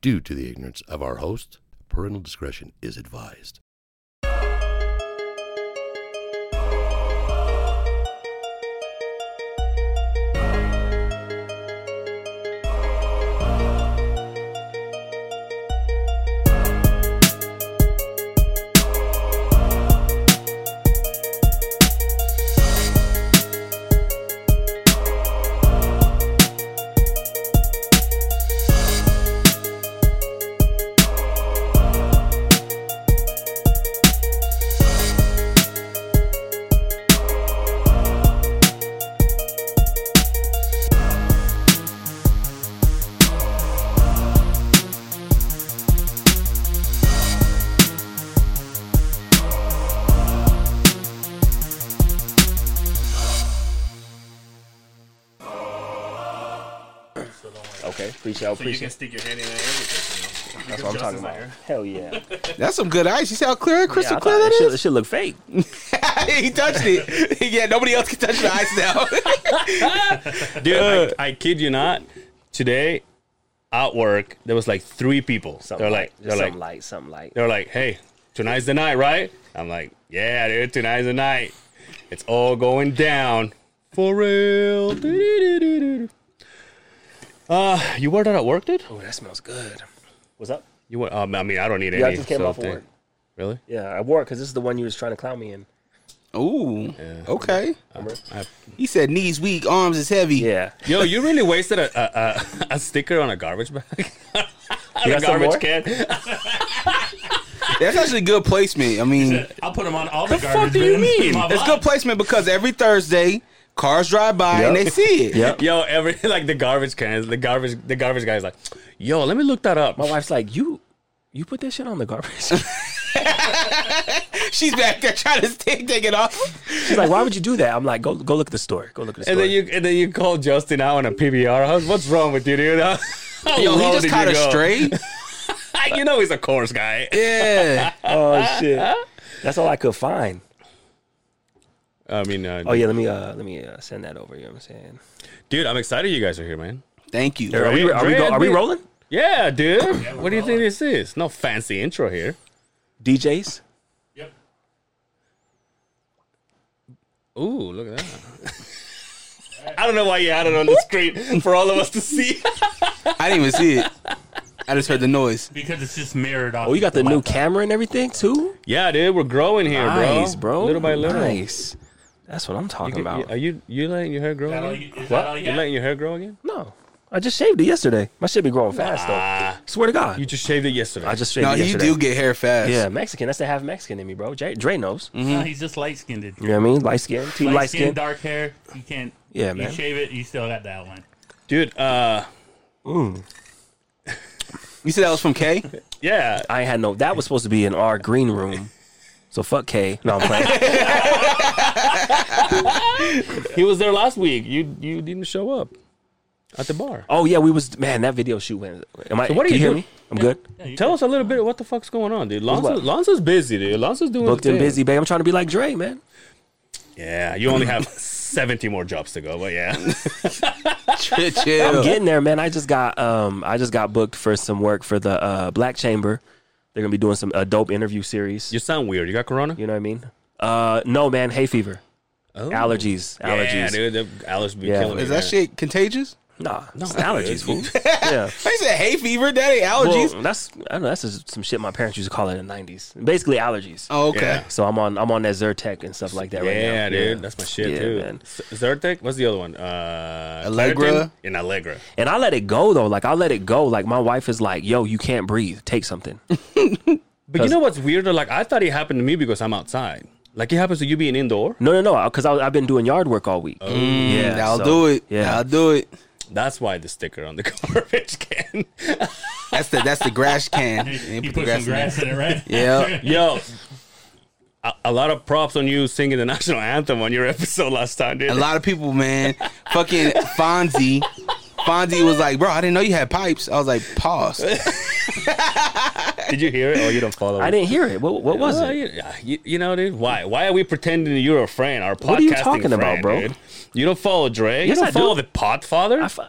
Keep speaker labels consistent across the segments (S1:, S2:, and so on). S1: due to the ignorance of our host. Parental discretion is advised.
S2: Okay, appreciate it.
S3: So you
S2: Appreciate
S3: can
S2: it.
S3: stick your hand in there and everything. You know?
S2: That's what I'm talking about.
S3: Here.
S2: Hell yeah. yeah
S4: That's some good ice. You see how clear,
S2: I
S4: crystal
S2: thought
S4: clear
S2: that
S4: that
S2: shit, that
S4: is?
S2: shit look fake.
S4: he touched it. yeah, nobody else can touch the ice now.
S2: Dude, I, I kid you not. Today, at work, there was like three people. they're like, just they're something like, light, something light. they're like, hey, tonight's the night, right? I'm like, yeah, dude, tonight's the night. It's all going down for real. Do-do-do-do-do. Uh, you wore that at work, dude?
S3: Oh, that smells good.
S2: What's up? You wore, um, I mean, I don't need
S5: Yeah, I
S2: any.
S5: just came
S2: so
S5: off of
S2: thank-
S5: work.
S2: Really?
S5: Yeah, I wore it because this is the one you was trying to clown me in.
S4: Ooh. Okay.
S2: I-
S4: He said knees weak, arms is heavy.
S5: Yeah.
S2: Yo, you really wasted a a, a, a sticker on a garbage bag, on a
S5: got some
S2: garbage
S5: more?
S2: can.
S4: That's actually good placement. I mean,
S3: I'll put them on all the,
S2: fuck
S3: garbage.
S2: do you
S3: bins.
S2: mean?
S3: My
S4: it's
S3: block.
S4: good placement because every Thursday, cars drive by and
S5: Yep.
S4: they see it.
S5: Yep.
S2: Yo, every like the garbage cans, the garbage the garbage guy's like, yo, let me look that up.
S5: My wife's like, you you put that shit on the garbage. She's
S4: She's back there trying to stick, take it off.
S5: like, why would you do that? I'm like, go go look at the store. Go look at the store.
S2: And then you and then you call Justin out on a PBR. How's- What's wrong with you, dude? How
S4: Yo,
S2: low
S4: he just
S2: did
S4: caught
S2: you
S4: her
S2: go?
S4: straight.
S2: you know he's a course guy.
S4: Yeah.
S5: oh shit. That's all I could find.
S2: I mean, uh,
S5: Oh yeah, let me uh let me uh, send that over. You know what I'm saying?
S2: dude, I'm excited you guys are here, man.
S4: Thank you.
S5: Are we are we, go, are we
S2: Red-
S5: rolling?
S2: Yeah, dude. what do you think this is? No fancy intro here.
S5: DJs?
S3: Yep.
S2: Ooh, look at that. I don't know why you had it on the screen for all of us to see.
S4: I didn't even see it. I just heard the noise.
S3: Because it's just mirrored off.
S5: Oh, you got the new
S3: laptop.
S5: camera and everything too?
S2: yeah, dude, we're growing here,
S5: Nice,
S2: bro.
S5: bro.
S2: Little by little.
S5: Nice. That's what I'm talking
S2: You-
S5: about.
S2: Are you you letting your hair grow?
S3: Is that all
S2: again?
S3: you- is
S2: what?
S3: that all you
S2: You're
S3: got?
S2: letting your hair grow again?
S5: no. I just shaved it yesterday. My shit be growing fast
S2: Ah,
S5: though. Swear to God.
S2: you just shaved it yesterday.
S5: I just shaved
S4: No,
S5: it
S4: you
S5: yesterday.
S4: do get hair fast.
S5: yeah, Mexican. That's the half Mexican in me, bro. Dre, Dre knows.
S3: Nah, he's just light skinned.
S5: Mm-hmm.
S2: Mm.
S5: You know what I mean? Light skin, team
S3: Light
S5: light
S3: skinned,
S5: skin.
S3: dark hair. You can't.
S5: Yeah,
S3: you
S5: man.
S3: shave it, you still got that one.
S2: dude. Uh,
S4: You said that was from K?
S2: yeah.
S5: I ain't had no. That was supposed to be in our green room. So fuck K. No, I'm playing.
S2: He was there last week. You you didn't show up at the bar.
S5: oh yeah, we was man. That video shoot went. Am I?
S2: So what are
S5: can
S2: you
S5: you hear
S2: doing?
S5: me? I'm good.
S2: Tell us a little bit of what the fuck's going on, dude. Lonzo,
S5: what?
S2: Lonzo's busy, dude. Lonzo's doing
S5: Booked
S2: the
S5: and
S2: thing.
S5: busy, babe. I'm trying to be like Dre, man.
S2: Yeah, you only have seventy more jobs to go, but yeah.
S4: Chill, chill.
S5: I'm getting there, man. I just got um I just got booked for some work for the uh, Black Chamber. They're gonna be doing some a dope interview series.
S2: you sound weird. You got corona?
S5: You know what I mean? Uh, no, man. Hay fever,
S2: Oh.
S5: allergies, allergies.
S2: Yeah, dude. The allergies be
S5: Yeah.
S2: killing me.
S4: Is that
S2: man.
S4: shit contagious?
S5: Nah, no,
S2: dude,
S5: allergies.
S2: dude.
S5: fool. yeah.
S4: I said hay fever, that ain't allergies.
S5: Well, that's I don't know. That's just some shit my parents used to call it in the '90s. Basically, allergies.
S4: oh, okay.
S2: Yeah.
S5: So I'm on I'm on that Zyrtec and stuff like that right now.
S2: Yeah, dude, that's my shit
S5: Yeah,
S2: too.
S5: man.
S2: Z- Zyrtec, what's the other one? Uh,
S4: Allegra.
S2: Claritin and Allegra.
S5: And I let it go though. Like I let it go. Like my wife is like, "Yo, you can't breathe. Take something."
S2: But you know what's weirder? Like I thought it happened to me because I'm outside. Like it happens to you being indoor.
S5: no, no, no. Because I've been doing yard work all week.
S2: Oh.
S5: yeah,
S4: Mm, I'll
S5: so-
S4: do it.
S5: Yeah,
S4: I'll do it.
S2: That's why the sticker on the garbage can.
S4: That's the that's the grass can.
S3: You, put some grass in it, right?
S4: Yeah.
S2: Yo, a, a lot of props on you singing the national anthem on your episode last time, dude.
S4: A lot of people, man. Fucking Fonzie. Fonzie was like, bro, I didn't know you had pipes. I was like, pause.
S2: Did you hear it? Oh, you don't follow.
S5: I
S2: it.
S5: didn't hear it. What, what was
S2: Well,
S5: it?
S2: You, you, you know, dude. Why? Why are we pretending you're a friend? Our podcasting
S5: What are you talking about,
S2: friend,
S5: bro?
S2: dude? You don't follow Dre.
S5: Yes,
S2: you don't
S5: I do.
S2: follow the Podfather.
S5: I, fu-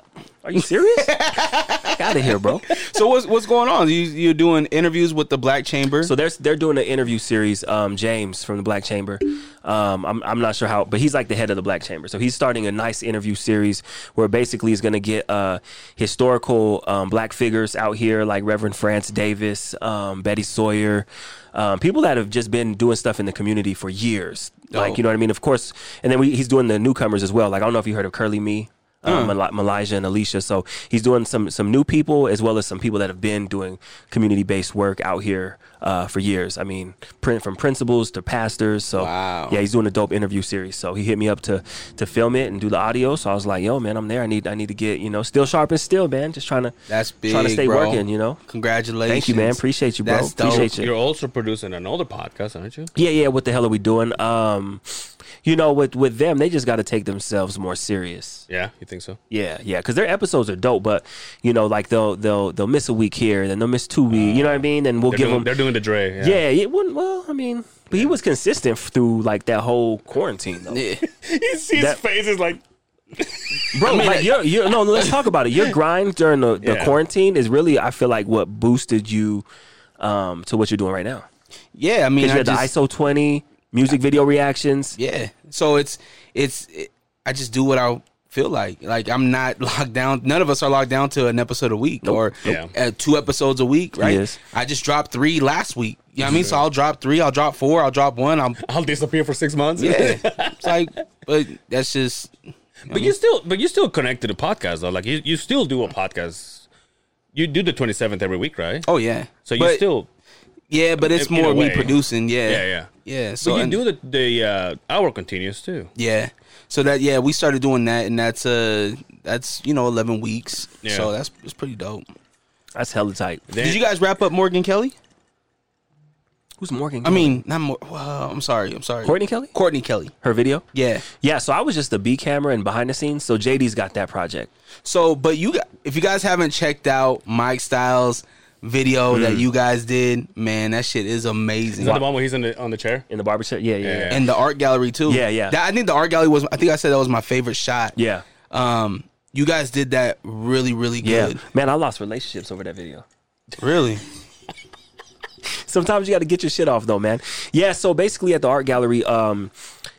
S5: Are you serious? Out of here, bro.
S4: So what's what's going on? You you're doing interviews with the Black Chamber.
S5: So they're they're doing an interview series. Um, James from the Black Chamber. Um, I'm I'm not sure how, but he's like the head of the Black Chamber. So he's starting a nice interview series where basically he's going to get uh historical um, black figures out here like Reverend France Davis, um, Betty Sawyer. Um, people that have just been doing stuff in the community for years, like
S4: Oh.
S5: you know what I mean. Of course, and then we, he's doing the newcomers as well. Like I don't know if you heard of Curly Me, um, Mel- Malaysia and Alicia. So he's doing some some new people as well as some people that have been doing community based work out here uh, for years. I mean, print from principals to pastors. So
S4: Wow.
S5: yeah, he's doing a dope interview series. So he hit me up to to film it and do the audio. So I was like, yo, man, I'm there. I need I need to get you know still sharp and still, man. Just trying to
S4: That's big.
S5: trying to stay
S4: bro.
S5: working. You know.
S4: Congratulations.
S5: Thank you, man. Appreciate you, bro.
S4: That's dope.
S5: Appreciate you.
S2: You're also producing another podcast, aren't you?
S5: Yeah, yeah. What the hell are we doing? Um, you know, with with them, they just got to take themselves more serious.
S2: Yeah, you think so?
S5: Yeah, yeah. Because their episodes are dope, but you know, like they'll they'll they'll miss a week here, then they'll miss two weeks. You know what I mean? And we'll
S2: They're,
S5: give
S2: doing,
S5: them.
S2: they're doing the Dre. Yeah.
S5: Yeah, it wouldn't. Well, I mean, but he was consistent f- through like that whole quarantine though.
S4: Yeah.
S2: You see his
S5: That-
S2: face is like,
S5: Bro, like your your no, let's talk about it. Your grind during the, the
S2: Yeah.
S5: quarantine is really, I feel like, what boosted you um to what you're doing right now.
S4: Yeah, I mean,
S5: Because you
S4: I
S5: had
S4: just,
S5: the ISO 20 music video reactions.
S4: Yeah. So it's it's it, I just do what I feel like. Like I'm not locked down. None of us are locked down to an episode a week or
S2: Yeah.
S4: uh, two episodes a week, right?
S5: Yes.
S4: I just dropped three last week. You know what I mean? So I'll drop three. I'll drop four. I'll drop one. I'm
S2: I'll disappear for six months.
S4: yeah. it's like, but that's just
S2: but you still, but you still connect to the podcast though. Like you, you still do a podcast. You do the 27th every week, right?
S4: oh yeah.
S2: so you
S4: But-
S2: still,
S4: yeah, but it's
S2: in- in
S4: more
S2: a
S4: me
S2: way.
S4: producing. Yeah.
S2: yeah, yeah.
S4: Yeah. So
S2: So you
S4: and-
S2: do the the uh, hour continues too.
S4: Yeah. So that yeah, we started doing that, and that's uh that's you know eleven weeks.
S2: Yeah.
S4: So that's it's pretty dope.
S5: That's hella tight.
S2: Then,
S4: Did you guys wrap up Morgan Kelly?
S5: Who's Morgan?
S4: I mean, not more. Well, I'm sorry. I'm sorry.
S5: Courtney Kelly?
S4: Courtney Kelly.
S5: her video.
S4: Yeah.
S5: Yeah, so I was just the B camera and behind the scenes. So JD's got that project.
S4: So, but you got- if you guys haven't checked out Mike Styles video
S5: Hmm.
S4: that you guys did, man, that shit is amazing.
S2: is that the one where he's in the on the chair?
S5: in the barbershop. Yeah, yeah, yeah.
S2: Yeah.
S4: And the art gallery too.
S5: Yeah, yeah.
S4: That, I think the art gallery was. I think I said that was my favorite shot.
S5: Yeah.
S4: Um, you guys did that really, really
S5: Yeah.
S4: good.
S5: Man, I lost relationships over that video.
S4: Really.
S5: Sometimes you got to get your shit off though, man. Yeah, so basically at the art gallery um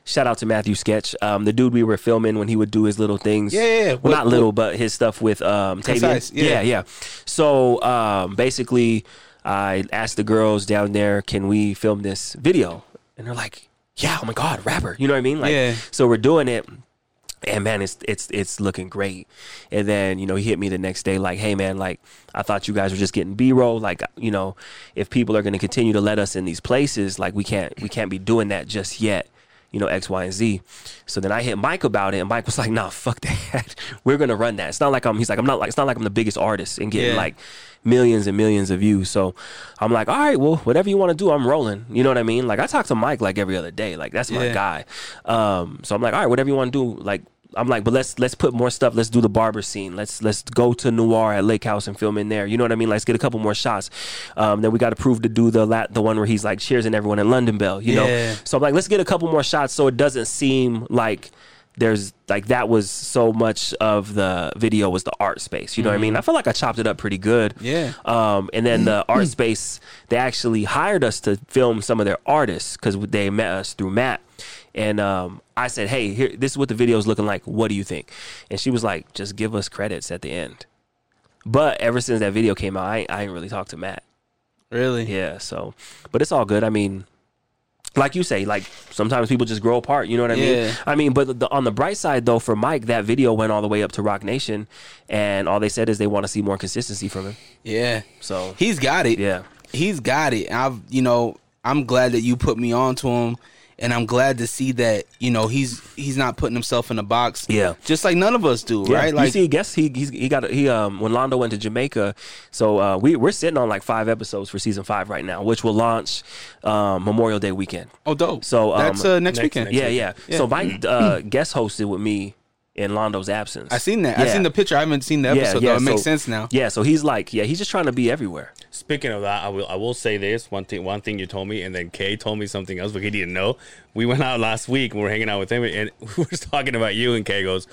S5: shout out to Matthew Sketch, um the dude we were filming when he would do his little things.
S4: Yeah, yeah, yeah.
S5: Well,
S4: What-
S5: not little, but his stuff with um Tavian.
S4: Concise, yeah.
S5: yeah, yeah. So, um basically I asked the girls down there, "Can we film this video?" And they're like, "Yeah, oh my god, rapper." You know what I mean? Like
S4: Yeah.
S5: so we're doing it. and man, it's it's it's looking great. And then you know he hit me the next day like, hey man, like I thought you guys were just getting B roll. Like you know, if people are going to continue to let us in these places, like we can't we can't be doing that just yet. You know X, Y, and Z. So then I hit Mike about it, and Mike was like, "Nah, fuck that. We're gonna run that. It's not like I'm. He's like, I'm not like. It's not like I'm the biggest artist and getting
S4: Yeah.
S5: like millions and millions of views. So I'm like, all right, well, whatever you want to do, I'm rolling. You know what I mean? Like I talk to Mike like every other day. Like that's my
S4: Yeah.
S5: guy. Um, so I'm like, all right, whatever you want to do, like. I'm like, but let's let's put more stuff. Let's do the barber scene. Let's let's go to Noir at Lake House and film in there. You know what I mean? Let's get a couple more shots. Um, then we got approved to do the la- the one where he's like cheersing everyone in London Bell. You
S4: Yeah.
S5: know, so I'm like, let's get a couple more shots so it doesn't seem like there's like that was so much of the video was the art space. You know what I mean? I feel like I chopped it up pretty good.
S4: Mm-hmm. Yeah.
S5: Um, and then the art space, they actually hired us to film some of their artists because they met us through Matt. And um, I said, hey, here, this is what the video is looking like. What do you think? And she was like, just give us credits at the end. But ever since that video came out, I, ain't- I ain't really talked to Matt.
S4: Really.
S5: Yeah, so, but it's all good. I mean, like you say, like sometimes people just grow apart. You know what I mean?
S4: Yeah.
S5: I mean, but the, on the bright side though, for Mike, that video went all the way up to Rock Nation, and all they said is they want to see more consistency from him.
S4: Yeah.
S5: So
S4: He's got it.
S5: yeah,
S4: he's got it. I've you know I'm glad that you put me on to him, and I'm glad to see that you know he's he's not putting himself in a box.
S5: Yeah.
S4: just like none of us do,
S5: Yeah.
S4: right? Like
S5: you see, guess he he's, he got he um when Londo went to Jamaica, so uh, we we're sitting on like five episodes for season five right now, which will launch um, Memorial Day weekend.
S4: oh dope.
S5: So, um,
S4: that's uh, next,
S2: next-
S4: weekend.
S2: next-
S5: Yeah, yeah,
S4: Yeah.
S5: So Mike uh, guest hosted with me in Londo's absence.
S4: I seen that. I
S5: Yeah.
S4: seen the picture. I haven't seen the
S5: Yeah,
S4: episode
S5: yeah,
S4: though. It makes
S5: so-
S4: sense now.
S5: Yeah, so he's like, yeah, he's just trying to be everywhere.
S2: Speaking of that, I will I will say this one thing one thing you told me, and then Kay told me something else, but he didn't know. We went out last week and we are hanging out with him, and we were talking about you, and Kay goes,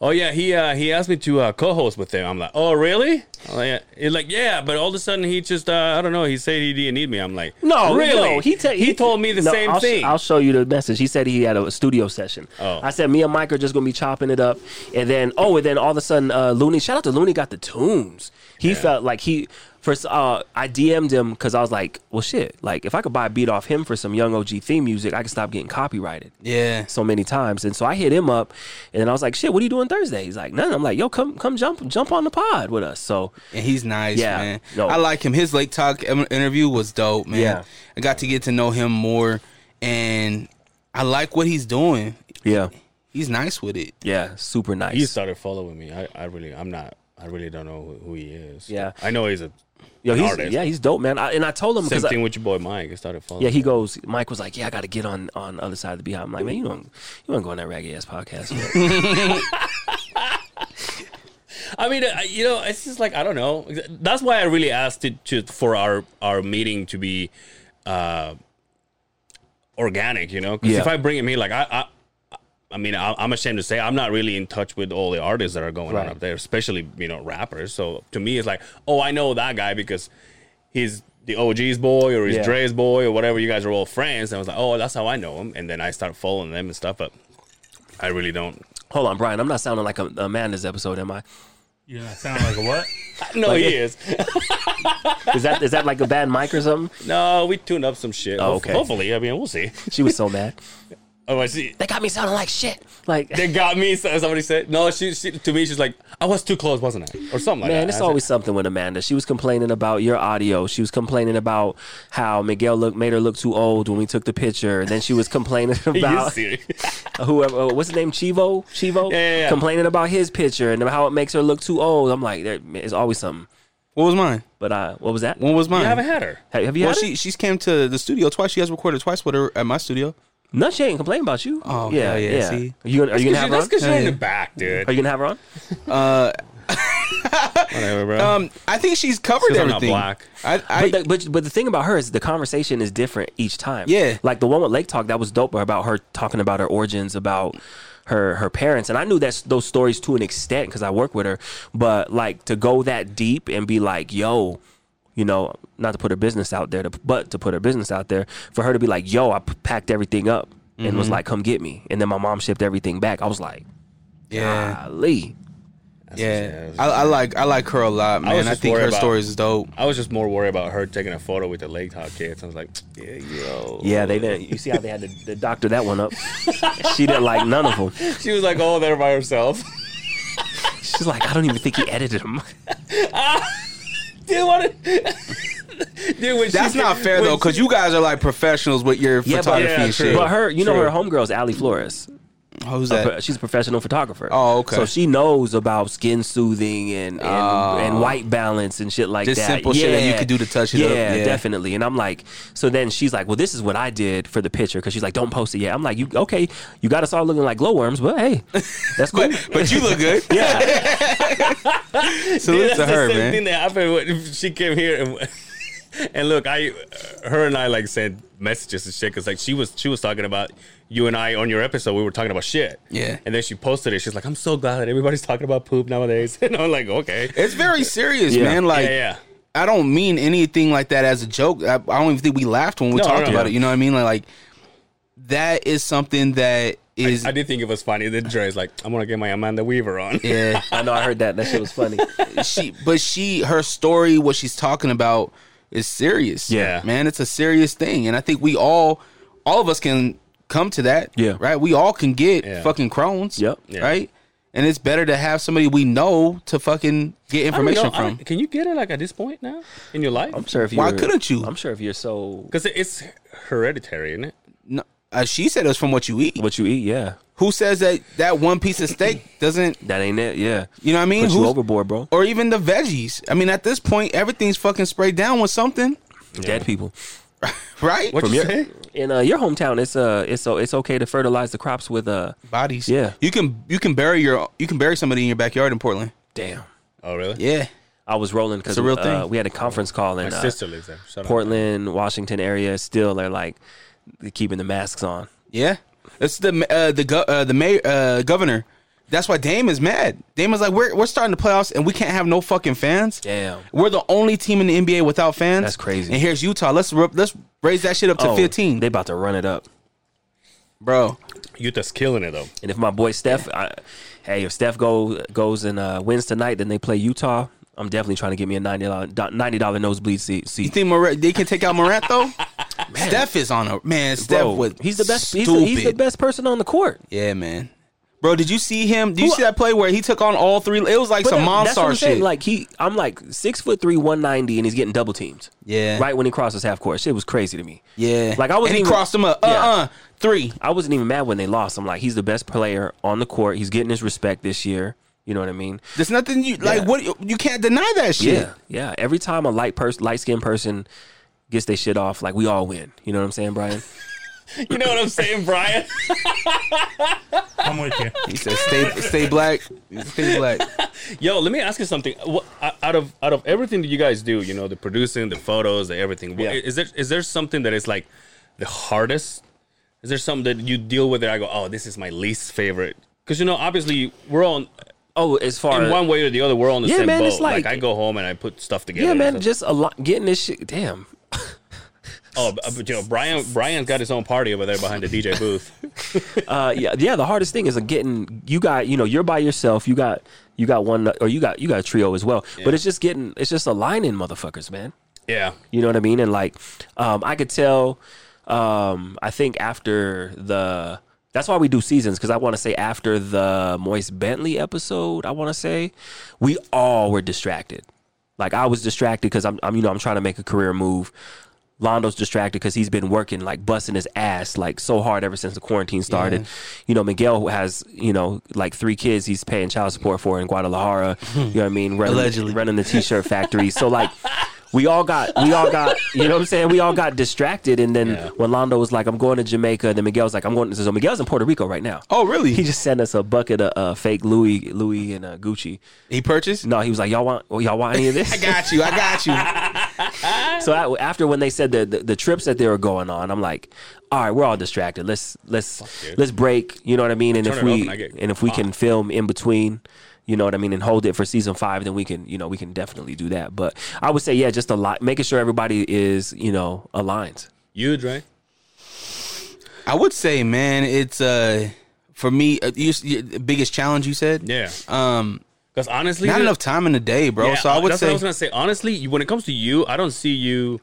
S2: oh yeah, he uh, he asked me to uh, co-host with him. I'm like, oh really? I'm like, yeah. He's like, yeah, but all of a sudden he just uh, I don't know. He said he didn't need me. I'm like,
S5: No,
S2: really?
S5: no, He ta-
S2: he, told me the
S5: No,
S2: same
S5: I'll sh-
S2: thing.
S5: I'll show you the message. He said he had a studio session.
S2: Oh.
S5: I said me and Mike are just gonna be chopping it up, and then oh, and then all of a sudden, uh, Looney. Shout out to Looney got the tunes. He felt like he first. Uh, I DM'd him because I was like, well, shit. Like if I could buy a beat off him for some young OG theme music, I could stop getting copyrighted
S4: Yeah.
S5: so many times. And so I hit him up, and then I was like, shit, what are you doing Thursday? He's like, nothing. I'm like, yo, come come jump jump on the pod with us. So
S4: And he's nice,
S5: Yeah,
S4: man.
S5: no.
S4: I like him. His late talk em- interview was dope, man.
S5: Yeah.
S4: I got to get to know him more, and I like what he's doing.
S5: yeah,
S4: He's nice with it.
S5: yeah, super nice.
S2: he started following me. I, I really I'm not I really don't know who, who he is.
S5: Yeah.
S2: I know he's a
S5: Yo,
S2: an
S5: he's,
S2: artist.
S5: yeah, he's dope, man. I, and I told him
S2: Same
S5: because
S2: thing with your boy Mike. I started following.
S5: Yeah, he
S2: him.
S5: goes. Mike was like, "Yeah, I got to get on on the other side of the beehive." I'm like, "Man, you don't you don't go on that ragged ass podcast." man."
S2: I mean, uh, you know, it's just like I don't know. That's why I really asked it to for our our meeting to be uh organic, you know. Because
S5: Yeah.
S2: if I bring him here, like I. I I mean, I- I'm ashamed to say I'm not really in touch with all the artists that are going
S5: Right.
S2: on up there, especially you know rappers. So to me, it's like, oh, I know that guy because he's the OG's boy or he's
S5: Yeah.
S2: Dre's boy or whatever. You guys are all friends, and I was like, oh, that's how I know him. And then I start following them and stuff, but I really don't.
S5: Hold on, Brian. I'm not sounding like a, a man this episode, am I?
S3: You know, I sound like a what?
S2: No, he is.
S5: Is that is that like a bad mic or something?
S2: No, we tuned up some shit.
S5: Oh,
S2: Ho-
S5: okay.
S2: Hopefully, I mean, we'll see.
S5: She was so mad.
S2: Oh, I see.
S5: They got me sounding like shit. Like,
S2: They got me. so- Somebody said no. She, she to me, she's like, I was too close, wasn't I? Or something like that.
S5: man, it's
S2: I said,
S5: always something with Amanda. She was complaining about your audio. She was complaining about how Miguel look made her look too old when we took the picture. And then she was complaining
S2: Are you
S5: about
S2: serious?
S5: whoever uh, what's his name Chivo Chivo
S2: Yeah, yeah, yeah.
S5: complaining about his picture and how it makes her look too old. I'm like, there, it's always something.
S4: What was mine?
S5: But uh, what was that?
S4: When was mine?
S2: I haven't had her.
S5: Have, have you
S4: well,
S5: had it?
S4: she she's came to the studio twice. She has recorded twice with her at my studio.
S5: No, she ain't complaining about you.
S4: Oh, hell yeah, see?
S5: Are you gonna, are you gonna have her
S2: that's
S5: on?
S2: because you're in
S4: Yeah.
S2: the back, dude.
S5: Are you gonna have her on?
S2: Whatever, bro.
S4: Um, I think she's covered
S2: 'cause I'm not
S4: everything.
S2: black.
S4: I,
S5: But,
S4: I
S5: the, but but the thing about her is the conversation is different each time.
S4: Yeah.
S5: like the one with Lake Talk that was dope about her talking about her origins about her her parents, and I knew that those stories to an extent because I work with her. But like to go that deep and be like, yo. You know, not to put her business out there, to, but to put her business out there, for her to be like, "Yo, I p- packed everything up and
S4: Mm-hmm.
S5: was like, come get me," and then my mom shipped everything back. I was like,
S4: yeah.
S5: "Golly,
S4: Yeah,
S2: Ah, what's-
S4: I, I like I like her a lot,
S2: was
S4: man. I,
S2: just
S4: think
S2: worried
S4: her
S2: about-
S4: stories is dope.
S2: I was just more worried about her taking a photo with the Lake Top kids. I was like, yeah, yo.
S5: Yeah, they didn't. You see how they had to, to doctor that one up? she didn't like none of them.
S2: She was like all there by herself.
S5: She's like, I don't even think he edited them.
S2: dude, what? a- dude, when
S4: That's
S2: she,
S4: not fair though, because you guys are like professionals with your
S5: Yeah, but,
S4: photography and shit.
S5: but her, you know,
S2: True.
S5: her homegirl's Allie Flores.
S4: Who's
S5: A
S4: that?
S5: pro- She's a professional photographer.
S4: Oh, okay.
S5: So she knows about skin soothing and and, and white balance and shit like
S4: Oh. Just
S5: that.
S4: simple shit that you could do to touch it
S5: yeah,
S4: up, yeah.
S5: definitely. And I'm like, so then she's like, well, this is what I did for the picture because she's like, don't post it yet. I'm like, you okay? You got us all looking like glowworms, but hey, that's cool.
S4: But, but you look good.
S5: yeah.
S4: Salute
S2: Dude,
S4: to
S2: that's
S4: her,
S2: the same thing
S4: man.
S2: that happened when she came here and, and look, I, her and I like sent messages and shit because like she was she was talking about you and I on your episode. We were talking about shit.
S4: Yeah.
S2: And then she posted it. She's like, I'm so glad that everybody's talking about poop nowadays. And I'm like, okay.
S4: It's very serious,
S5: Yeah.
S4: man. Like
S2: yeah, yeah.
S4: I don't mean anything like that as a joke. I, I don't even think we laughed when we
S2: No,
S4: talked
S2: no.
S4: about
S2: Yeah.
S4: it. You know what I mean? Like, like that is something that is
S2: I did think it was funny. Then Dre's like, I'm gonna get my Amanda Weaver on.
S4: yeah.
S5: I know. I heard that. That shit was funny.
S4: she but she her story what she's talking about is serious
S2: Yeah.
S4: man it's a serious thing and i think we all all of us can come to that
S5: Yeah.
S4: right we all can get
S2: Yeah.
S4: fucking crones
S5: Yep.
S2: Yeah.
S4: right and it's better to have somebody we know to fucking get
S2: I don't know,
S4: information
S2: I don't-
S4: from
S2: Can you get it like at this point now in your life?
S5: I'm sure if you.
S4: Why
S5: were-
S4: couldn't you?
S5: I'm sure if you're so
S2: Because it's hereditary, isn't it?
S4: no, uh, she said it's from what you eat
S5: what you eat. Yeah,
S4: who says that that one piece of steak doesn't
S5: that ain't it. Yeah,
S4: you know what i mean
S5: put you
S4: Who's-
S5: overboard, bro.
S4: or even the veggies i mean at this point everything's fucking sprayed down with something
S5: Dead people.
S4: right
S2: What you
S5: your-
S2: say?
S5: In uh, your hometown, it's uh, it's so it's okay to fertilize the crops with uh,
S4: bodies
S5: Yeah.
S4: you can you can bury your you can bury somebody in your backyard in portland
S5: damn.
S2: Oh, really?
S4: yeah
S5: I was rolling because
S4: a real
S5: uh,
S4: thing.
S5: we had a conference call
S2: My
S5: in uh,
S2: sister lives there. Shut up.
S5: Portland, Washington area. Still, they're like they're keeping the masks on.
S4: Yeah, it's the uh, the go- uh, the mayor, uh, governor That's why Dame is mad. Dame is like, we're, we're starting the playoffs and we can't have no fucking fans.
S5: Damn.
S4: We're the only team in the NBA without fans.
S5: That's crazy.
S4: And here's Utah. Let's ru- let's raise that shit up to
S5: Oh,
S4: 15,
S5: They about to run it up.
S4: bro.
S2: Utah's killing it though.
S5: And if my boy Steph, I, hey, if Steph go, goes and uh, wins tonight, then they play Utah. I'm definitely trying to get me a ninety dollar ninety dollar nosebleed seat.
S4: You
S5: seat.
S4: think Morant, they can take out Morant though? Steph is on a man. Steph
S5: Bro,
S4: was
S5: he's the best. He's
S4: Stupid.
S5: the, he's the best person on the court.
S4: Yeah, man. Bro, did you see him? Did you
S5: Who-
S4: see that play where he took on all three? It was like
S5: But
S4: some
S5: that- that's what I'm
S4: monster
S5: saying.
S4: shit.
S5: Like he, I'm like six foot three, one ninety, and he's getting double teamed.
S4: Yeah.
S5: Right when he crosses half court, shit was crazy to me.
S4: yeah,
S5: Like I wasn't
S4: and he
S5: even,
S4: crossed him up. Uh,
S5: Yeah.
S4: uh, three.
S5: I wasn't even mad when they lost. I'm like, he's the best player on the court. He's getting his respect this year. You know what I mean?
S4: There's nothing you like.
S5: Yeah.
S4: What you can't deny that shit.
S5: Yeah, yeah. Every time a light person, light skinned person gets their shit off, like we all win. You know what I'm saying, Brian?
S2: You know what I'm saying, Brian?
S3: I'm with you.
S4: He said, "Stay, stay black, stay black."
S2: Yo, let me ask you something. What, out of out of everything that you guys do, you know, the producing, the photos, the everything.
S5: Yeah.
S2: Yeah. Is there is there something that is like the hardest? Is there something that you deal with that I go, oh, this is my least favorite? Because you know, obviously, we're on
S5: Oh, as far
S2: in
S5: as
S2: one way or the other, we're on the
S5: Yeah,
S2: same
S5: man,
S2: boat.
S5: it's like-
S2: Like, I go home and I put stuff together.
S5: yeah, man,
S2: So-
S5: just a lot getting this shit. Damn,
S2: oh, but, but, you know, Brian Brian's got his own party over there behind the DJ booth.
S5: uh, yeah, yeah. The hardest thing is uh, getting you got you know you're by yourself. You got you got one or you got you got a trio as well. But it's just getting it's just aligning motherfuckers, man.
S2: yeah,
S5: You know what I mean? And like, um, I could tell. Um, I think after the that's why we do seasons because I want to say after the Moist Bentley episode, I want to say we all were distracted. Like I was distracted because I'm, I'm you know I'm trying to make a career move. Londo's distracted because he's been working like busting his ass like so hard ever since the quarantine started. You know, Miguel has you know like three kids he's paying child support for in Guadalajara. you know what I mean? Running,
S4: Allegedly.
S5: running the t-shirt factory. so like. We all got, we all got, you know what I'm saying? We all got distracted. And then when Londo was like, I'm going to Jamaica, and then Miguel's like, I'm going to, so Miguel's in Puerto Rico right now.
S4: Oh, really?
S5: He
S4: He,
S5: just sent us a bucket of uh, fake Louis, Louis and uh, Gucci.
S4: purchased.
S5: No, he was like, y'all want, oh, y'all want any of this?
S4: I got you. I got you.
S5: So I, after when they said the, the the trips that they were going on, I'm like, all right, we're all distracted. Let's let's let's break. You know what I mean? And
S2: Turn
S5: if
S2: it
S5: we
S2: off and I get
S5: and if we can film in between, you know what I mean, and hold it for season five, then we can you know we can definitely do that. But I would say yeah, just a lot, making sure everybody is you know aligned.
S2: you Dre.
S4: I would say, man, it's uh for me uh, you, you, the biggest challenge. You said,
S2: Yeah,
S4: Um,
S2: because honestly,
S4: not
S2: the-
S4: enough time in the day, bro.
S2: Yeah,
S4: Oh, so I would
S2: that's
S4: say,
S2: what I was gonna say. Honestly, you, when it comes to you, I don't see you.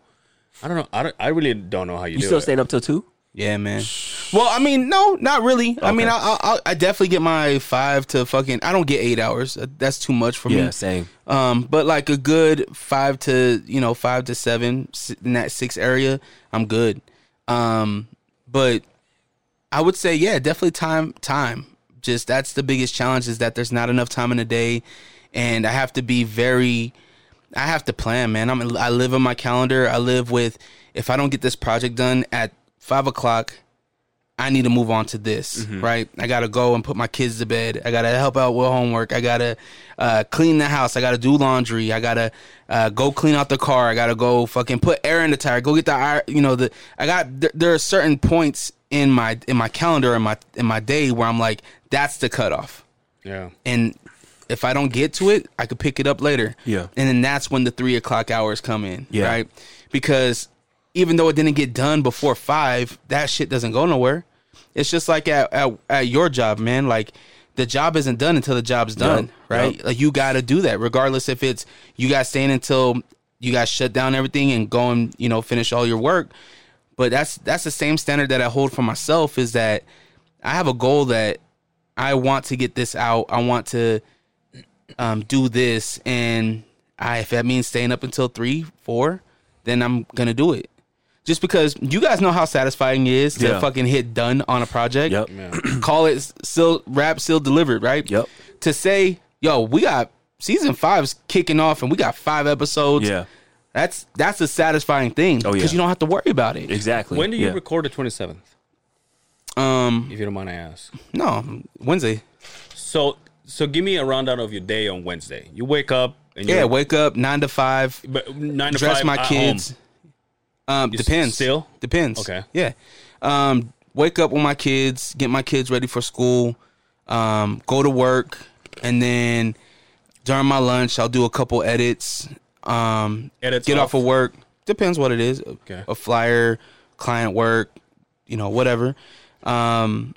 S2: I don't know. I, don't, I really don't know how you,
S5: You
S2: do
S5: still
S2: it.
S5: staying up till two?
S4: yeah, man. Well, I mean, no, not really. I mean, I, I I- I definitely get my five to fucking. I don't get eight hours. Uh, That's too much for
S5: Yeah,
S4: me.
S5: same.
S4: Um, but like a good five to you know five to seven s- in that six area, I'm good. Um, but I would say yeah, definitely time time. Just that's the biggest challenge is that there's not enough time in the day, and I have to be very. I have to plan, man. I'm I live on my calendar. I live with if I don't get this project done at five o'clock, I need to move on to this, right? I gotta go and put my kids to bed. I gotta help out with homework. I gotta uh, clean the house. I gotta do laundry. I gotta uh, go clean out the car. I gotta go fucking put air in the tire. Go get the ir- you know the I got there, there are certain points in my in my calendar in my in my day where I'm like that's the cutoff
S2: Yeah,
S4: and if I don't get to it, I could pick it up later.
S5: Yeah.
S4: And then that's when the three o'clock hours come in.
S5: Yeah.
S4: Right. Because even though it didn't get done before five, that shit doesn't go nowhere. It's just like at, at, at your job, man. Like the job isn't done until the job's done. Right. Like you got to do that, regardless if it's you guys staying until you guys shut down everything and go and, you know, finish all your work but that's that's the same standard that I hold for myself is that I have a goal that I want to get this out. I want to um, do this, and I, if that means staying up until three, four, then I'm gonna do it. Just because you guys know how satisfying it is to
S5: Yeah.
S4: fucking hit done on a project.
S5: Yep.
S4: Call it still rap, still delivered, right?
S5: Yep.
S4: To say, yo, we got season five's kicking off, and we got five episodes.
S5: Yeah,
S4: That's that's a satisfying thing
S5: Oh, yeah.
S4: you don't have to worry about it.
S5: exactly.
S2: When do you
S5: Yeah.
S2: record the twenty seventh?
S4: Um,
S2: If you don't mind, I ask.
S4: No, Wednesday.
S2: So, so give me a rundown of your day on Wednesday. You wake up and
S4: Yeah,
S2: you're,
S4: wake up nine to five.
S2: but nine to
S4: dress
S2: five
S4: my
S2: at
S4: kids.
S2: home.
S4: Um,
S2: You s-
S4: depends.
S2: still?
S4: depends.
S2: Okay.
S4: Yeah. Um, wake up with my kids. Get my kids ready for school. um, go to work, and then during my lunch, I'll do a couple edits. Um,
S2: Edits
S4: get
S2: off?
S4: off. of work. Depends what it is.
S2: Okay.
S4: A flyer, client work, you know, whatever. Um,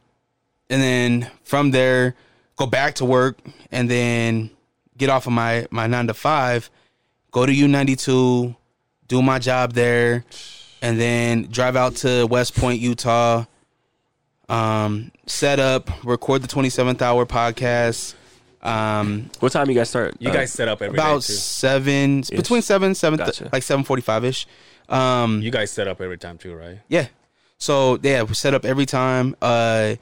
S4: and then from there, go back to work, and then get off of my my nine to five, go to U ninety two, do my job there, and then drive out to West Point, Utah. Um, set up, record the twenty seventh hour podcast. Um,
S5: What time you guys start?
S2: You
S5: uh,
S2: guys set up every day
S4: about
S2: too.
S4: seven between seven seven
S5: Gotcha.
S4: like seven forty five ish. Um,
S2: You guys set up every time too, right?
S4: yeah. So yeah, we set up every time. Uh,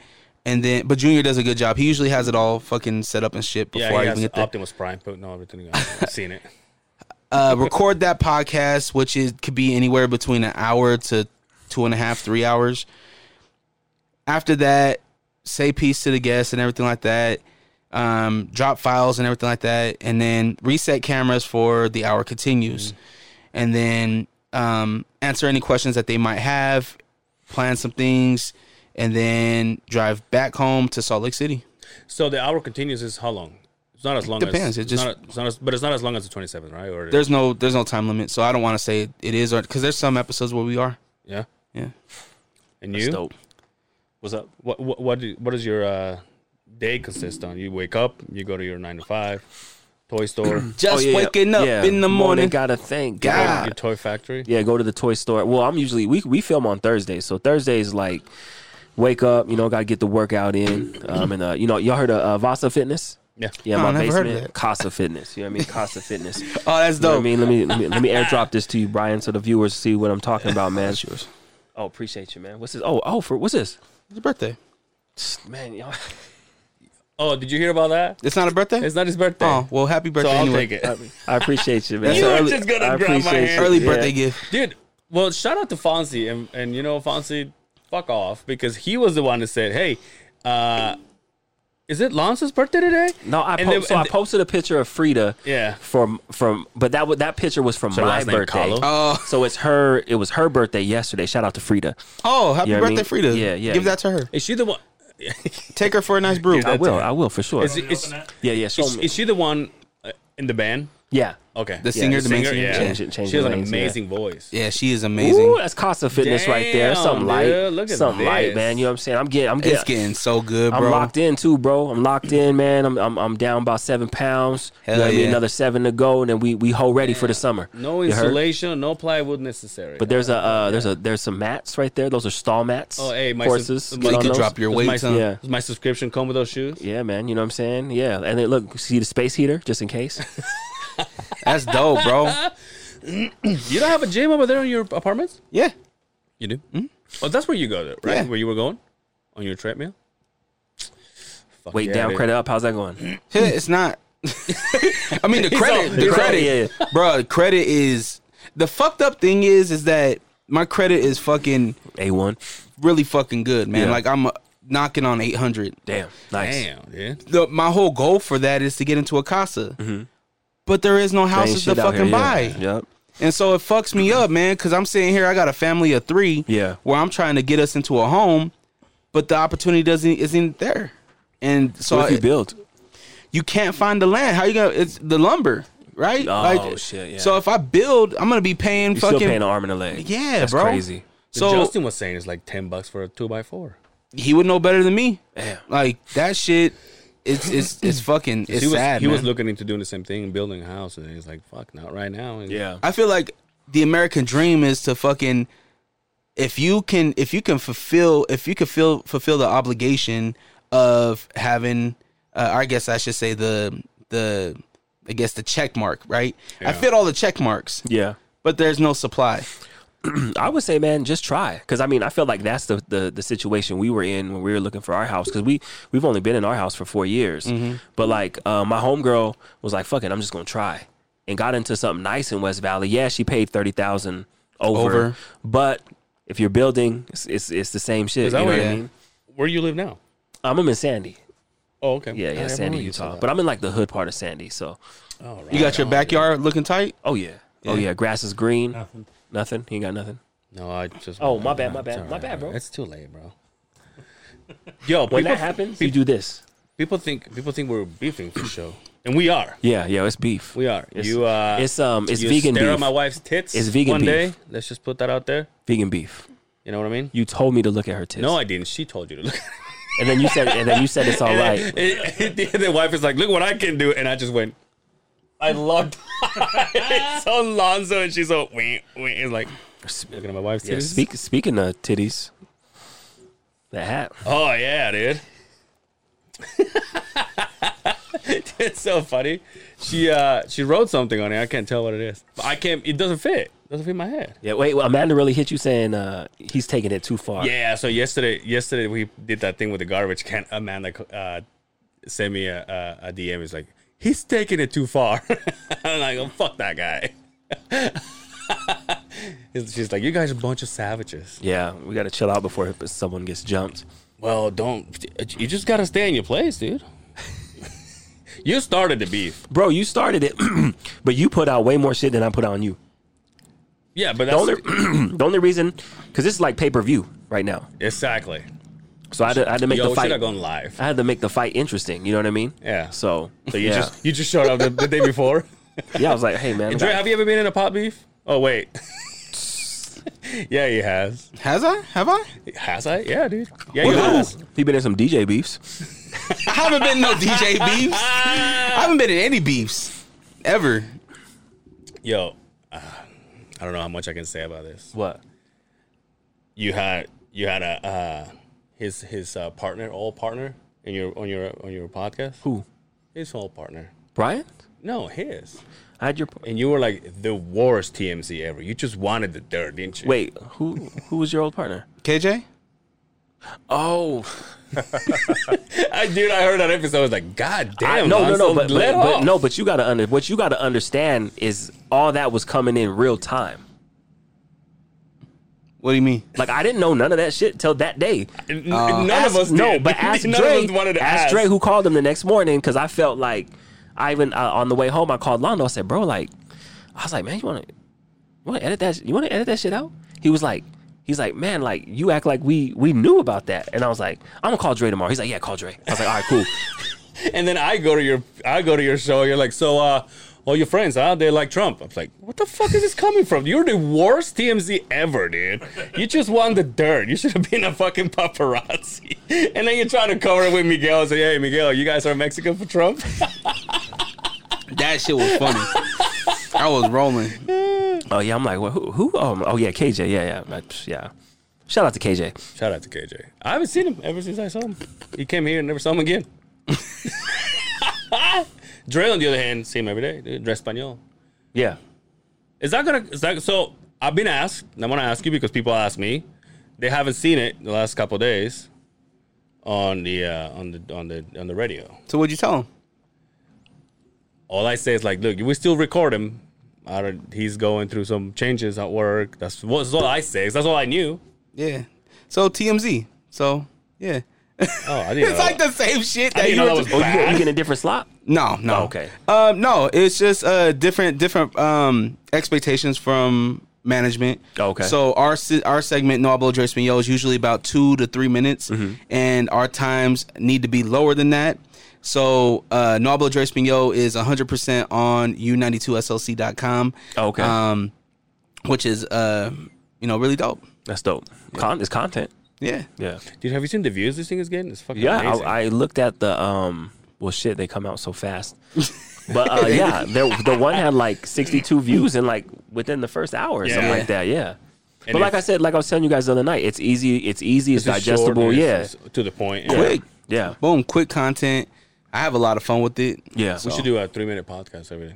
S4: and then but Junior does a good job. He usually has it all fucking set up and shit
S2: yeah,
S4: before I
S2: he
S4: even
S2: has
S4: get there.
S2: Optimus Prime putting on everything. I've seen it.
S4: uh, record that podcast, which is could be anywhere between an hour to two and a half, three hours. After that, say peace to the guests and everything like that. Um, drop files and everything like that, and then reset cameras for the hour continues, and then um, answer any questions that they might have, plan some things, and then drive back home to Salt Lake City.
S2: So the hour continues is how long? It's not as long.
S4: depends.
S2: As,
S4: It
S2: it's
S4: just-
S2: not, it's not as, but it's not as long as the twenty seventh, right? Or
S4: There's no there's no time limit, so I don't want to say it is because there's some episodes where we are.
S2: yeah.
S4: Yeah.
S2: And
S5: That's
S2: you,
S5: dope. What's up?
S2: what what what, do, what does your uh, day consist on? You wake up, you go to your nine to five, toy store,
S4: just
S5: Oh, yeah, yeah.
S4: waking up
S5: Yeah.
S4: in the morning.
S5: Gotta thank
S4: God.
S5: God.
S2: your, your toy factory.
S5: Yeah, go to the toy store. Well, I'm usually we we film on Thursdays, so Thursdays like wake up, you know, gotta get the workout in. Um, and uh, you know, y'all heard of uh, Vasa Fitness?
S2: Yeah.
S5: yeah,
S4: No,
S5: my
S4: I never heard of
S5: basement,
S4: that.
S5: Casa Fitness. You know what I mean, Casa Fitness. You
S4: Oh, that's
S5: know what I
S4: dope.
S5: mean, let me let me, let me airdrop this to you, Brian, so the viewers see what I'm talking about, man. Oh, appreciate you, man. What's this? Oh, oh, for what's this?
S4: It's a birthday.
S5: Man, y'all.
S2: Oh, did you hear about that?
S4: It's not a birthday.
S2: It's not his birthday.
S4: oh well, happy
S2: so
S4: birthday
S2: I'll
S4: anyway. Uh,
S2: take it,
S5: I appreciate you, man.
S4: You were
S2: just gonna
S5: I
S2: grab my
S5: appreciate
S2: hand.
S5: you.
S4: Early
S5: Yeah.
S4: birthday gift.
S2: dude. Well, shout out to Fonzie and and you know Fonzie, fuck off because he was the one that said, hey. uh is it Lance's birthday today?
S5: No, I
S2: And
S5: po-
S2: then-
S5: so I
S2: and-
S5: posted a picture of Frida.
S2: Yeah.
S5: From from but that wa- that picture was from
S2: So her
S5: my
S2: last name
S5: birthday.
S2: Kahlo?
S4: Oh.
S5: So it's her it was her birthday yesterday. Shout out to Frida.
S4: Oh, happy
S5: You know what I
S4: birthday,
S5: mean?
S4: Frida.
S5: Yeah, yeah.
S4: Give that to her.
S2: Is she the one?
S4: Take her for a nice brew.
S5: I will, I will for sure.
S2: Is, is,
S5: yeah, yeah, show
S2: is,
S5: me.
S2: is she the one uh, in the band?
S5: yeah.
S2: Okay.
S4: The singer, the main singer.
S2: yeah.
S5: Change it- change
S2: she has
S5: the
S2: an
S5: lanes, yeah.
S2: amazing voice.
S4: Yeah, she is amazing.
S5: Ooh, that's Costa Fitness right there.
S2: Damn,
S5: Something light.
S2: dude, look at
S5: Something light,
S2: this.
S5: man. You know what I'm saying? I'm getting I'm
S4: It's
S5: getting
S4: getting so good,
S5: I'm
S4: bro.
S5: locked in too, bro. I'm locked in, man. I'm I'm, I'm down about seven pounds.
S4: Hell
S5: you know what I mean?
S4: yeah.
S5: Another seven to go, and then we we hoe ready for the summer.
S2: No
S5: You heard?
S2: insulation, no plywood necessary.
S5: But there's a uh, there's a there's some mats right there. Those are stall mats.
S2: oh hey, my
S5: horses.
S2: sub-
S5: Get
S4: you
S5: on
S4: can
S5: those.
S4: drop your
S2: does
S4: weight,
S2: My,
S4: son.
S5: Yeah.
S2: does my subscription come with those shoes?
S5: Yeah, man. You know what I'm saying? Yeah. And then look, see the space heater just in case.
S4: That's dope, bro.
S2: You don't have a gym over there in your apartment?
S4: Yeah.
S2: You do.
S5: Hmm?
S2: Oh, that's where you go, though, right?
S4: Yeah.
S2: Where you were going on your treadmill. Fuck
S5: Wait,
S2: yeah,
S5: down,
S2: dude.
S5: credit up. How's that going?
S4: Yeah, It's not. I mean, the
S2: all-
S4: credit, the
S5: he's all-
S4: credit,
S5: yeah.
S4: bro. Credit is the fucked up thing is is that my credit is fucking
S5: A one.
S4: really fucking good, man.
S5: Yeah.
S4: Like I'm uh, knocking on eight hundred.
S5: Damn. Nice.
S2: Damn, dude.
S4: the my whole goal for that is to get into a casa. But there is no
S5: Ain't
S4: houses to
S5: Mm-hmm. shit out
S4: fucking
S5: here,
S4: buy.
S5: yeah. Yep.
S4: And so it fucks me up, man, because I'm sitting here, I got a family of three
S5: Yeah.
S4: where I'm trying to get us into a home, but the opportunity doesn't isn't there. And so
S5: what if you
S4: it-
S5: build?
S4: you can't find the land. How you gonna it's the lumber, right?
S5: Oh, shit, yeah.
S4: So if I build, I'm gonna be paying
S5: You're
S4: fucking
S5: still paying an arm and a leg.
S4: Yeah,
S5: That's
S4: bro.
S5: crazy.
S4: so
S2: Justin was saying it's like ten bucks for a two by four.
S4: he would know better than me.
S5: Damn.
S4: Like that shit it's it's it's fucking it's
S2: he was
S4: sad.
S2: he was
S4: man.
S2: looking into doing the same thing, building a house, and he's like, "Fuck, not right now." And
S5: Yeah.
S4: I feel like the American dream is to fucking if you can if you can fulfill if you can feel fulfill the obligation of having uh, I guess I should say the the I guess the check mark, right? I fit all the check marks,
S5: Yeah.
S4: but there's no supply.
S5: I would say, man, just try. Because I mean, I feel like that's the, the the situation we were in when we were looking for our house. Because we we've only been in our house for four years.
S2: Mm-hmm.
S5: But like, uh, my homegirl was like, "Fuck it, I'm just gonna try," and got into something nice in West Valley. Yeah, she paid thirty thousand over,
S4: Over.
S5: but if you're building, it's it's, it's the same shit.
S2: Is that
S5: you know
S2: where
S5: what I
S4: you-
S5: mean?
S2: where you live now?
S5: Um, I'm in Sandy.
S2: Oh, okay.
S5: Yeah, yeah,
S2: I
S5: Sandy,
S2: remember you said
S5: Utah.
S2: that.
S5: But I'm in like the hood part of Sandy. So,
S2: Oh, right
S4: You got your
S2: on.
S4: backyard looking tight?
S5: oh yeah, oh yeah, grass is green. Nothing.
S3: Nothing.
S5: He ain't got nothing.
S2: No, I just.
S5: Oh, my bad, my
S2: It's
S5: bad,
S2: all
S5: my bad, bro.
S2: It's too late, bro. Yo,
S5: When
S2: people,
S5: that happens, you do this.
S2: People think people think we're beefing for show, and we are.
S5: Yeah, yeah, it's beef.
S2: We are.
S5: It's-
S2: you uh,
S5: it's, um, it's
S2: you
S5: vegan
S2: Stare at
S5: beef.
S2: my wife's tits.
S5: It's vegan
S2: One
S5: beef.
S2: day, let's just put that out there.
S5: Vegan beef.
S2: You know what I mean?
S5: You told me to look at her tits.
S2: No, I didn't. She told you to look.
S5: and then you said, and then you said it's all right.
S2: And then- and the wife is like, "Look what I can do," and I just went. I loved it's Alonzo, and she's all we we it's like looking at my wife's
S5: Yeah,
S2: titties.
S5: speak, speaking of titties, the hat.
S2: Oh yeah, dude. it's so funny. She uh she wrote something on it. I can't tell what it is. But I can't. It doesn't fit. doesn't fit my head.
S5: Yeah, wait. Well, Amanda really hit you saying uh, he's taking it too far.
S2: Yeah. So yesterday, yesterday we did that thing with the garbage can. Amanda uh, sent me a, a, a DM. He's like, he's taking it too far. I'm like, oh, fuck that guy. She's like, you guys are a bunch of savages.
S5: Yeah, we got to chill out before someone gets jumped.
S2: Well, don't. You just gotta stay in your place, dude. you started the beef.
S5: Bro, you started it, but you put out way more shit than I put on you.
S2: Yeah, but
S5: The
S2: that's
S5: only, the only reason, because this is like pay per view right now.
S2: exactly.
S5: So I had to, I had to make
S2: Yo,
S5: the
S2: we should
S5: fight.
S2: have gone live.
S5: I had to make the fight interesting. You know what I mean?
S2: Yeah.
S5: So,
S2: So you
S5: yeah.
S2: just you just showed up the, the day before.
S5: yeah, I was like, hey man,
S2: Dre, have you ever been in a pot beef? Oh wait. yeah, he has.
S4: Has I? Have I?
S2: Has I? Yeah, dude. Yeah,
S5: Ooh,
S2: he has.
S5: he been in some DJ beefs.
S4: I haven't been no DJ beefs. I haven't been in any beefs ever.
S2: Yo, uh, I don't know how much I can say about this.
S5: What?
S2: You had you had a uh, his his uh, partner, all partner, in your on your on your podcast.
S5: Who?
S2: His all partner.
S5: Brian?
S2: No, his.
S5: I had your
S2: And you were like the worst TMZ ever. You just wanted the dirt, didn't you?
S5: wait. Who who was your old partner?
S4: KJ?
S5: Oh,
S2: I, dude, I heard that episode. I was like, God damn,
S5: I- no, no,
S2: Lonzo,
S5: no, but,
S2: let
S5: but, but
S2: off."
S5: no, but you gotta under what you gotta understand is all that was coming in real time.
S4: What do you mean?
S5: Like I didn't know none of that shit till that day.
S2: N- none of
S5: uh, Ask-
S2: us
S5: no,
S2: did.
S5: but ask
S2: none
S5: Dre,
S2: of us wanted to
S5: ask,
S2: ask,
S5: Dre who called him the next morning because I felt like I even uh, on the way home I called Londo. I said, bro, like I was like, man, you want to want to edit that? sh- You want to edit that shit out? He was like, he's like, man, like you act like we we knew about that, and I was like, I'm gonna call Dre tomorrow. He's like, yeah, call Dre. I was like, all right, cool.
S2: And then I go to your I go to your show. You're like, so uh, all your friends, huh? They like Trump. I'm like, what the fuck is this coming from? You're the worst TMZ ever, dude. You just won the dirt. You should have been a fucking paparazzi. And then you're trying to cover it with Miguel. and Say, hey, Miguel, you guys are Mexican for Trump.
S4: That shit was funny. I was rolling.
S5: oh yeah, I'm like, well, who? who? Oh, oh yeah, KJ. Yeah, yeah, like, yeah. Shout out to KJ.
S2: Shout out to KJ. I haven't seen him ever since I saw him. He came here and never saw him again. Dre, on the other hand, see him every day. Dude, Dre Espanol.
S5: Yeah.
S2: Is that gonna? Is that so? I've been asked. And I'm gonna ask you because people ask me. They haven't seen it the last couple of days on the uh, on the on the on the radio.
S4: So what'd you tell him?
S2: All I say is like, look, we still record him. I don't, he's going through some changes at work. That's what's all I say. 'cause That's all I knew.
S4: Yeah. So TMZ. So yeah.
S2: Oh, I didn't.
S4: It's
S2: know.
S4: like the same shit
S2: I
S4: that
S2: didn't
S4: you
S2: know
S4: were
S2: that
S4: just
S2: was
S5: Oh, you get, you
S2: bad.
S5: get a different slot?
S4: No, no.
S5: Oh, okay.
S4: Um, no, it's just uh different different um expectations from management.
S5: Okay.
S4: So our se- our segment No Hablo Dre Espanol is usually about two to three minutes, and our times need to be lower than that. So uh, No Hablo Dre Espanol is 100 percent on u92slc.com.
S5: Oh, Okay.
S4: Um, which is uh, you know, really dope.
S5: That's dope. Con- it's content.
S4: Yeah.
S5: Yeah.
S2: Dude, have you seen the views this thing is getting? It's fucking
S5: Yeah,
S2: amazing.
S5: I, I looked at the um. Well, shit, they come out so fast. But uh, yeah, there, the one had like 62 views in like within the first hour or something
S2: Yeah.
S5: like that. Yeah.
S2: And
S5: but like
S2: if-
S5: I said, like I was telling you guys the other night, it's easy. It's easy. It's,
S2: It's short
S5: digestible.
S2: and
S5: Yeah.
S2: it's- it's to the point. Yeah.
S4: Quick.
S5: Yeah.
S4: Boom. Quick content. I have a lot of fun with it.
S5: Yeah.
S2: We should do a three minute podcast every day.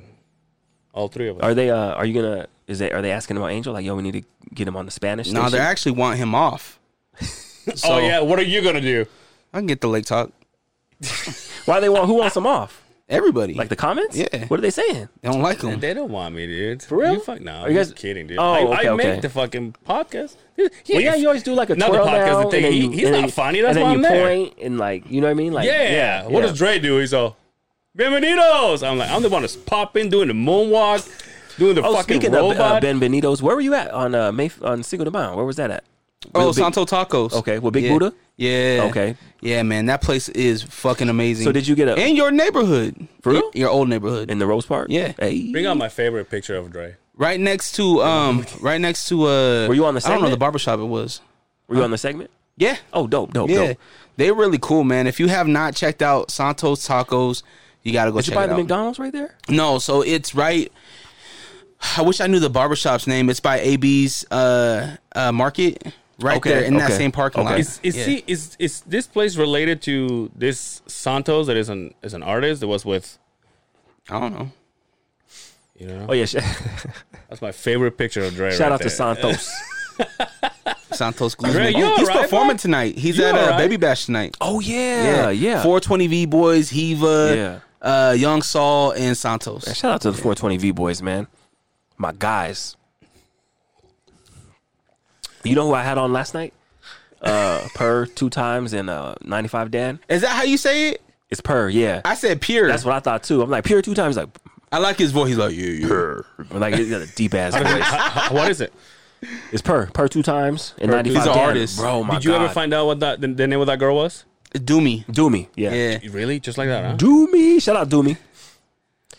S2: All three of us.
S5: Are they? Uh, are you gonna? Is they? Are they asking about Angel? Like, yo, we need to get him on the Spanish.
S4: No, they
S5: station?
S4: actually want him off. So
S2: oh yeah, what are you gonna do?
S4: I can get the lake talk.
S5: Why they want? Who wants him off?
S4: Everybody.
S5: Like the comments?
S4: Yeah.
S5: What are they saying?
S4: They don't like him.
S2: They don't want me, dude. For real? You fuck, no,
S5: Are you
S2: you
S5: guys-
S2: guys kidding, dude?
S5: Oh,
S2: I,
S5: okay,
S2: I make
S5: okay.
S2: the fucking podcast.
S5: Well, yeah, you always do like a
S2: Not the
S5: twirl
S2: podcast,
S5: down,
S2: the
S5: and
S2: thing.
S5: then
S2: He-
S5: you-
S2: he's
S5: and then
S2: not
S5: you-
S2: funny,
S5: and
S2: that's
S5: then
S2: why
S5: you
S2: I'm there.
S5: point and like, you know what I mean? Like,
S2: Yeah. What
S5: yeah.
S2: does Dre do? He's all Bienvenidos. I'm like, I'm the one that's popping, doing the moonwalk, doing the
S5: Oh,
S2: fucking
S5: speaking
S2: robot.
S5: uh, of uh, Ben Benito's, where were you at on uh, May on Cinco de Mayo? Where was that at?
S4: Oh,
S5: Real big-
S4: Santo Tacos.
S5: Okay, well, Big
S4: yeah.
S5: Buddha?
S4: Yeah.
S5: Okay.
S4: Yeah, man, that place is fucking amazing.
S5: So did you get a-
S4: in your neighborhood?
S5: For real?
S4: Y- Your old neighborhood,
S5: in the Rose Park.
S4: Yeah.
S5: Hey.
S2: Bring out my favorite picture of Dre.
S4: right next to um, right next to uh.
S5: Were you on the
S4: I don't know
S5: segment?
S4: the barbershop it was.
S5: Were you on the segment?
S4: Yeah.
S5: Oh, dope, dope,
S4: yeah.
S5: dope.
S4: They're really cool, man. If you have not checked out Santos Tacos, you gotta go
S5: Did
S4: check
S5: you buy
S4: it
S5: the
S4: out.
S5: McDonald's right there?
S4: No, so it's right. I wish I knew the barbershop's name. It's by AB's uh, uh, market, right
S5: Okay,
S4: there in that
S5: okay,
S4: same parking
S5: okay.
S4: lot.
S2: Is is
S4: Yeah.
S2: he is is this place related to this Santos that is an is an artist that was with
S4: I don't know.
S2: you know
S5: Oh yeah. Sh-
S2: that's my favorite picture of Dre.
S5: shout
S2: right
S5: out to
S2: there.
S5: Santos.
S4: Santos
S2: Dre,
S4: Guzman.
S2: you
S4: Oh, he's
S2: alright,
S4: performing
S2: bud?
S4: tonight. He's
S2: You
S4: at uh,
S2: alright?
S4: Baby Bash tonight.
S5: oh yeah, yeah.
S4: 420 V Boys, Heva, uh, Young Saul, and Santos.
S5: Shout out to the 420V boys, man. My guys. You know who I had on last night? Uh, Purr two times and uh, 95 Dan.
S4: Is that how you say it?
S5: It's Purr, yeah.
S4: I said pure.
S5: That's what I thought too. I'm like Pure two times, like
S4: I like his voice. He's like, yeah, yeah.
S5: Purr. Like he's got a deep ass voice.
S2: How- what is it?
S5: It's Purr, Purr two times and 95
S4: He's an
S5: Dan.
S4: artist.
S5: Bro, Oh my
S2: Did you
S5: God.
S2: ever find out what that the, the name of that girl was?
S4: Do me.
S5: Do me, yeah.
S4: Yeah.
S2: Really, just like that, huh?
S5: Do me. Shout out Do me.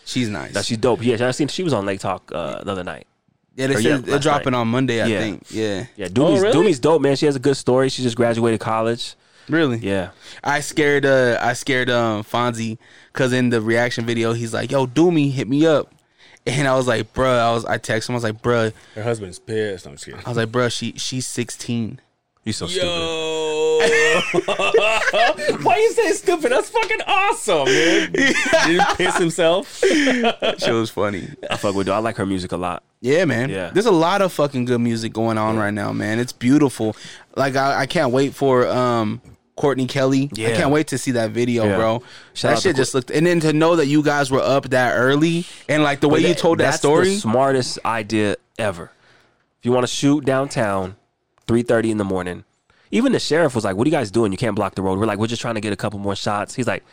S4: She's nice.
S5: That she's dope. Yeah, I seen she was on Lake Talk uh, the other night.
S4: yeah, they
S5: or
S4: said
S5: yeah,
S4: they're
S5: last
S4: dropping
S5: night.
S4: on Monday, I
S5: Yeah.
S4: think. Yeah.
S5: Yeah, Doomy's,
S2: really?
S5: Doomy's dope, man. She has a good story. She just graduated college.
S4: Really?
S5: Yeah.
S4: I scared uh I scared um Fonzie cause in the reaction video he's like, Yo, do me, hit me up. And I was like, bruh, I was I text him, I was like, bruh,
S2: Her husband's pissed. I'm just kidding.
S4: I was like, bruh, she she's sixteen.
S5: You so stupid.
S2: Yo, why you say stupid? That's fucking awesome, dude. Did he piss himself?
S4: She was funny.
S5: I fuck with Doom. I like her music a lot.
S4: Yeah, man.
S5: Yeah.
S4: There's a lot of fucking good music going on right now, man. It's beautiful. Like I, I can't wait for um Courtney Kelly. I
S5: Yeah.
S4: can't wait to see that video,
S5: Yeah.
S4: bro.
S5: Shout out
S4: that
S5: to
S4: shit just looked and then to know that you guys were up that early and like the way you told that
S5: that's the
S4: story.
S5: smartest idea ever. If you want to shoot downtown, three thirty in the morning. Even the sheriff was like, "What are you guys doing? You can't block the road." We're like, "We're just trying to get a couple more shots." He's like,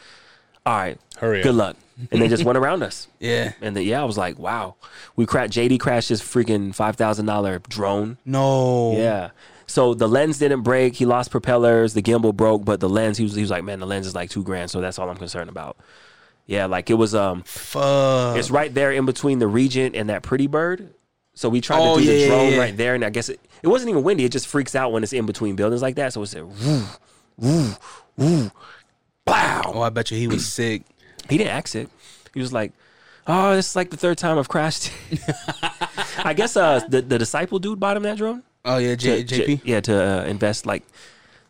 S5: "All right,
S2: Hurry up.
S5: Good luck." And they just went around us.
S4: yeah.
S5: And the, yeah, I was like, "Wow." We cra- JD crashed his freaking five thousand dollar drone.
S4: Mm-hmm. No.
S5: Yeah. So the lens didn't break. He lost propellers. The gimbal broke, but the lens. He was, he was like, man, the lens is like two grand. So that's all I'm concerned about. Yeah, like it was. Um,
S4: Fuck.
S5: it's right there in between the Regent and that Pretty Bird. So we tried
S4: Oh,
S5: to do
S4: yeah, yeah,
S5: the drone
S4: yeah.
S5: right there, and I guess it, it wasn't even windy. It just freaks out when it's in between buildings like that. So it said, woo, woo, woo, wow.
S4: Oh, I bet you he was sick.
S5: He didn't ax it. He was like, oh, this is like the third time I've crashed. I guess uh, the the disciple dude bought him that drone
S4: Oh yeah, J-
S5: to-
S4: JP.
S5: J- yeah, to uh, invest like.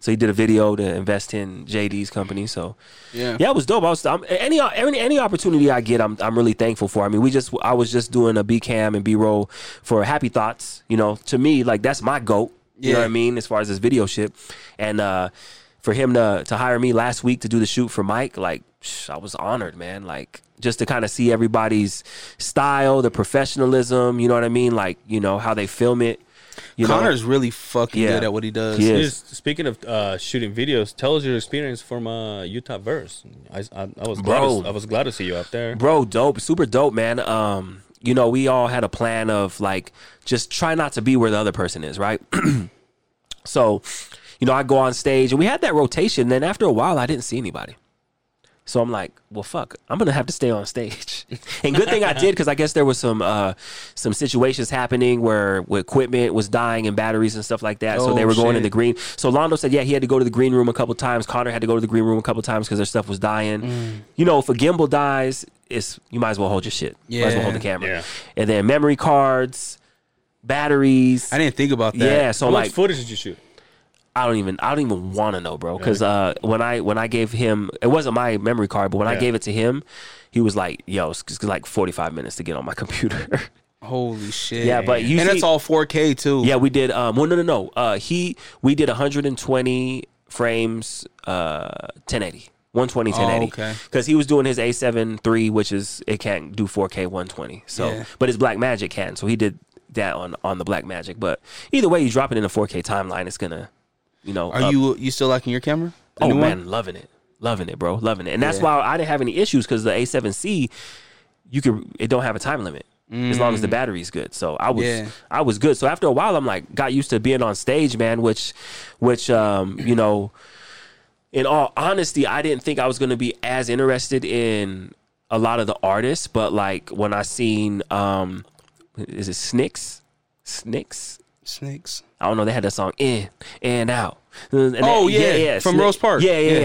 S5: So he did a video to invest in JD's company. So
S4: Yeah.
S5: yeah, it was dope. I was I'm, any any any opportunity I get, I'm I'm really thankful for. I mean, we just I was just doing a B cam and B roll for Happy Thoughts. You know, to me, like that's my goat. You know
S4: Yeah.
S5: what I mean, as far as this video shit, and uh, for him to to hire me last week to do the shoot for Mike, like psh, I was honored, man. Like just to kind of see everybody's style, the professionalism. You know what I mean? Like you know how they film it. You know?
S4: Connor's really fucking
S5: Yeah.
S4: good at what he does.
S5: He is.
S2: Just speaking of uh, shooting videos, tell us your experience from uh, Utah Verse. I, I, I was glad
S5: Bro.
S2: to, I was glad to see you up there.
S5: Bro, dope, super dope, man. Um, you know, we all had a plan of like just try not to be where the other person is, right? so, you know, I go on stage and we had that rotation. Then after a while, I didn't see anybody. So I'm like, well, fuck, I'm gonna have to stay on stage. and good thing I did because I guess there was some uh, some situations happening where equipment was dying and batteries and stuff like that. so
S4: Oh,
S5: they were going in
S4: shit.
S5: the green. So Londo said, yeah, he had to go to the green room a couple times. Connor had to go to the green room a couple times because their stuff was dying.
S4: Mm.
S5: You know, if a gimbal dies, it's you might as well hold your shit. Might as well hold the
S4: Yeah.
S5: camera.
S2: Yeah.
S5: And then memory cards, batteries.
S4: I didn't think about that.
S5: yeah, so
S2: How
S5: like
S2: much footage did you shoot?
S5: I don't even I don't even want to know, bro. Because uh, when I when I gave him, it wasn't my memory card, but when I
S2: Yeah.
S5: gave it to him, he was like, "Yo, it's, it's like forty five minutes to get on my computer."
S4: Holy shit.
S5: Yeah, but you
S4: and
S5: see-
S4: it's all 4K too.
S5: yeah, we did. Um, well, no, no, no. Uh, he we did one hundred and twenty frames, uh, 1080. 120 1080
S4: Oh, okay.
S5: because he was doing his a7 III, which is it can't do 4k 120 so
S4: Yeah.
S5: but his black magic can so he did that on on the black magic but either way you drop it in a 4k timeline it's gonna you know
S4: Are
S5: up-
S4: you you still liking your camera? The
S5: Oh
S4: new
S5: man,
S4: one?
S5: loving it, loving it, bro, loving it, and that's why I didn't have any issues because the A7C, you could it don't have a time limit. as long as the battery's good. So I was
S4: Mm. Yeah.
S5: I was good. So after a while, I'm like got used to being on stage, man. Which which um you know, in all honesty, I didn't think I was gonna be as interested in a lot of the artists, but like when I seen um is it Snicks Snicks
S4: Snakes.
S5: I don't know. They had that song in and out. And that-
S4: Oh, yeah, from
S5: Sna-
S4: Rose Park.
S5: Yeah, yeah,
S4: Yeah.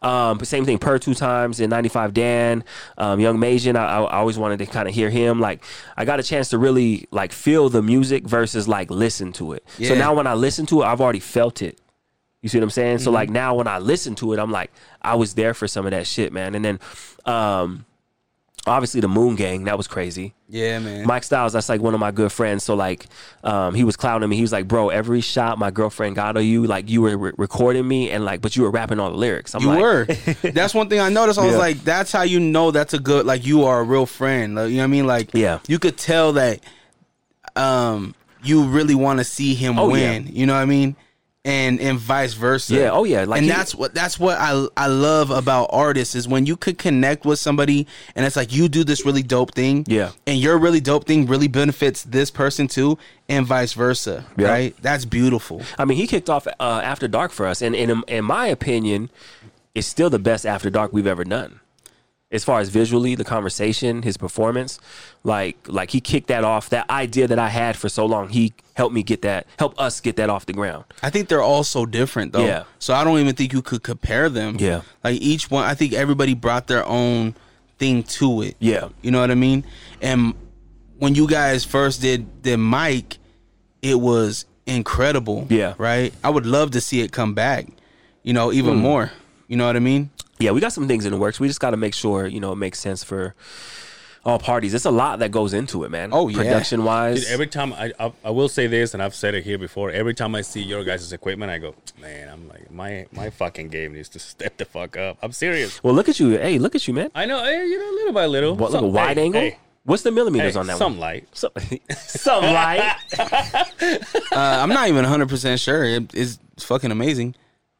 S5: yeah. Um, but same thing. Per two times in '95. Dan, um, Young Majin. I, I I always wanted to kind of hear him. Like I got a chance to really like feel the music versus like listen to it.
S4: Yeah.
S5: So now when I listen to it, I've already felt it. You see what I'm saying?
S4: Mm-hmm.
S5: So like now when I listen to it, I'm like I was there for some of that shit, man. And then, um, obviously the Moon Gang. That was crazy.
S4: Yeah, man.
S5: Mike Styles, that's like one of my good friends. So like, um, he was clowning me. He was like, "Bro, every shot my girlfriend got on you, like you were re- recording me, and like, but you were rapping all the lyrics." I'm
S4: you
S5: like,
S4: were. That's one thing I noticed. I was
S5: Yeah.
S4: like, that's how you know that's a good. Like you are a real friend. Like, you know what I mean? Like
S5: Yeah.
S4: you could tell that. Um, you really want to see him
S5: Oh, yeah.
S4: win. You know what I mean? And and vice versa.
S5: Yeah, oh, yeah, like
S4: and
S5: he-
S4: that's what that's what I I love about artists is when you could connect with somebody and it's like you do this really dope thing.
S5: Yeah.
S4: And your really dope thing really benefits this person too, and vice versa.
S5: Yeah.
S4: Right? That's beautiful.
S5: I mean, he kicked off uh, After Dark for us, and, and in, in my opinion, it's still the best After Dark we've ever done. As far as visually, the conversation, his performance, like like he kicked that off. That idea that I had for so long, he helped me get that, help us get that off the ground.
S4: I think they're all so different though.
S5: Yeah.
S4: So I don't even think you could compare them.
S5: Yeah.
S4: Like each one I think everybody brought their own thing to it.
S5: Yeah.
S4: You know what I mean? And when you guys first did did Mike, it was incredible.
S5: Yeah.
S4: Right? I would love to see it come back. You know, even more. You know what I mean?
S5: yeah, we got some things in the works. We just got to make sure you know it makes sense for all parties. It's a lot that goes into it, man.
S4: Oh, yeah.
S5: production wise.
S2: Dude, every time I, I I will say this, and I've said it here before. Every time I see your guys' equipment, I go, man, I'm like, my my fucking game needs to step the fuck up. I'm serious.
S5: well, look at you. Hey, look at you, man.
S2: I know, eh, you know, little by little.
S5: What, look
S2: Some-
S5: a wide
S2: hey,
S5: angle.
S2: Hey,
S5: What's the millimeters
S2: hey,
S5: on that
S2: some
S5: one?
S2: light.
S5: Some, some light.
S4: Uh, I'm not even 100% sure. It is fucking amazing.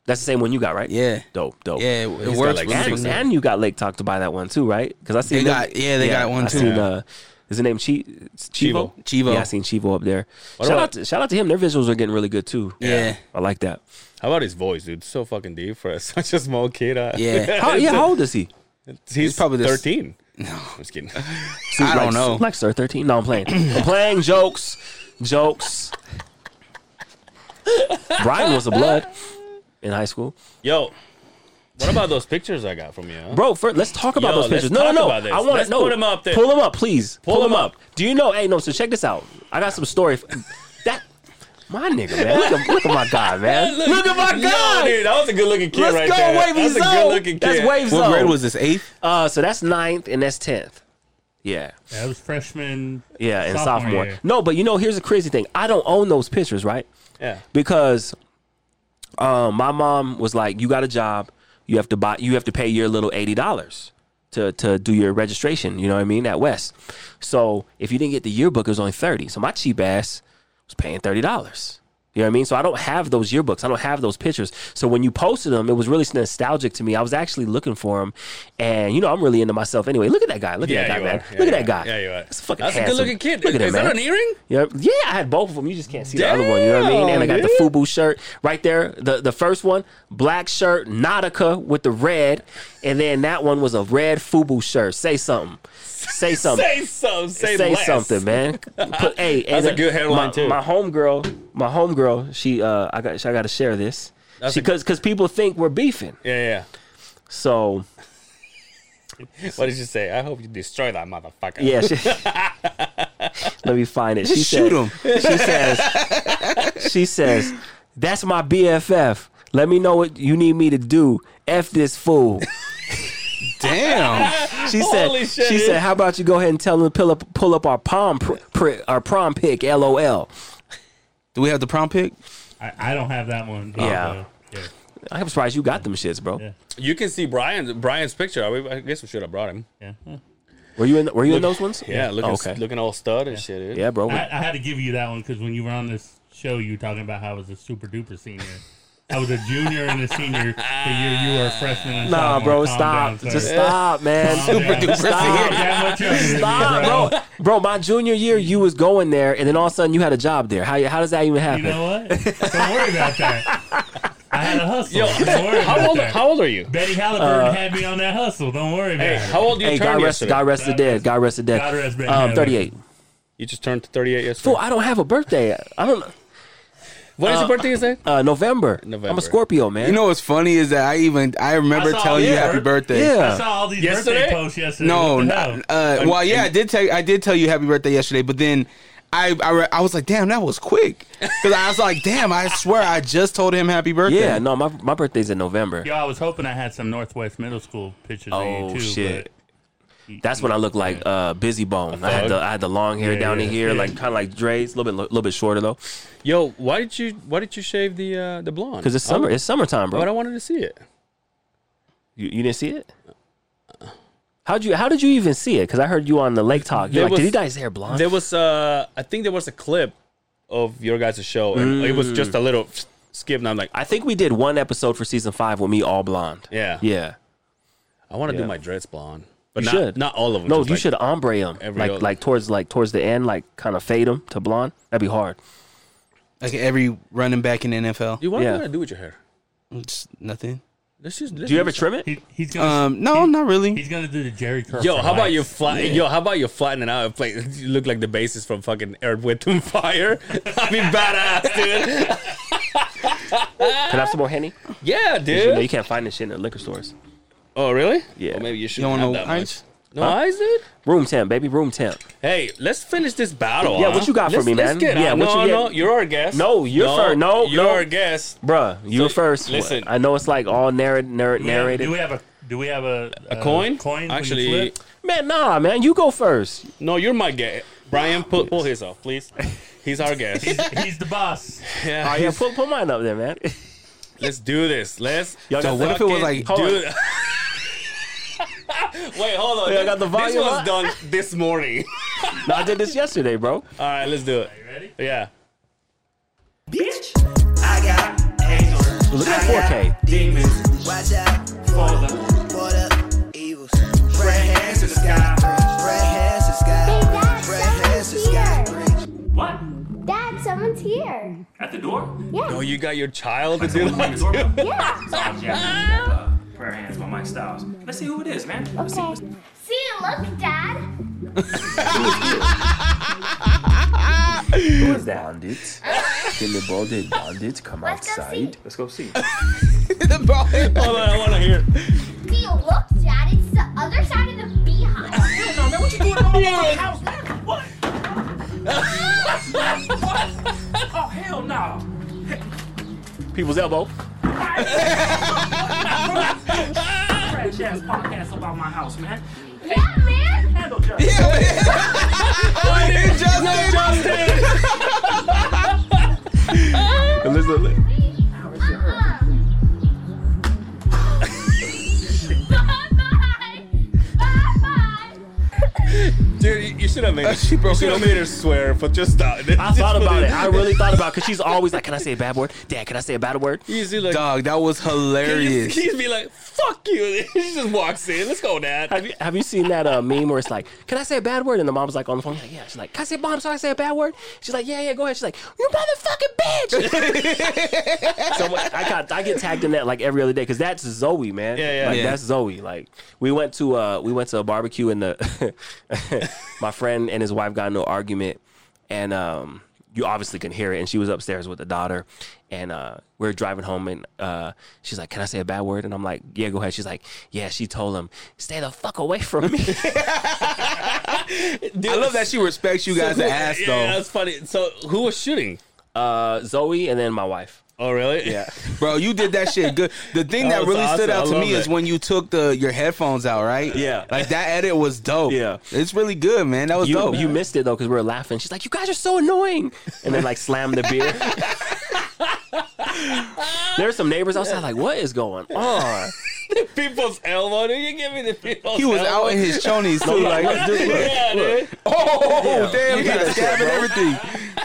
S5: That's the same one you got, right?
S4: Yeah.
S5: Dope, dope.
S4: Yeah, it, it
S2: got
S4: works.
S2: like
S4: really
S5: And,
S2: six
S4: well.
S5: and you got Lake Talk to buy that one too, right? Because I seen
S4: They
S5: them-
S4: got- yeah, they got one
S5: I
S4: too.
S5: Seen, uh, is the name Chi- Chivo?
S4: Chivo.
S5: Yeah, I seen Chivo up there. shout
S2: about-
S5: out, to, shout out to him. Their visuals are getting really good too.
S4: Yeah.
S5: I like that.
S2: How about his voice, dude? So fucking deep for such a small kid. Uh,
S4: Yeah.
S5: How, yeah, how old is he?
S2: he's
S4: probably
S2: probably
S4: this-
S2: thirteen. No, I'm just kidding.
S4: I don't
S5: like,
S4: know.
S5: Like Sir 13. No, I'm playing. I'm playing jokes. Jokes. Brian was a blood in high school.
S2: Yo, what about those pictures I got from you? Huh?
S5: Bro, first, let's talk about
S2: Yo,
S5: those
S2: let's
S5: pictures. No,
S2: talk
S5: no,
S2: about
S5: no.
S2: this.
S5: I want
S2: Let's
S5: to know.
S2: put 'em up there.
S5: Pull them up, please. Pull,
S2: 'em
S5: them
S2: up.
S5: up. Do you know? Hey, no, so check this out. I got some story. f- That. My nigga, man. Look at, look at my guy, man. Look, at my
S2: Yo,
S5: guy.
S2: dude, that was a good looking kid
S5: Let's
S2: right
S5: go,
S2: there.
S5: Wavy
S2: That's a
S5: Zone.
S2: good looking kid.
S5: That's Wave
S4: What
S5: Zone.
S4: grade was this? Eighth?
S5: uh, so that's ninth and that's 10th. Yeah.
S3: That was freshman.
S5: Yeah, and sophomore.
S3: year.
S5: No, but you know, here's the crazy thing. I don't own those pictures, right?
S2: Yeah.
S5: Because um, my mom was like, "You got a job. You have to buy. You have to pay your little eighty dollars to to do your registration. You know what I mean? At West. So if you didn't get the yearbook, it was only thirty. So my cheap ass was paying thirty dollars. You know what I mean? So I don't have those yearbooks. I don't have those pictures. So when you posted them, it was really nostalgic to me. I was actually looking for them, and you know I'm really into myself anyway. Look at that guy. Look at
S2: Yeah,
S5: that guy,
S2: you
S5: man.
S2: are. Yeah,
S5: Look at
S2: you
S5: that guy.
S2: are. Yeah, you are.
S5: That's a fucking
S2: That's a
S5: handsome.
S2: good-looking kid.
S5: Look at
S2: Is
S5: him,
S2: that
S5: man.
S2: an earring?
S5: Yeah, yeah, I had both of them. You just can't see the other one. You know what I mean? And I got the
S2: Damn,
S5: FUBU shirt right there. The the first one, black shirt, Nautica with the red, and then that one was a red FUBU shirt. Say something. Say something.
S2: Say something. Say,
S5: Say
S2: less.
S5: something, man. Put, hey, and
S2: That's a good headline,
S5: my,
S2: too.
S5: My homegirl, my homegirl, she uh, I got, I got to share this because because people think we're beefing.
S2: Yeah,
S5: So
S2: yeah. What did you say? I hope you destroy that motherfucker.
S5: yeah, she, let me find it. She
S4: Just shoot
S5: said,
S4: him.
S5: she says she says that's my bff let me know what you need me to do f this fool
S4: Damn.
S5: she said
S2: Holy shit.
S5: she said how about you go ahead and tell him to pull up pull up our prom pr- pr- our prom pick lol
S4: Do we have the prom pick?
S3: I, I don't have that one. but,
S5: Yeah.
S3: uh, yeah.
S5: i'm surprised you got them shits bro
S3: Yeah.
S2: You can see Brian's Brian's picture. I, I guess we should have brought him.
S3: Yeah.
S5: were you in were you in those ones
S2: Yeah, looking
S5: Oh, okay
S2: looking all stud and shit. Dude.
S5: yeah bro
S3: I, I had to give you that one because when you were on this show, you were talking about how I was a super duper senior. I was a junior and a senior. The year you were a freshman and
S5: Nah,
S3: sophomore.
S5: bro,
S3: Calm
S5: stop.
S3: down,
S5: Just
S3: sir.
S5: stop, man.
S3: Calm down.
S4: Super duper
S5: Stop.
S3: You're that much younger than me,
S5: Stop, bro. Bro, my junior year, you was going there, and then all of a sudden, you had a job there. How, how does that even happen?
S3: You know what? Don't worry about that. I had a hustle. Don't worry
S2: How
S3: about
S2: old?
S3: that.
S2: How old are you?
S3: Betty Halliburton had me on that hustle. Don't worry about
S2: Hey,
S3: it.
S2: how old do you
S5: hey,
S2: turn
S5: God rest,
S2: yesterday?
S5: God rest the dead. God rest the dead.
S3: God rest Ben
S5: um,
S3: Hamlin.
S5: 38.
S2: You just turned 38 yesterday.
S5: Fool, I don't have a birthday. I don't.
S2: What is your birthday? Is that?
S5: Uh, November. I'm
S2: November.
S5: a Scorpio, man.
S4: You know what's funny is that I even I remember
S3: I saw
S4: telling you
S3: it.
S4: happy birthday.
S5: yeah.
S3: I saw all these
S2: Yesterday?
S3: birthday posts yesterday.
S4: No,
S3: What the
S4: not-
S3: hell?
S4: uh, well, yeah, I did tell I did tell you happy birthday yesterday, but then I I, re- I was like, damn, that was quick because I was like, damn, I swear I just told him happy birthday.
S5: yeah, no, my, my birthday's in November.
S3: Yo, I was hoping I had some Northwest Middle School pictures of
S5: Oh,
S3: you too.
S5: shit. That's when I look like uh, Busy Bone. I had the I had the long hair
S3: Yeah,
S5: down
S3: yeah,
S5: in here,
S3: yeah.
S5: like kind of like Dre's, a little bit a little bit shorter though,
S2: Yo, why did you why did you shave the uh, the blonde?
S5: because it's summer.
S2: I,
S5: It's summertime,
S2: but I
S5: bro.
S2: wanted to see it.
S5: You, you didn't see it? How'd you How did you even see it? Because I heard you on the Lake Talk. You're
S2: There
S5: like,
S2: was-
S5: did he dye his hair blonde?
S2: There was uh, I think there was a clip of your guys' show, and it was just a little skip, and I'm like,
S5: I think we did one episode for season five with me all blonde.
S2: Yeah.
S5: yeah.
S2: I want to
S5: Yeah.
S2: do my dreads blonde, but
S5: You
S2: not
S5: should.
S2: not all of them.
S5: No,
S2: just
S5: you
S2: like-
S5: should ombre him,
S2: every
S5: like
S2: other-
S5: like towards like towards the end, like kind of fade him to blonde. That'd be hard.
S4: like every running back in the NFL,
S2: Dude, what
S5: Yeah.
S2: am I gonna do with your hair?
S4: It's nothing.
S2: Let's just.
S5: Do you ever trim it?
S3: He, he's gonna
S4: Um, no, not really.
S3: he's gonna do the Jerry curl.
S2: Yo,
S3: for
S2: how about
S3: life.
S2: you fly? Yo, how about you flattening out? And play, you look like the bassist from fucking Earth, Wind, and Fire. I mean, badass, dude.
S5: Can I have some more henny? 'Cause
S2: Yeah,
S5: You, know, you
S2: dude.
S5: can't find this shit in the liquor stores.
S2: Oh, really?
S5: Yeah.
S2: Well, maybe you should.
S4: You don't
S2: have that
S4: want no ice?
S2: much. No eyes, dude.
S5: Room temp, baby. Room temp.
S2: Hey, let's finish this battle.
S5: Yeah,
S2: huh?
S5: what you got for
S2: Let's-
S5: me,
S2: let's
S5: man?
S2: Get
S5: Yeah,
S2: yeah,
S5: what
S2: no,
S5: you
S2: no,
S5: get-
S2: you're our guest.
S5: No, you're fir- no,
S2: you're
S5: no.
S2: our guest.
S5: Bruh, you were first.
S2: listen.
S5: I know it's like all narr- narr-
S3: Do we have-
S5: narrated.
S3: Do we have a do we have a
S2: A coin?
S3: Coin? we can
S2: Actually,
S3: flip?
S5: man, nah, man. You go first.
S2: no, you're my guest. Brian, pull, pull his off, please. He's our guest.
S3: he's the boss.
S2: Yeah.
S5: Oh, yeah, put, put mine up there, man.
S2: Let's do this. Let's.
S5: Y'all
S4: So
S5: got
S4: what
S5: the-
S4: if it was
S2: fucking
S4: like-
S5: Hold
S2: do it. Wait, hold on.
S5: Yeah, I got the
S2: this
S5: volume
S2: was
S5: up.
S2: done this morning.
S5: No, I did this yesterday, bro.
S2: All right, let's do it.
S3: Ready?
S2: Yeah.
S6: Bitch, I got angels.
S5: Look at
S6: I got
S5: 4K.
S6: Demons. Watch out
S3: For the
S6: for the evils. Spread hands to the sky. Spread hands to the sky. Spread hands to the sky.
S3: what?
S7: Dad, someone's here.
S3: At the door?
S2: Oh, you got your child to do that.
S7: Yeah.
S8: Prayer hands by Mike Styles. Let's see who it is, man. Let's see.
S7: Okay. See, look, Dad.
S5: Who is that?
S8: Bandits. Gillibaldi bandits come
S7: Let's go see.
S8: Let's go see.
S2: Hold on, I want to hear. it.
S7: See, look, Dad. It's the other side of the beehive. I don't know what you're doing in my house.
S8: What? Oh hell no!
S5: People's elbow.
S8: Trash ass podcast about my house, man.
S7: Yeah, man.
S8: Handle justice.
S7: Uh-huh. Bye-bye. Bye-bye.
S2: Dude, you, you should have made her.
S4: She broke
S2: you should
S4: it
S2: have
S4: up.
S2: made her swear, but just that.
S5: I thought about it. I really thought about it because she's always like, "Can I say a bad word, Dad? Can I say a bad word?"
S2: Easy, like.
S4: Dog, that was hilarious.
S2: He'd be like, "Fuck you!" she just walks in. Let's go, Dad.
S5: Have you, have you seen that uh, meme where it's like, can I say a bad word? And the mom's like on the phone, like, yeah. She's like, can I say mom? So I say a bad word? She's like, yeah, yeah, go ahead. She's like, you motherfucking bitch. so like, I got I get tagged in that like every other day because that's Zoe, man.
S2: Yeah, yeah.
S5: Like,
S4: Yeah.
S5: That's Zoe. Like we went to uh we went to a barbecue and the my friend and his wife got into an argument and um you obviously can hear it and she was upstairs with the daughter and uh we are driving home and uh she's like can i say a bad word and i'm like yeah go ahead she's like yeah she told him stay the fuck away from me
S4: I love that she respects you guys'
S2: Who-
S4: ass
S2: yeah,
S4: though,
S2: that's funny. So, who was shooting?
S5: uh, Zoe and then my wife.
S2: Oh, really? Yeah.
S4: bro. You did that shit good. The thing
S2: That
S4: that,
S2: was
S4: really stood
S2: awesome.
S4: out
S2: I
S4: to
S2: love
S4: me is
S2: it.
S4: when you took the your headphones out, right?
S5: Yeah.
S4: like that edit was dope.
S5: Yeah.
S4: it's really good, Oh, man. That was
S5: You,
S4: dope.
S5: you missed it though because we were laughing. She's like, "You guys are so annoying," and then like slammed the beer. There's some neighbors outside like, "What is going on?"
S2: People's elbow. Dude, you give me the people's.
S4: he was
S2: elbow.
S4: out in his chonies too. Like,
S5: Let's do it.
S2: Yeah, dude.
S4: oh damn, he
S5: gotta
S4: was stabbing everything.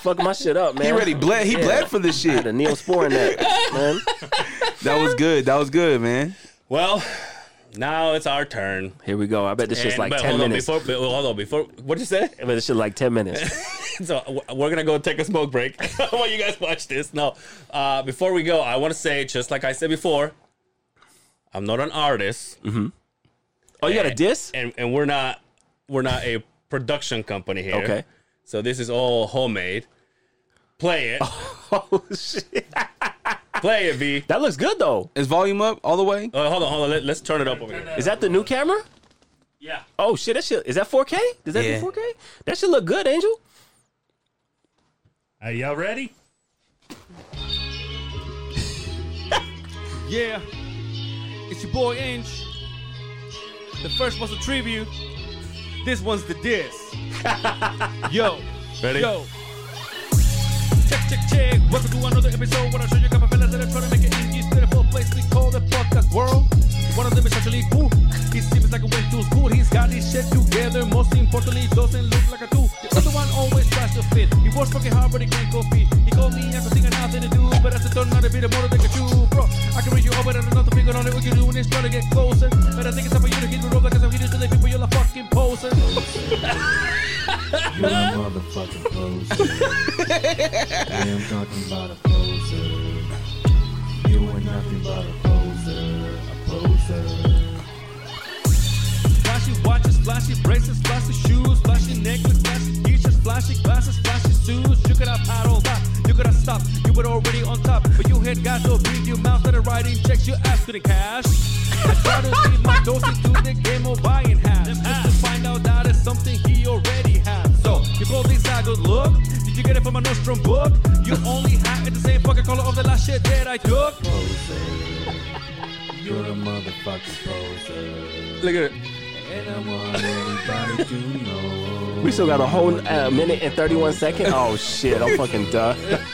S5: fucked my shit up, man.
S4: He already bled. He
S5: Yeah.
S4: bled for this
S5: I had
S4: shit.
S5: a neosporin that, man.
S4: That was good. That was good, man.
S2: Well, now it's our turn.
S5: Here we go. I bet this shit's
S2: And-
S5: like
S2: but
S5: ten
S2: hold
S5: minutes.
S2: On, before, but hold on, before what you say?
S5: I bet this shit's like ten minutes.
S2: So w- we're gonna go take a smoke break while you guys watch this. No, uh, before we go, I want to say just like I said before, I'm not an artist,
S5: Mm. Oh, you got a diss?
S2: and and we're not we're not a production company here.
S5: Okay.
S2: So this is all homemade. Play it,
S5: Oh shit.
S2: play it, V.
S5: That looks good though.
S4: Is volume up all the way?
S2: Uh, hold on, hold on. Let, us turn it up over here.
S5: Is that the new camera?
S2: Yeah.
S5: Oh shit, that shit is that 4K? Does that
S4: Yeah.
S5: do 4K? That should look good, Angel.
S3: Are y'all ready?
S9: Yeah, it's your boy Inch. The first was a tribute. This one's the diss. Yo,
S2: Ready?
S9: yo. Check, check, check. Welcome to another episode where I show you a couple fellas that are trying to make it in this beautiful place we call the podcast world. One of them is actually cool. He seems like he went to school. He's got his shit together. Most importantly, he doesn't look like a two. The other one always tries to fit. He works fucking hard, but he can't compete. He called me after thinking nothing to do, but as it turned out, a bit of more than a chew, bro. I can read you over and another finger on it. What you do when it's trying to get closer? But I think it's time for you to hit the road because I'm here to tell the people you're a fucking poser.
S10: You're a motherfucking poser. yeah, I'm talking about a poser. You are nothing but a poser. A poser.
S9: Flashy watches, flashy bracelets, flashy shoes, flashy necklace, flashy t-shirts, flashy glasses, flashy shoes. You could have had all that, you could have stopped, you were already on top. But you had got so big, your mouth started writing checks, your ass couldn't cash. I tried to leave my dose into the game of buying half, just to find out that it's something he already has. So, you call this a good look? Did you get it from a Nostrum book? You only had it the same fucking color of the last shit that I took.
S10: You're a motherfucking poser.
S2: Look at it.
S10: And I want everybody to know.
S5: We still got a whole uh, minute and 31 seconds. Oh shit, I'm fucking done.
S10: You're a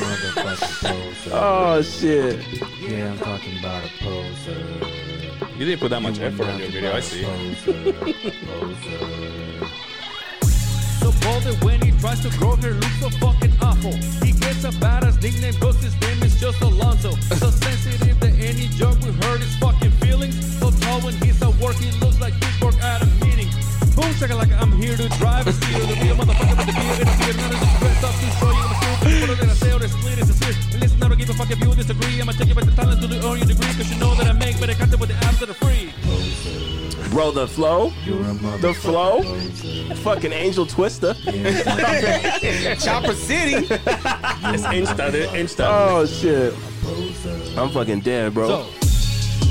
S10: motherfucking poser.
S5: Oh shit.
S10: Yeah, I'm talking about a poser.
S2: You didn't put that much
S10: You're
S2: effort in your
S10: nothing
S2: video.
S10: but
S2: I
S10: a
S2: see.
S10: Poser. Poser.
S9: So bothered when he tries to grow hair looks so fucking awful. He gets a badass nickname cause his name is just Alonso. So sensitive that any joke we heard is fucking feelings. So tall when he's at work, he looks like he's work at a meeting. Boom shaka like I'm here to drive a steer. To be a motherfucker with a beard and a beard. None of this dressed up to show you I'm a stupid. What did I say or the split is sincere? And listen, I don't give a fuck if you disagree. I'ma take it by the talent to the earn your degree. Cause you know that I make better content with the apps that are free.
S5: Bro, the flow,
S10: You're a motherfucking
S5: the flow,
S10: poser.
S5: fucking Angel Twister.
S4: Chopper City.
S2: It's Insta, the- Insta.
S5: Oh shit.
S10: Poser.
S5: I'm fucking dead, bro.
S9: So,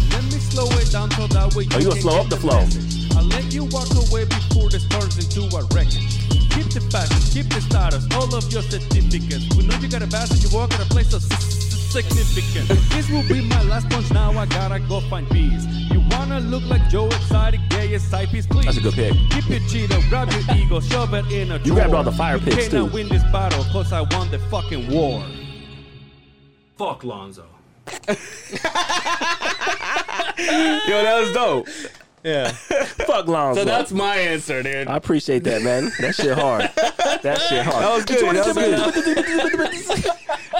S9: let me slow it down so that way you
S5: Oh, you gonna
S9: can
S5: slow
S9: get
S5: up the flow?
S9: message. I'll let you walk away before this turns into a wreckage. Keep the fashion, keep the status, all of your certificates. We know you got a bastard, you walk at a place of s- s- significance. this will be my last punch, now I gotta go find peace. You wanna look like Joe Exotic, gayest side piece, please.
S5: That's a good pick.
S9: Keep your cheetah, grab your ego, shove it in a
S5: You grabbed all the fire
S9: you
S5: pits,
S9: cannot
S5: too.
S9: win this battle, cause I won the fucking war.
S8: Fuck Lonzo.
S4: Yo, that was dope.
S2: Yeah.
S5: Fuck Lonzo.
S2: So that's my answer, dude.
S5: I appreciate that, man. That shit hard. That shit hard.
S4: That was good. That was good.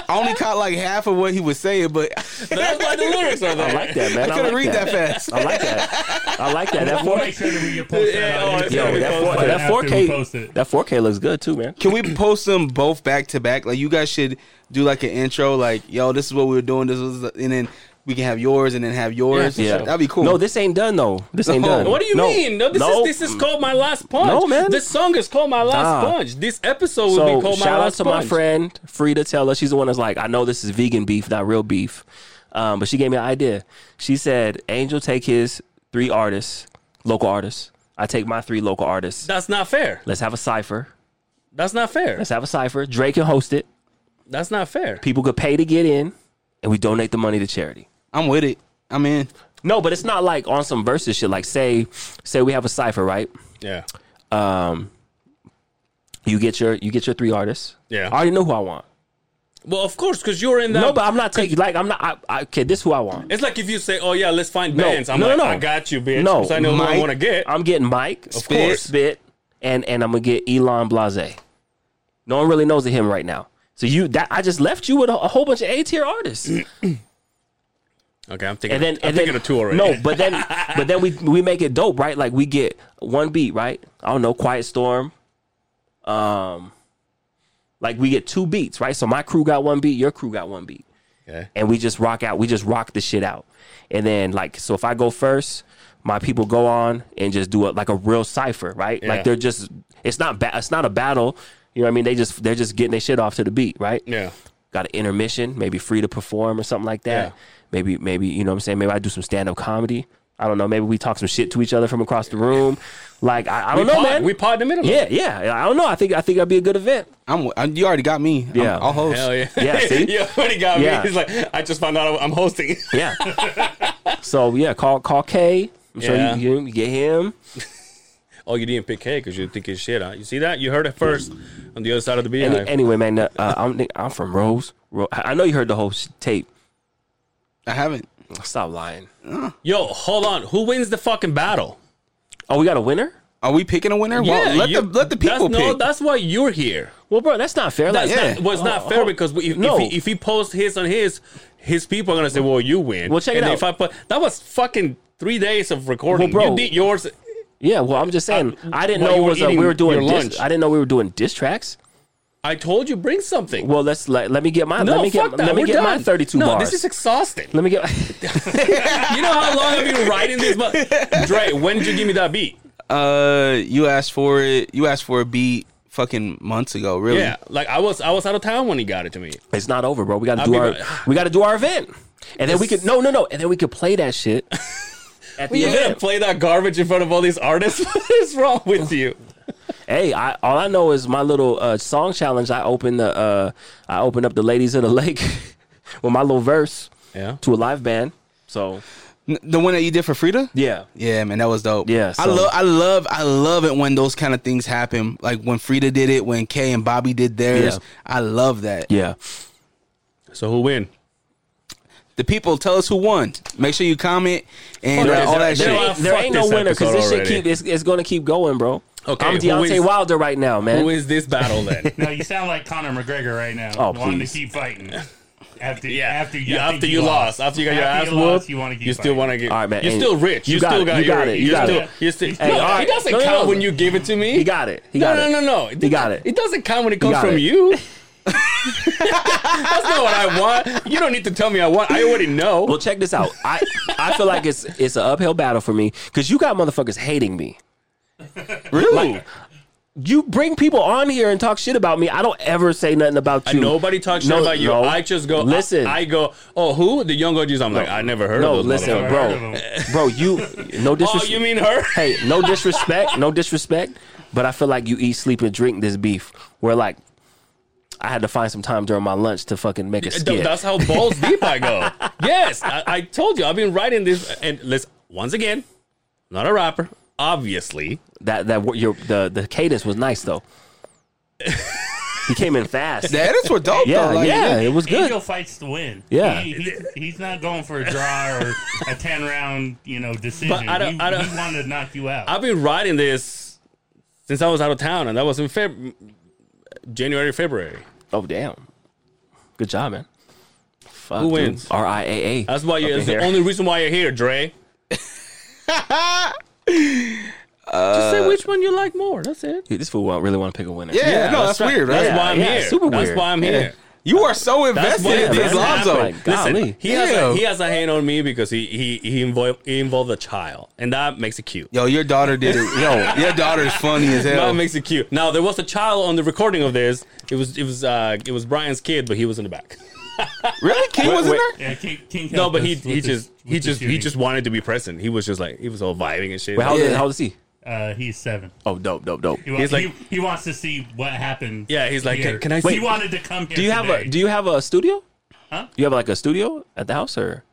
S4: I only caught like half of what he was saying, but
S2: That's why the lyrics are there.
S5: I like that, man.
S4: I
S5: I,
S4: couldn't
S5: like
S4: read that,
S5: that.
S4: fast.
S5: I like that. I like that. That
S3: We'll
S5: 4K.
S3: make sure that we post that
S2: Yeah,
S3: on
S2: oh,
S3: Instagram.
S2: it's
S5: Yo,
S2: gonna be
S5: that
S2: posted
S5: 4, that
S3: after we post
S5: 4K,
S3: it.
S5: that 4K looks good too, man.
S4: Can we post them both back to back? Like you guys should do like an intro, like yo, this is what we were doing. This was, the, and then we can have yours, and then have yours.
S5: Yeah,
S4: that'd be cool.
S5: No, this ain't done though. This ain't
S4: No.
S5: done.
S2: What do you
S5: No.
S2: mean? No, this
S5: No.
S2: is this is called my last punch.
S5: No, man.
S2: This song is called my last
S5: Nah.
S2: punch. This episode will be
S5: So
S2: called my
S5: shout out
S2: last
S5: to
S2: punch.
S5: my friend Frida Teller. She's the one that's like, I know this is vegan beef, not real beef, um, but she gave me an idea. She said, Angel take his three artists, local artists. I take my three local artists.
S2: That's not fair.
S5: Let's have a cipher.
S2: That's not fair.
S5: Let's have a cipher. Drake can host it.
S2: That's not fair.
S5: People could pay to get in, and we donate the money to charity.
S4: I'm with it. I'm in.
S5: No, but it's not like on some versus shit. Like say, say we have a cipher, right?
S2: Yeah.
S5: You get your you get your three artists.
S2: Yeah.
S5: I already know who I want.
S2: Well, of course, because you're in that.
S5: No, but I'm not taking like I'm not. I, I, okay, this who I want.
S2: it's like if you say, "Oh yeah, let's find
S5: No.
S2: bands." I'm
S5: No,
S2: like,
S5: no, no.
S2: "I got you, bitch."
S5: No,
S2: because I know who I
S4: Mike-
S2: want to get.
S5: I'm getting Mike, of
S4: course.
S5: Spit, and and I'm gonna get Elon Blase. No one really knows of him right now. So you that I just left you with a, a whole bunch of A tier artists.
S2: Okay, I'm thinking.
S5: and then
S2: I'm
S5: and
S2: thinking
S5: then,
S2: of two already.
S5: No, but then but then we we make it dope, right? Like we get one beat, right? I don't know, Quiet Storm. Um, like we get two beats, right? So my crew got one beat, your crew got one beat,
S2: Okay.
S5: and we just rock out. We just rock the shit out, and then like so if I go first, my people go on and just do it like a real cipher, right?
S2: Yeah.
S5: Like they're just it's not ba- it's not a battle. You know what I mean? They just they're just getting their shit off to the beat, right?
S2: Yeah.
S5: got an intermission, maybe free to perform or something like that.
S2: Yeah.
S5: Maybe, maybe, you know what I'm saying? Maybe I do some stand up comedy. I don't know. Maybe we talk some shit to each other from across the room. Like, I, I don't
S2: we
S5: know,
S2: pod,
S5: man.
S2: We pod in the middle. of it.
S5: yeah, yeah. I don't know. I think, I think that'd be a good event.
S4: I'm, i you already got me. I'm-
S5: Yeah.
S4: I'll host.
S2: Hell yeah.
S5: Yeah, see?
S2: you already got
S5: Yeah.
S2: me. He's like, I just found out I'm hosting.
S5: Yeah. so yeah, call, call K. I'm sure
S2: Yeah.
S5: you, you get him.
S2: oh, you didn't pick K because you're thinking shit, huh? You see that? You heard it first on the other side of the
S5: Any,
S2: beehive.
S5: Anyway, man, uh, I'm, I'm from Rose. Ro- I know you heard the whole sh- tape.
S4: I haven't.
S5: Stop lying.
S2: Yo, hold on. Who wins the fucking battle?
S5: Oh, we got a winner?
S4: Are we picking a winner? well, let
S2: you-
S4: the let the people
S2: that's, No,
S4: pick.
S2: that's why you're here.
S5: Well, bro, that's not fair.
S2: That's
S5: Like,
S4: Yeah.
S2: not, well, it's not
S5: Oh,
S2: fair
S5: hold-
S2: because if,
S5: No.
S2: if, he, if he posts his on his, his people are gonna say, "Well, you win."
S5: Well, check it
S2: And
S5: out.
S2: If I put, that was fucking three days of recording.
S5: Well, bro,
S2: you did yours.
S5: Yeah, well, I'm just saying. I, didn't
S2: while
S5: know
S2: you
S5: it
S2: were
S5: was a, we
S2: eating
S5: were doing.
S2: your
S5: Dis-
S2: lunch.
S5: I didn't know we were doing diss tracks.
S2: I told you bring something.
S5: Well, let's let, let me get my
S2: no,
S5: let me
S2: fuck
S5: get
S2: that.
S5: let me
S2: We're
S5: get my
S2: done.
S5: 32
S2: no,
S5: bars.
S2: this is exhausting.
S5: let me get.
S2: you know how long I've been writing this, but Dre, when did you give me that beat?
S4: Uh, you asked for it. You asked for a beat fucking months ago. Really?
S2: Yeah, like I was I was out of town when he got it to me.
S5: it's not over, bro. We got to
S2: I'll
S5: do
S2: be
S5: our
S2: right-
S5: we got to do our event, and then we could no no no, and then we could play that shit at the
S2: You're gonna
S5: event.
S2: play that garbage in front of all these artists? what is wrong with you?
S5: Hey, I, all I know is my little uh, song challenge. I opened the uh, I opened up the ladies of the lake with my little verse
S2: Yeah.
S5: to a live band. So
S4: N- The one that you did for Frida.
S5: yeah,
S4: Yeah, man, that was dope.
S5: Yeah,
S4: I
S5: so-
S4: love, I love, I love it when those kind of things happen. Like when Frida did it, when Kay and Bobby did theirs.
S5: Yeah.
S4: I love that.
S5: yeah.
S2: So who win?
S4: The people tell us who won. Make sure you comment and
S2: There
S4: uh,
S2: is-
S4: all that
S2: there-
S5: There
S4: shit.
S5: ain't,
S2: Fuck
S5: there ain't no
S2: this
S5: winner because
S2: episode
S5: this shit
S2: already.
S5: keep it's, it's gonna keep going, bro.
S2: Okay,
S5: I'm
S2: who
S5: Deontay
S2: is-
S5: Wilder right now, man.
S2: Who is this battle then?
S3: No, you sound like Conor McGregor right now.
S5: Oh,
S3: wanting
S5: please.
S3: to keep fighting. After,
S2: Yeah,
S3: after you, I
S2: after
S3: think
S2: you lost, after you got your ass
S3: you lost,
S2: whooped,
S3: you want to keep.
S2: you still
S3: fighting.
S2: want to get.
S5: All right, man,
S2: You're
S5: and
S2: still rich.
S5: you
S2: You,
S5: got
S2: still
S5: it,
S2: got
S5: you
S2: your.
S5: got it, you
S2: you're
S5: got
S2: still,
S5: it.
S2: You're still,
S5: Hey,
S2: no,
S5: all right.
S2: it doesn't
S5: No, no,
S2: count
S5: no.
S2: when you give it to me.
S5: He got it. He
S2: no,
S5: got
S2: no,
S5: it.
S2: no, no. It
S5: He got it.
S2: It doesn't count when it comes
S5: got
S2: from
S5: it.
S2: you. That's not what I want. You don't need to tell me I want. I already know.
S5: Well, check this out. I I feel like it's it's an uphill battle for me because you got motherfuckers hating me.
S4: Really?
S5: You bring people on here and talk shit about me. I don't ever say nothing about you.
S2: And nobody talks shit
S5: No,
S2: about you.
S5: no.
S2: I just go.
S5: Listen.
S2: I, I go. Oh, who the young OGs? I'm like, I never heard
S5: no,
S2: of. those
S5: listen, bro,
S2: motherfuckers."
S5: bro. You no
S2: Oh,
S5: disrespect.
S2: you mean her?
S5: hey, no disrespect, no disrespect. But I feel like you eat, sleep, and drink this beef. Where like, I had to find some time during my lunch to fucking make a
S2: Th-
S5: skit.
S2: That's how balls deep I go. Yes, I, I told you. I've been writing this, and let's once again, not a rapper, obviously.
S5: That that what your the the cadence was nice though. he came in fast.
S4: The edits were dope
S5: yeah,
S4: though. Like,
S5: yeah, it was good.
S3: Angel fights to win.
S5: Yeah.
S3: He- he's, he's not going for a draw or a ten round, you know, decision.
S2: But I don't-
S3: he,
S2: I don't-
S3: he wanted to knock you out.
S2: I've been writing this since I was out of town, and that was in Feb- January, February.
S5: Oh damn! Good job, man. Fuck,
S2: Who
S5: dude.
S2: wins?
S5: RIAA.
S2: That's why
S5: Up
S2: you're
S5: in
S2: that's
S5: here.
S2: the only reason why you're here, Dre. Just say which one you like more. That's it.
S5: Dude, Uh, this fool won't really want to pick a winner.
S4: yeah, no, that's,
S2: right.
S4: weird. Right?
S2: That's why I'm
S5: yeah,
S2: here.
S5: super
S2: that's
S5: weird.
S2: why I'm here.
S4: You are so
S2: That's
S4: invested
S2: why
S4: in
S2: I'm
S4: this,
S2: here.
S4: Lonzo.
S5: Like,
S2: Listen,
S5: golly.
S2: he has, a,
S4: Damn.
S2: he has a hand on me because he he he involved, he involved a child, and that makes it cute.
S4: Yo, your daughter did it. Yo, your daughter's funny as hell.
S2: That makes it cute. Now there was a child on the recording of this. It was it was uh it was Brian's kid, but he was in the back.
S4: really? King was in
S2: wait.
S4: there?
S3: yeah, King, King
S2: No,
S3: helped
S2: but
S3: us
S2: he
S3: with
S2: he
S3: the-
S2: just
S3: with
S2: he
S3: the
S2: just he
S3: shooting.
S2: just wanted to be present. He was just like he was all vibing and shit.
S5: Wait, how, old,
S4: Yeah.
S5: how old is he?
S3: uh, he's seven.
S5: Oh, dope, dope, dope.
S3: He, wa-
S2: He's like-
S3: he, he wants to see what happened.
S2: Yeah, he's like,
S3: here.
S2: "Can- can I
S3: He
S2: see-
S3: wanted to come here.
S5: Do you have a
S3: today.
S5: Do you have a studio?
S3: Huh?
S5: You have like a studio at the house or?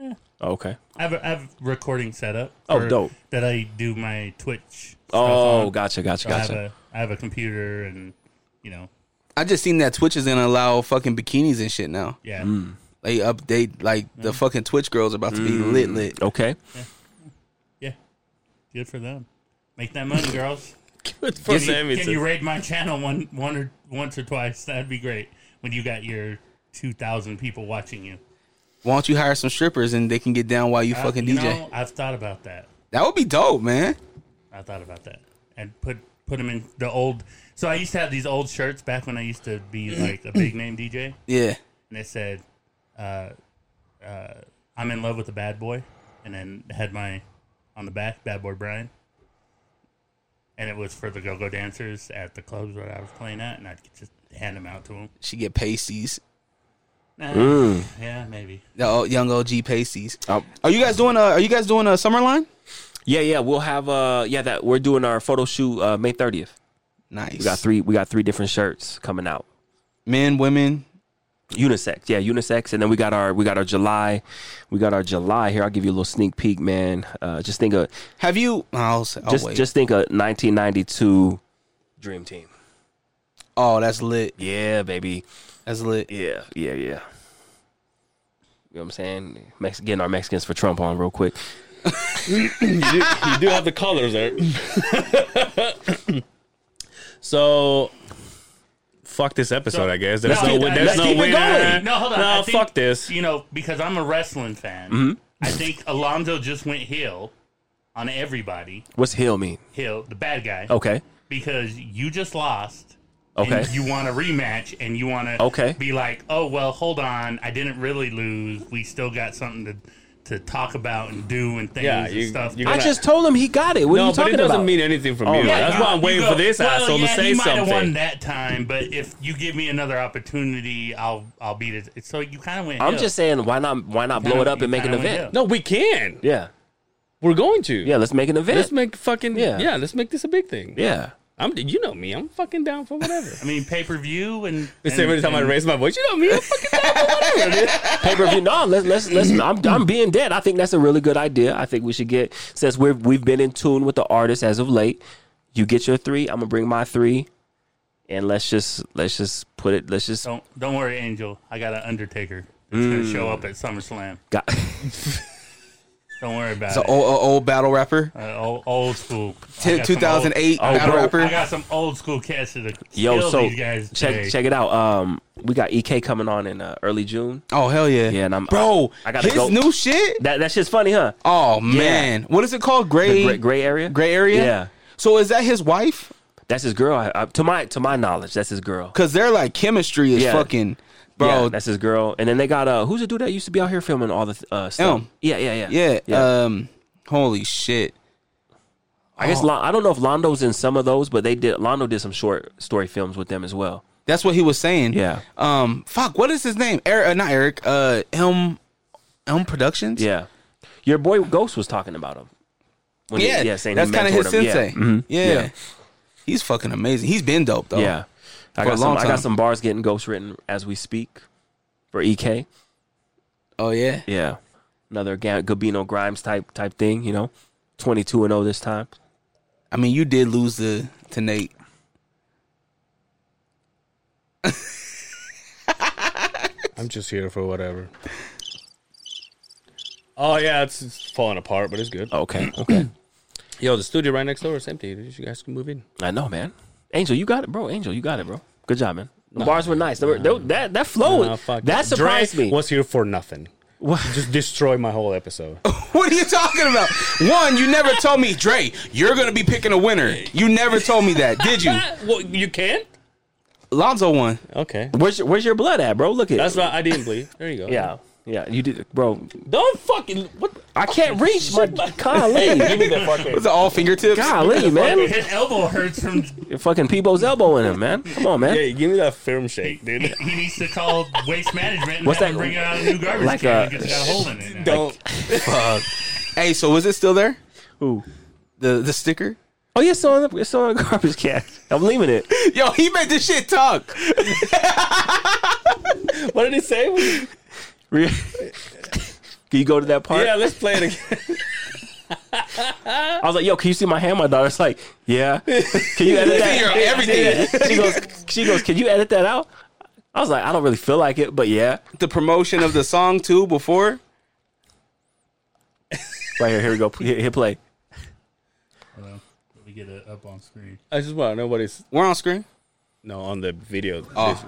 S5: Oh, okay.
S3: I have a, I have a recording set up.
S5: Oh,
S3: for-
S5: dope.
S3: That I do my Twitch. stuff
S5: Oh,
S3: on.
S5: gotcha, gotcha,
S3: So I have
S5: gotcha.
S3: a I have a computer and you know
S4: I just seen that Twitch is gonna allow fucking bikinis and shit now.
S3: yeah.
S2: Hmm.
S4: They update like the
S2: Mm.
S4: fucking Twitch girls about to be lit lit.
S5: Okay.
S3: Good for them. Make that money, girls.
S2: Good for
S3: Can you-
S2: them. It's
S3: can you
S2: a-
S3: rate my channel one, one or once or twice? That'd be great. When you got your two thousand people watching you,
S4: Why don't you hire some strippers and they can get down while
S2: Uh,
S4: you
S3: I-
S4: fucking
S3: Uh, you
S4: DJ?
S3: know, I've thought about that.
S4: That would be dope, man.
S3: I thought about that and put put them in the old. So I used to have these old shirts back when I used to be like a big name DJ.
S4: Yeah.
S3: and it said, uh, uh, "I'm in love with a bad boy," and then had my on the back, "Bad Boy Brian," and it was for the go-go dancers at the clubs that I was playing at, and I'd just hand them out to them.
S4: She get pasties.
S2: Mm.
S3: Nah, yeah, maybe.
S4: The old, young OG pasties.
S5: Oh.
S4: Are you guys doing? A, are you guys doing a summer line?
S5: Yeah, yeah, we'll have uh yeah that we're doing our photo shoot uh May 30th.
S4: Nice.
S5: We got three we got three different shirts coming out.
S4: Men, women,
S5: unisex. Yeah, unisex and then we got our we got our July. We got our July here. I'll give you a little sneak peek, man. Uh just think of
S4: Have you oh, I'll, say- I'll
S5: just
S4: wait.
S5: just think of 1992 Dream Team.
S4: Oh, that's lit.
S5: Yeah, baby.
S4: That's lit.
S5: Yeah, yeah, yeah. You know what I'm saying? Mex- getting our Mexicans for Trump on real quick.
S2: you, do, you do have the colors eh? there. so, fuck this episode. I guess there's no, win- there's
S3: let's
S2: no
S3: keep it
S2: winner.
S3: going. No, hold on.
S2: No,
S3: I think,
S2: fuck this. Mm-hmm.
S3: You know, because I'm a wrestling fan, I think Alonzo just went heel on everybody.
S5: What's heel mean?
S3: Heel, the bad guy.
S5: Okay.
S3: because you just lost.
S5: Okay.
S3: And you want a rematch and you want to
S5: Okay.
S3: be like, oh, well, hold on. I didn't really lose. We still got something to, to talk about and do and things
S2: Yeah,
S3: and
S2: you-
S3: stuff.
S2: you
S5: I just told him he got it. What are
S2: no,
S5: you
S2: but
S5: talking
S2: it doesn't
S5: about?
S2: mean anything from
S5: Oh,
S2: you.
S5: yeah,
S2: That's why I'm
S3: You
S2: waiting
S3: go,
S2: for this
S3: well,
S2: asshole
S3: yeah,
S2: to say
S3: he might have won
S2: something.
S3: that time, but if you give me another opportunity, I'll I'll beat it. So you kind of went.
S5: I'm
S3: ill.
S5: just saying, why not? Why not blow
S3: kinda-
S5: it up
S3: you
S5: and make an
S3: kinda went
S5: event?
S2: No, we can.
S5: Yeah,
S2: We're going to.
S5: yeah. Let's make an event.
S2: Let's make fucking
S5: Yeah.
S2: yeah. Let's make this a big thing.
S5: yeah,
S2: I'm. You know me. I'm fucking down for whatever.
S3: I mean, pay per view and.
S2: The same
S3: and-
S2: time I
S3: and-
S2: raise my voice, you know me. I'm fucking
S5: pay per view. No, let's let's let's. I'm I'm being dead. I think that's a really good idea. I think we should get since we've we've been in tune with the artists as of late. You get your three. I'm gonna bring my three, and let's just let's just put it. Let's just
S3: Don't don't worry, Angel. I got an Undertaker. It's gonna
S2: Mm.
S3: show up at SummerSlam.
S5: got.
S3: Don't worry about
S4: It's an
S3: it.
S4: old, old, old battle rapper.
S3: Uh, old, old school. I
S4: T-
S3: got some
S4: 2008
S3: old-
S4: battle
S5: bro.
S3: I
S4: rapper.
S3: got some old school cats that are
S5: Yo,
S3: kill
S5: so
S3: these guys.
S5: check
S3: today.
S5: check it out. Um, we got Ek coming on in uh, early June.
S4: Oh hell yeah.
S5: Yeah, and I'm-
S4: bro.
S5: I- I gotta
S4: his
S5: go.
S4: new shit.
S5: That that shit's funny, huh?
S4: Oh man, what is it called?
S5: The
S4: Gray
S5: gray, gray area.
S4: gray area.
S5: Yeah,
S4: So is that his wife?
S5: that's his girl. I, I, to my to my knowledge, that's his girl.
S4: Cause their like chemistry is
S5: Yeah.
S4: fucking,
S5: yeah,
S4: bro.
S5: that's his girl. And then they got uh, who's the dude that used to be out here filming all the uh stuff?
S4: Elm.
S5: Yeah, yeah, yeah,
S4: Yeah. Um. Holy shit.
S5: I
S4: Oh.
S5: guess Lon- I don't know if Londo's in some of those, but they did. Londo did some short story films with them as well.
S4: That's what he was saying.
S5: Yeah.
S4: Um. Fuck. What is his name? Eric. Uh, not Eric. Uh. Elm. Elm Productions.
S5: Yeah, your boy Ghost was talking about him. When he-
S4: Yeah.
S5: saying he
S4: that's kind of his
S5: mentored him. Yeah.
S4: sensei. Yeah.
S5: Mhm. yeah,
S4: He's fucking amazing. He's been dope though.
S5: Yeah. I
S4: For
S5: got
S4: a
S5: some.
S4: long
S5: I got
S4: time.
S5: some bars getting ghost written as we speak for Ek.
S4: Oh yeah.
S5: Yeah, another Ga- Gabino Grimes type type thing. You know, twenty two and zero this time.
S4: I mean, you did lose the to Nate.
S2: I'm just here for whatever. Oh yeah, it's, it's falling apart, but it's good.
S5: Okay, okay.
S2: Yo, the studio right next door is empty. You guys can move in.
S5: I know, man. Angel, you got it, bro. Angel, you got it, bro. Good job, man. The bars were nice. They were, they- that that flow
S2: Nah, fuck
S5: that
S2: it.
S5: surprised
S2: Dre
S5: me.
S2: Was here for nothing.
S5: What?
S2: Just destroy my whole episode.
S4: What are you talking about? One, you never told me, Dre, you're gonna be picking a winner. You never told me that, did you?
S2: well, you can't.
S4: Lonzo won.
S2: Okay,
S5: Where's your, where's your blood at, bro? Look at
S2: that's why I didn't bleed. There you go.
S5: Yeah, yeah. You did, bro.
S2: Don't fucking. What?
S5: I can't reach my golly,
S2: Give me the fucking.
S4: Was it all fingertips?
S5: golly, man.
S3: His elbow hurts from.
S5: Your fucking Peebo's elbowing him, man. Come on, man.
S2: Hey, give me that firm shake, dude.
S3: He needs to call waste management. And
S5: What's
S3: What's
S5: that?
S3: that? Bring out a new garbage
S5: Like
S3: can
S5: a-
S3: because it's got a hole in it. Now.
S2: Don't.
S4: Hey, so was it still there?
S5: Ooh.
S4: The the sticker?
S5: Oh yeah, it's on. the- It's on a garbage can. I'm leaving it.
S4: Yo, he made this shit talk.
S2: What did he say?
S5: Re- Can you go to that part?
S2: Yeah, let's play it again.
S5: I was like, "Yo, can you see my hand?" My daughter's like, "Yeah." Can you edit that?
S4: You're everything.
S5: She goes, "She goes, can you edit that out?" I was like, "I don't really feel like it, but yeah."
S4: The promotion of the song too before.
S5: Right here, here we go. Hit, hit play.
S3: We get it up on screen.
S2: I just want to know what is.
S4: We're on screen.
S2: No, on the video.
S4: Oh.
S2: This-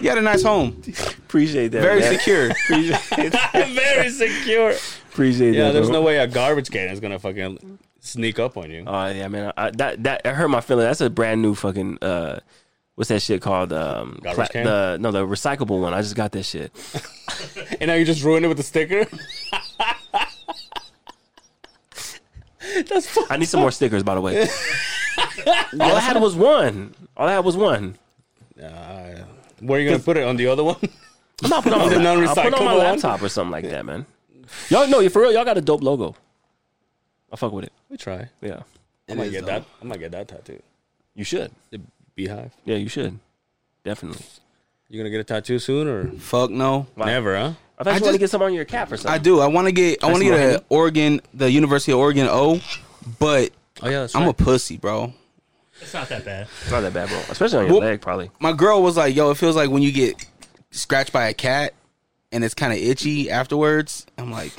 S2: You
S4: had a nice home.
S5: Appreciate that.
S4: Very
S5: man.
S4: secure.
S5: Appreciate that.
S2: Very secure.
S5: Appreciate
S2: Yeah,
S5: that,
S2: there's
S5: bro.
S2: no way a garbage can is gonna fucking sneak up on you.
S5: Oh yeah, man. I, that that it hurt my feeling. That's a brand new fucking uh, what's that shit called? Um,
S2: Garbage can?
S5: the no, the recyclable one. I just got that shit.
S2: and now you just ruined it with the sticker. That's
S5: I need some more stickers, by the way. All I had was one. All I had was one.
S2: Where are you gonna put it on the other one?
S5: I'm not putting on
S2: The
S5: my, I'll put it on my
S2: non-recyclable one?
S5: laptop or something like that, man. Y'all know for real. Y'all got a dope logo. I fuck with it.
S2: We try.
S5: Yeah,
S2: I might get that. I might get that tattoo.
S5: you should.
S2: The beehive.
S5: Yeah, you should. Definitely.
S2: You gonna get a tattoo soon or
S4: Fuck no.
S2: never? Huh?
S5: I thought
S4: I
S5: you want to
S4: just-
S5: get some on your cap or
S4: I
S5: something.
S4: do. I want to get. I want to
S5: That's
S4: get
S5: right.
S4: a Oregon, the University of Oregon O, but
S2: Oh yeah, that's
S4: I'm
S2: right.
S4: a pussy, bro.
S3: It's not that bad.
S5: It's not that bad, bro. Especially on your
S4: Whoop.
S5: leg, probably.
S4: My girl was like, "Yo, it feels like when you get scratched by a cat, and it's kind of itchy afterwards." I'm like,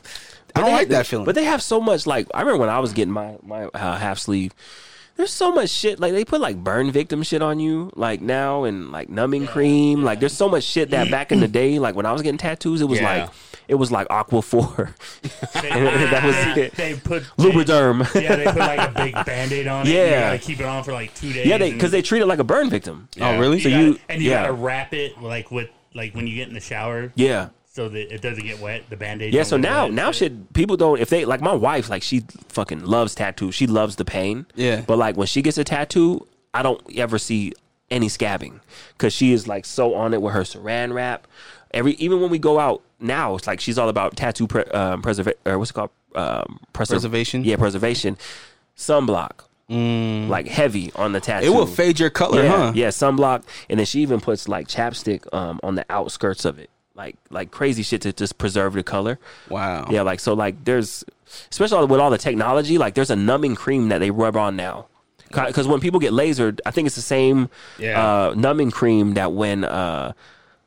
S4: I don't
S5: They
S4: like
S5: have-
S4: that feeling.
S5: But they have so much. Like I remember when I was getting my my uh, half sleeve. There's so much shit. Like they put like burn victim shit on you. Like now and like numbing cream. Like there's so much shit that back in the day, like when I was getting tattoos, it was
S2: Yeah.
S5: like it was like Aqua Four. And that was it.
S3: They put
S5: Lubriderm.
S3: Yeah, they put like a big band-aid on it.
S5: Yeah.
S3: you gotta keep it on for like two days.
S5: yeah, they
S3: and-
S5: because they treat it like a burn victim.
S2: Yeah.
S4: Oh, really?
S5: So
S3: gotta-
S5: you,
S3: and you
S5: yeah,
S3: gotta wrap it like with like when you get in the shower,
S5: yeah.
S3: so that it doesn't get wet. The band-aid.
S5: Yeah,
S3: don't
S5: so
S3: get
S5: now
S3: wet.
S5: now shit people don't if they like my wife like she fucking loves tattoos. She loves the pain.
S4: Yeah.
S5: But like when she gets a tattoo, I don't ever see any scabbing cuz she is like so on it with her saran wrap. Every even when we go out now, it's like she's all about tattoo pre- um, preservation or what's it called? Um, preser-
S4: Preservation? Mm.
S5: Yeah, preservation. Sunblock. Like heavy on the tattoo.
S4: it will fade your color,
S5: Yeah,
S4: huh?
S5: yeah, sunblock, and then she even puts like chapstick um, on the outskirts of it, like like crazy shit to just preserve the color.
S4: Wow.
S5: Yeah, like so, like there's especially with all the technology, like there's a numbing cream that they rub on now. Because when people get lasered, I think it's the same
S2: Yeah.
S5: uh, numbing cream that when uh,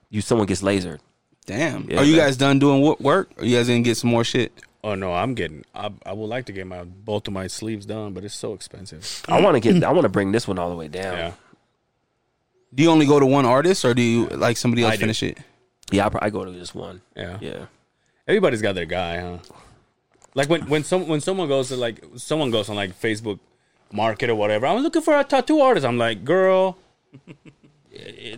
S5: you someone gets lasered.
S4: Damn.
S5: Yeah,
S4: Are you
S5: man.
S4: guys done doing wo- work? Or you guys gonna get some more shit?
S2: Oh no, I'm getting. I, I would like to get my both of my sleeves done, but it's so expensive. Oh.
S5: I want to get, I want to bring this one all the way down.
S2: Yeah,
S5: Yeah,
S4: Do you only go to one artist, or do you like somebody else
S2: I do.
S4: finish it?
S5: I, pro- I go to this one.
S2: yeah,
S5: Yeah,
S2: Everybody's got their guy, huh? Like when when some when someone goes to like someone goes on like Facebook Market or whatever, I'm looking for a tattoo artist. I'm like, girl,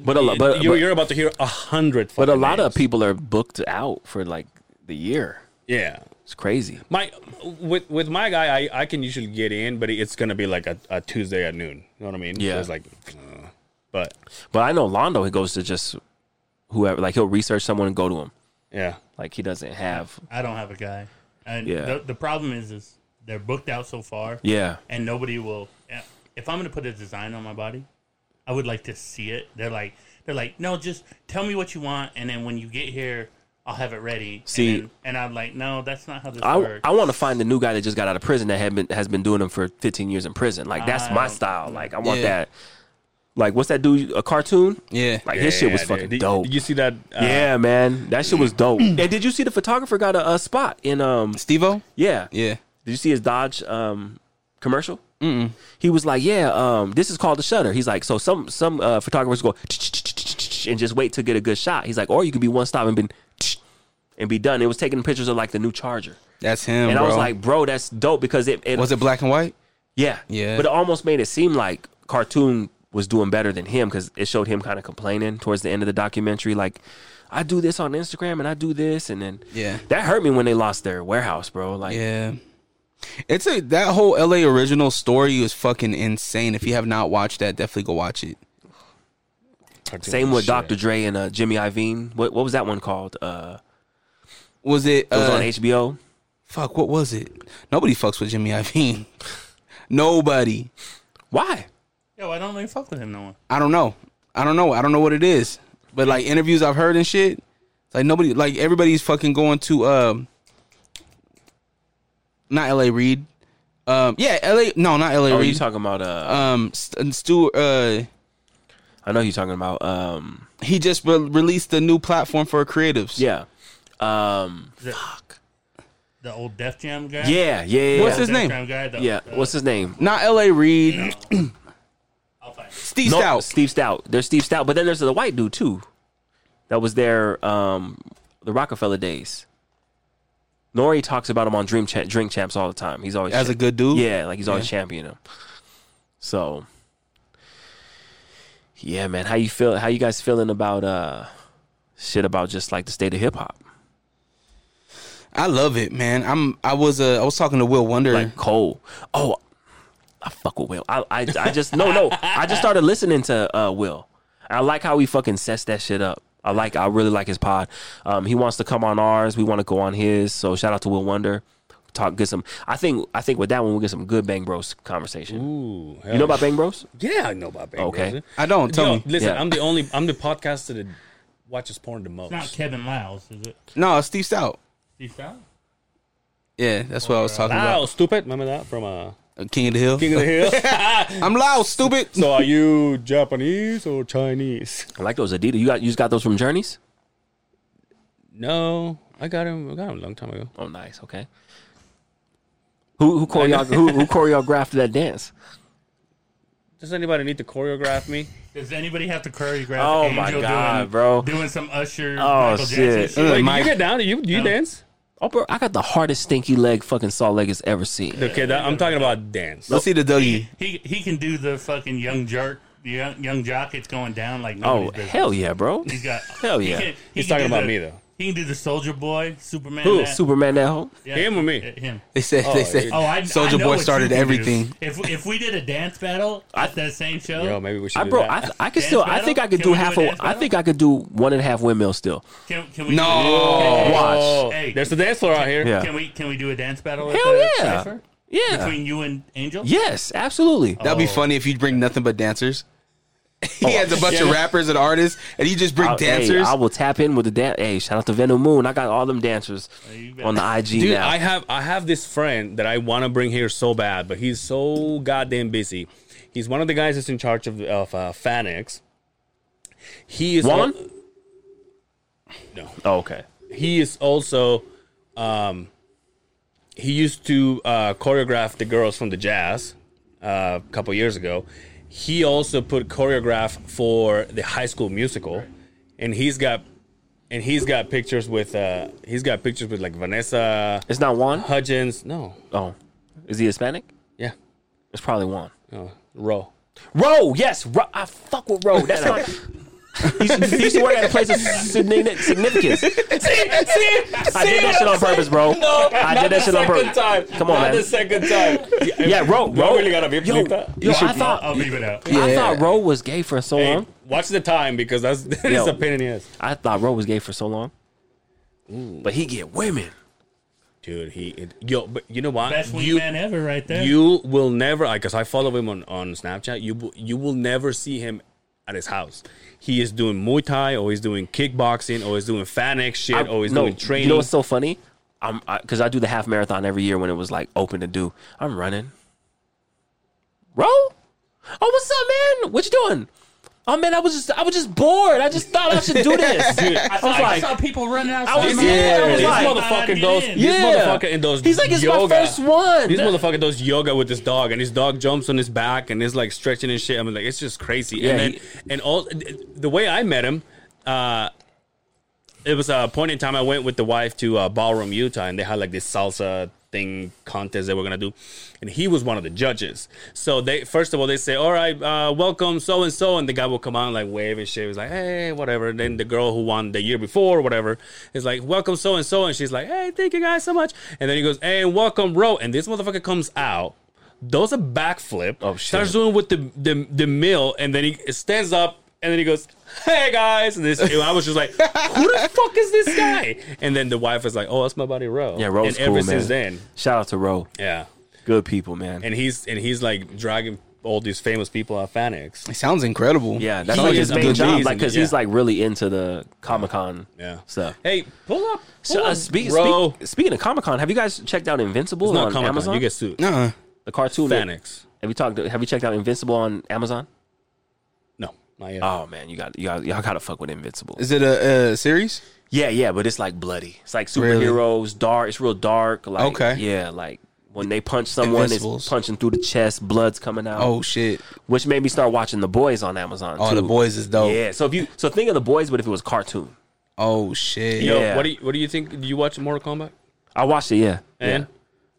S5: but a lot, but
S2: you're,
S5: but,
S2: you're about to hear a hundred.
S5: but a
S2: fucking
S5: lot of
S2: names.
S5: people are booked out for like the year.
S2: yeah.
S5: It's crazy.
S2: My with with my guy, I, I can usually get in, but it's gonna be like a, a Tuesday at noon. You know what I mean? So
S5: Yeah.
S2: it's like, uh, but
S5: But I know Londo, he goes to just whoever, like he'll research someone and go to him.
S2: yeah,
S5: Like he doesn't have,
S3: I don't have a guy. And
S5: Yeah.
S3: the, the problem is, is they're booked out so far,
S5: yeah,
S3: and nobody will. eh, If I'm gonna put a design on my body, I would like to see it. They're like, they're like, no, just tell me what you want, and then when you get here, I'll have it ready.
S5: See-
S3: and, then- and I'm like, no, that's not how this
S5: I,
S3: works.
S5: I want to find the new guy that just got out of prison that had been has been doing them for 15 years in prison. Like that's my style. Like I want
S4: Yeah.
S5: that. Like what's that dude? A cartoon?
S4: Yeah.
S5: Like his shit was
S2: Yeah,
S5: fucking
S2: dude. Did-
S5: dope.
S2: Did you see that? uh,
S5: yeah, man, that shit was dope. and did you see the photographer got a, a spot in um?
S4: Stevo?
S5: Yeah,
S4: Yeah.
S5: Did you see his Dodge um, commercial? Mm-mm. He was like, "Yeah, um, this is called the shutter." He's like, "So some some uh, photographers go and just wait to get a good shot." He's like, "Or you could be one stop and been and be done." It was taking pictures of like the new Charger,
S4: That's him.
S5: and I was
S4: bro.
S5: like, "Bro, that's dope because it, it
S4: was it black and white?
S5: yeah
S4: Yeah.
S5: But it almost made it seem like cartoon was doing better than him because it showed him kind of complaining towards the end of the documentary, like. I do this on Instagram and I do this and then
S4: Yeah.
S5: that hurt me when they lost their warehouse, bro. Like
S4: Yeah. It's a that whole LA original story is fucking insane. If you have not watched that, definitely go watch it.
S2: cartoon
S5: Same with
S2: shit.
S5: Dr. Dre and uh, Jimmy Iovine. What what was that one called? Uh,
S4: Was it,
S5: it was
S4: uh,
S5: on HBO.
S4: fuck, what was it? Nobody fucks with Jimmy Iovine. Nobody.
S5: Why?
S3: Yo, I don't really fuck with him no more.
S4: I don't know. I don't know. I don't know what it is. But like interviews I've heard and shit, it's like nobody like everybody's fucking going to um not LA Reed. Um yeah, LA no, not LA
S5: Oh, you
S4: Reed.
S5: talking about? Uh,
S4: um St- Stu uh
S5: I know who you're talking about. Um,
S4: He just re- released a new platform for creatives.
S5: yeah. Um,
S3: Fuck. The old Def Jam guy.
S5: yeah, yeah, yeah.
S4: What's
S5: yeah.
S4: his
S3: Def
S4: name?
S3: Jam guy. The,
S5: Yeah.
S3: the-
S5: What's his name?
S4: Not L.A. Reid. Steve
S5: No,
S4: Stout.
S5: Steve Stout. There's Steve Stout, but then there's the white dude too. That was there. Um, the Rockefeller days. Nori talks about him on Dream Cha- Drink Champs all the time. He's always
S4: As a
S5: champ-
S4: good dude?
S5: Yeah, like he's always championing him. So, yeah, man, how you feel? How you guys feeling about uh shit about just like the state of hip hop?
S4: I love it, man. I'm. I was. Uh, I was talking to Will Wonder.
S5: Like Cole. Oh, I fuck with Will. I I, I just no no. I just started listening to uh, Will. I like how he fucking sets that shit up. I like. I really like his pod. Um, he wants to come on ours. We want to go on his. So shout out to Will Wonder. Talk get some. I think I think with that one we'll get some good Bang Bros conversation.
S2: Ooh,
S5: You know about Bang Bros?
S2: Yeah, I know about Bang
S5: Okay.
S2: Bros.
S4: I don't tell
S2: Yo,
S4: me.
S2: listen,
S5: Yeah.
S2: I'm the only I'm the podcaster that watches porn the most.
S3: It's not Kevin Lyles, is it?
S4: No, Steve Stout.
S3: Steve Stout?
S4: Yeah, that's what I was talking
S2: Wow,
S4: about.
S2: stupid! Remember that from uh,
S4: King of the Hill.
S2: King of the Hill.
S4: I'm loud, stupid.
S2: so, are you Japanese or Chinese?
S5: I like those Adidas. You got you just got those from Journeys.
S2: No, I got him. I got him a long time ago.
S5: Oh, nice. Okay. Who who choreographed who, who choreographed that dance?
S2: Does anybody need to choreograph me?
S3: Does anybody have to choreograph?
S5: Oh,
S3: Angel
S5: my God,
S3: doing,
S5: bro.
S3: Doing some Usher.
S5: Oh,
S3: Michael Jackson
S5: shit.
S3: shit.
S2: Wait,
S4: Mike.
S2: you get down? Do you do you dance?
S5: Oh, bro, I got the hardest stinky leg fucking saw leg has ever seen.
S2: Okay, that, I'm talking about dance.
S4: Let's see the Dougie.
S3: He he can do the fucking young jerk, young young jock. It's going down like
S5: Oh
S3: nobody's business.
S5: hell yeah, bro!
S3: He's got
S5: Hell yeah.
S2: He's
S3: can
S2: talking
S3: do
S2: about
S3: the-
S2: me, though.
S3: He can do the Soldier Boy, Superman.
S5: Who?
S3: that-
S5: Superman that hoe?
S3: yeah,
S2: Him or me?
S3: yeah, Him.
S4: They said.
S2: Oh,
S4: they said.
S2: dude.
S3: Oh, I
S4: Soldier
S3: I know
S4: Boy
S3: what you
S4: started
S3: can do.
S4: everything.
S3: If if we did a dance battle at that same show,
S2: Yo, maybe we should.
S5: I
S2: do
S5: bro,
S2: that.
S5: I I could
S3: Dance
S5: still. I
S3: battle?
S5: think I could
S3: Can
S5: do
S3: we do
S5: half.
S3: a
S5: a,
S3: dance
S5: I
S3: battle?
S5: think I could do one and a half windmill still.
S3: can can we?
S4: No.
S3: do,
S5: Watch.
S2: Oh,
S3: Hey.
S2: there's the dance floor out here.
S5: Yeah.
S3: Can we can we do a dance battle? at
S5: Hell
S3: the
S5: yeah.
S3: Cypher?
S5: Yeah.
S3: Between you and Angel.
S5: yes. Absolutely.
S4: That'd be
S3: Oh.
S4: funny if you bring nothing but dancers. he has a bunch of rappers and artists, and you just bring
S5: I- Oh, hey,
S4: dancers.
S5: I will tap in with the dance. Hey, shout out to Venom Moon. I got all them dancers
S3: you bet.
S5: on the IG
S2: Dude,
S5: now.
S2: I have I have this friend that I want to bring here so bad, but he's so goddamn busy. He's one of the guys that's in charge of of uh, Fanex. He is
S5: Juan?
S2: No.
S5: oh, okay.
S2: He is also um he used to uh, choreograph the girls from the jazz uh, a couple years ago. He also put choreograph for the high school musical and he's got and he's got pictures with uh he's got pictures with like Vanessa
S5: It's not Juan.
S2: Hudgens. No.
S5: Oh, is he Hispanic?
S2: Yeah.
S5: It's probably Juan.
S2: Oh, row.
S5: Ro, yes, Ro, I fuck with Ro. That's my. He used he used to work at a place of signi- significance. I did that shit on purpose, bro. I did that shit on purpose. Come on, man.
S2: second time.
S5: Yeah, Ro,
S2: Y'all
S5: Ro.
S2: really gotta be
S5: yo,
S2: bleeped out.
S5: yo, I thought,
S3: I'll leave it out.
S5: I thought Ro was gay for so
S2: Hey,
S5: long.
S2: watch the time because that's that is
S5: Yo.
S2: a pain in the ass.
S5: I thought Ro was gay for so long. But he get women.
S2: Dude, he it, yo, but you know what?
S3: Best
S2: you
S3: wingman ever, right there.
S2: you will never because I follow him on, on Snapchat. You will- you will never see him at his house. He is doing Muay Thai, or he's doing kickboxing, or he's doing Fanex shit,
S5: I-
S2: or he's
S5: no,
S2: doing training.
S5: You know what's so funny? I'm because I, do the half marathon every year when it was like open to do. I'm running. Bro, oh what's up, man? What you doing? Oh man, I was just I was just bored. I just thought I should do this. I was like,
S3: people running out.
S5: I was, yeah, I was
S2: this
S5: like,
S2: motherfucker goes, this
S5: Yeah.
S2: motherfucker in those
S5: He's like, it's my
S2: yoga.
S5: first one.
S2: This motherfucker does yoga with this dog, and his dog jumps on his back and is like stretching and shit. I mean, like it's just crazy.
S5: Yeah,
S2: and then,
S5: he-
S2: and all the way I met him, uh, it was a point in time I went with the wife to uh, Ballroom Utah, and they had like this salsa thing contest they were gonna do, and he was one of the judges. So they first of all they say, "All right, uh, welcome so and so," and the guy will come out and like wave and shit. He was like, "Hey, whatever." And then the girl who won the year before, whatever, is like, "Welcome so and so," and she's like, "Hey, thank you guys so much." And then he goes, "Hey, welcome, Ro," and this motherfucker comes out. Does a backflip,
S5: Oh, shit.
S2: starts doing with the, the the mill, and then he stands up, and then he goes, "Hey guys!" And this, and I was just like, "Who the fuck is this guy?" And then the wife is like, "Oh, that's my buddy Ro."
S5: Yeah, Ro's
S2: And
S5: cool,
S2: ever
S5: man.
S2: since then,
S5: Shout out to Ro.
S2: yeah.
S5: Good people, man.
S2: And he's and he's like dragging all these famous people out Fanex.
S4: it sounds incredible.
S5: yeah, that's
S2: He
S5: like
S2: is
S5: his main job,
S2: amazing,
S5: like because
S2: yeah.
S5: he's like really into the Comic Con
S2: Yeah.
S5: stuff.
S2: Hey, pull up, pull
S5: So, uh,
S2: up,
S5: speak,
S2: Ro.
S5: speak, speaking of Comic Con, have you guys checked out Invincible
S2: it's not
S5: on
S2: Comic
S5: Amazon?
S2: Con. You get sued.
S4: Uh,
S5: the cartoon that-
S2: Fanex.
S5: Have you talked? Have you checked out Invincible on Amazon?
S2: No. Not yet.
S5: Oh man, you got you got y'all gotta fuck with Invincible.
S4: Is it a, a series?
S5: Yeah, yeah, but it's like bloody. It's like
S4: Really?
S5: superheroes, dark. It's real dark. Like,
S4: Okay.
S5: yeah, like when they punch someone,
S4: Invincibles.
S5: it's punching through the chest, blood's coming out.
S4: Oh shit!
S5: which made me start watching The Boys on Amazon.
S4: Oh,
S5: too.
S4: the boys is dope.
S5: Yeah, so if you so think of The Boys, but if it was cartoon,
S4: Oh shit!
S2: Yo,
S5: yeah.
S2: what do you what do you think? Did you watch Mortal Kombat?
S5: I watched it. Yeah,
S2: And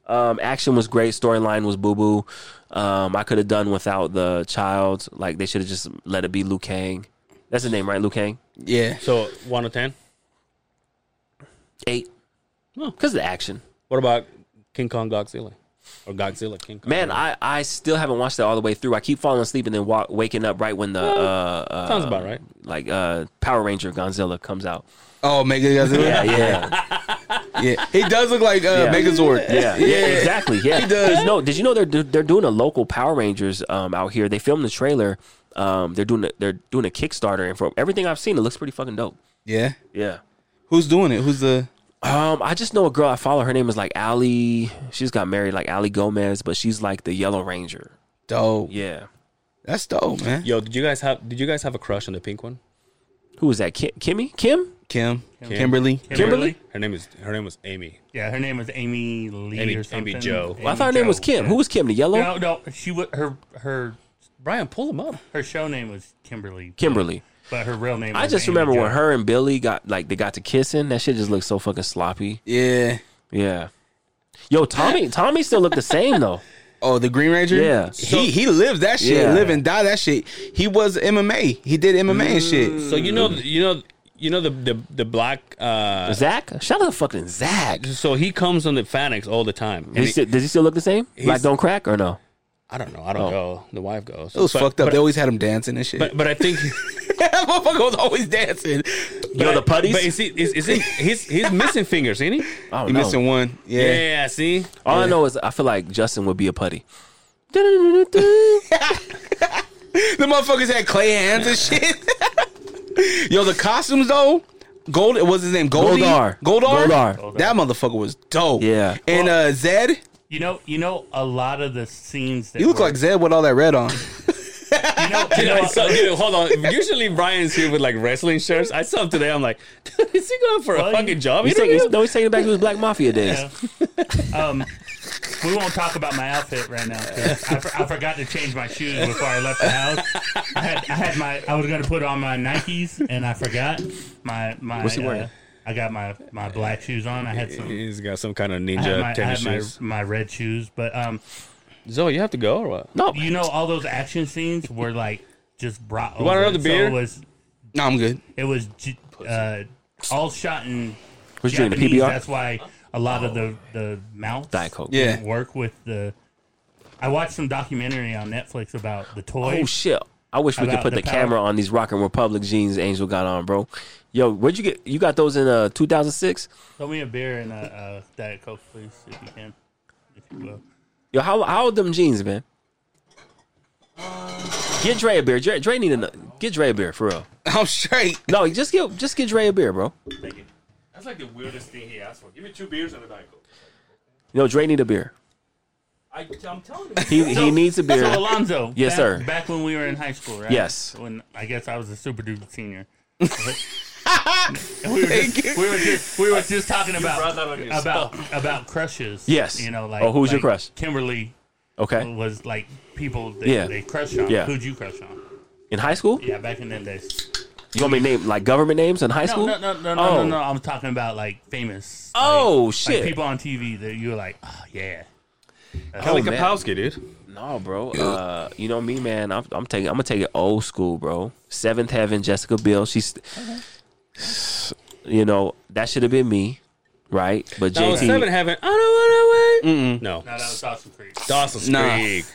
S5: yeah. Um, action was great. Storyline was boo boo. Um, I could have done without the child. Like they should have just let it be Liu Kang. That's the name, right? Liu Kang.
S4: Yeah.
S2: so one to ten.
S5: Eight.
S2: Oh.
S5: Because of the action.
S2: What about King Kong Godzilla or Godzilla King Kong?
S5: Man, I, I still haven't watched that all the way through. I keep falling asleep and then wa- waking up right when the uh, uh,
S2: sounds about right.
S5: like uh, Power Ranger Godzilla comes out.
S4: Oh, Mega
S5: Yeah,
S4: Godzilla.
S5: yeah,
S4: yeah. He does look like uh,
S5: Yeah.
S4: Megazord.
S5: yeah, yeah, exactly. Yeah,
S4: He does.
S5: 'Cause No, did you know they're they're doing a local Power Rangers um, out here? They filmed the trailer. Um, they're doing a, they're doing a Kickstarter, and from everything I've seen, it looks pretty fucking dope.
S4: Yeah.
S5: Yeah.
S4: Who's doing it? Who's the?
S5: Um, I just know a girl I follow. Her name is like Ali. She's got married like Ali Gomez, but she's like the Yellow Ranger.
S4: Dope.
S5: Yeah.
S4: That's dope, man.
S2: Yo, did you guys have did you guys have a crush on the pink one?
S5: Who is that? Kim- Kimmy? Kim?
S4: Kim, Kimberly.
S5: Kimberly?
S2: Her name is her name was Amy.
S3: Yeah, her name was Amy Lee
S2: Amy-
S3: or
S2: Amy
S3: something.
S2: Jo.
S5: Well, I thought her name was
S3: Jo,
S5: Kim.
S3: yeah.
S5: Who was Kim? The yellow?
S3: No, no, she wa her her
S2: Brian, pull him up.
S3: her show name was Kimberly.
S5: Kimberly.
S3: but her real name.
S5: I
S3: was
S5: just
S3: Amy
S5: remember
S3: Jo.
S5: when her and Billy got like they got to kissing. That shit just looked so fucking sloppy.
S4: Yeah.
S5: Yeah. Yo, Tommy. Tommy still looked the same though.
S4: Oh, the Green Ranger.
S5: Yeah.
S4: he he lived that shit.
S5: Yeah.
S4: Live and die that shit. He was MMA. He did MMA and
S5: Mm.
S4: shit.
S2: So you know you know you know the the, the black uh
S5: Zach. Shout out to fucking Zach.
S2: so he comes on the Fanix all the time. And
S5: He
S2: he-
S5: still- does he still look the same? Black don't crack or no?
S2: I don't know. I don't go. The wife goes.
S4: It was
S2: But-
S4: fucked up.
S2: but-
S4: they always had him dancing and shit.
S2: But but I think
S4: that motherfucker was always dancing.
S5: You know the putties.
S2: But is he is, is he he's he's missing fingers, ain't he?
S5: I don't
S4: You
S5: know.
S4: missing one. Yeah.
S2: Yeah, see?
S5: All I know is I feel like Justin would be a putty. yeah,
S4: The motherfuckers had clay hands and shit. Yo, the costumes though. Gold, what's his name? Goldie?
S5: Goldar.
S4: Goldar.
S5: Goldar.
S4: That mozz was dope.
S5: Yeah.
S4: And uh, Zed,
S3: you know, you know, a lot of the scenes that
S4: you look
S3: were-
S4: like Zed with all that red on.
S3: you know, you
S2: You know,
S3: know,
S2: I saw- dude, hold on. Usually Brian's here with like wrestling shirts. I saw him today. I'm like, is he going for a
S3: Well,
S2: fucking
S3: you-
S2: job?
S5: he's
S2: You
S5: taking,
S2: know,
S5: he's, no, he's taking it back to his Black Mafia days.
S3: um, we won't talk about my outfit right now. 'cause I, for, I forgot to change my shoes before I left the house. I had, I had my, I was gonna put on my Nikes, and I forgot my my.
S5: What's he wearing?
S3: uh, I got my my black shoes on. I had some.
S2: He's got some kind of
S3: I had,
S2: ninja
S3: my, I
S2: tennis
S3: had my,
S2: shoes.
S3: my red shoes, but um,
S2: Zoe, you have to go or what?
S5: No,
S3: you know, all those action scenes were like just brought over.
S2: want another
S3: so
S2: beer?
S3: it was
S4: No, I'm good.
S3: it was j- uh, all shot in
S5: was you doing the
S3: Japanese.
S5: PBR?
S3: That's why a lot of the the mouths
S5: Diet Coke.
S4: Yeah.
S3: work with the. I watched some documentary on Netflix about the toys.
S5: Oh shit! I wish we could
S3: About
S5: put the,
S3: the power-
S5: camera on these Rock and Republic jeans Angel got on, bro. Yo, where'd you get? You got those in uh 2006?
S3: Throw me a beer and a, a diet coke, please, if you can. If you will.
S5: Yo, how how old them jeans, man? Get Dre a beer. Dre, Dre need a get Dre a beer for real.
S4: I'm straight.
S5: No, just get just get Dre a beer, bro.
S9: That's like the weirdest thing he asked for. Give me two beers and a Diet Coke.
S5: You know, Dre need a beer.
S9: I, I'm telling you.
S5: He he needs a beer.
S3: So Alonzo,
S5: Yes,
S3: back,
S5: sir.
S3: Back when we were in high school, right?
S5: Yes.
S3: When I guess I was a super dude senior. And we, were just, we were just we were just talking about
S9: that on yourself.
S3: about about crushes.
S5: Yes.
S3: You know, like
S5: Oh, who's your
S3: like
S5: crush?
S3: Kimberly
S5: Okay,
S3: was like people that
S5: Yeah.
S3: they crush on.
S5: Yeah.
S3: Who'd you crush on?
S5: in high school,
S3: Yeah, back in them days.
S5: you want me to name like government names in high
S3: No,
S5: school?
S3: no, no, no, no,
S5: Oh.
S3: no, no. I'm talking about like famous.
S5: Oh
S3: like,
S5: shit!
S3: like people on TV that you were like, oh, yeah.
S2: Kelly
S5: man.
S2: Kapowski, dude.
S5: No, bro. Uh, you know me, man. I'm, I'm taking. I'm gonna take it old school, bro. Seventh Heaven, Jessica Biel. She's, you know, that should have been me, right? But
S2: No,
S5: JT,
S2: seven heaven. I don't want to wait. No,
S3: No, that was Dawson Creek.
S2: Dawson's
S4: Nah.
S2: Creek.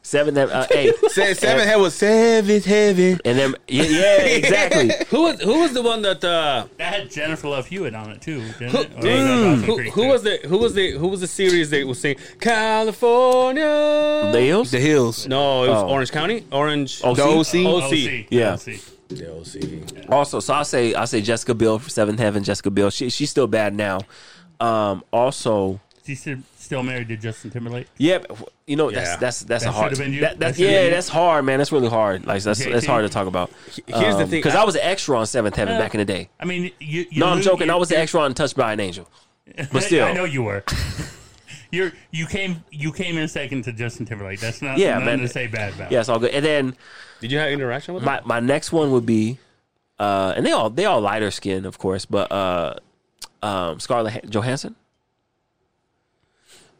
S5: seventh Heaven, uh, hey,
S4: Said seven head was seventh heaven.
S5: and then yeah, yeah, exactly.
S2: Who was who was the one that uh, mm,
S3: That had Jennifer Love Hewitt on it too, didn't it?
S5: Mm.
S3: Or was that Dawson
S2: who,
S3: Creek
S2: who
S3: too?
S2: was the who was the who was the series that was saying California?
S5: The Hills.
S4: The hills.
S2: no, it was
S5: Oh.
S2: Orange County. Orange.
S5: OC.
S4: The OC.
S2: OC.
S5: Yeah.
S3: OC.
S5: Also, so I say I say Jessica Biel for Seventh Heaven. Jessica Biel. She she's still bad now. Um, also,
S3: She should still married to Justin Timberlake?
S5: Yeah, but, you know that's
S3: Yeah.
S5: that's that's
S3: That
S5: a hard.
S3: should've been you.
S5: That, that's
S3: That should've
S5: yeah,
S3: been you.
S5: that's hard, man. That's really hard. Like that's that's hard to talk about.
S2: Here's the thing,
S5: because
S2: I-
S5: I, was an extra on Seventh Heaven
S3: Uh,
S5: back in the day.
S3: I mean, you. you
S5: no, I'm
S3: lose-
S5: joking.
S3: you-
S5: I was the
S3: you-
S5: extra on Touched by an Angel, but
S3: I know
S5: still,
S3: you were. You're you came you came in second to Justin Timberlake. That's not
S5: yeah,
S3: nothing
S5: man.
S3: to say bad about.
S5: Yeah, it's all good. And then,
S2: did you have interaction with
S5: my my next one would be, uh, and they all they all lighter skin, of course, but uh, um, Scarlett Ha- Johansson.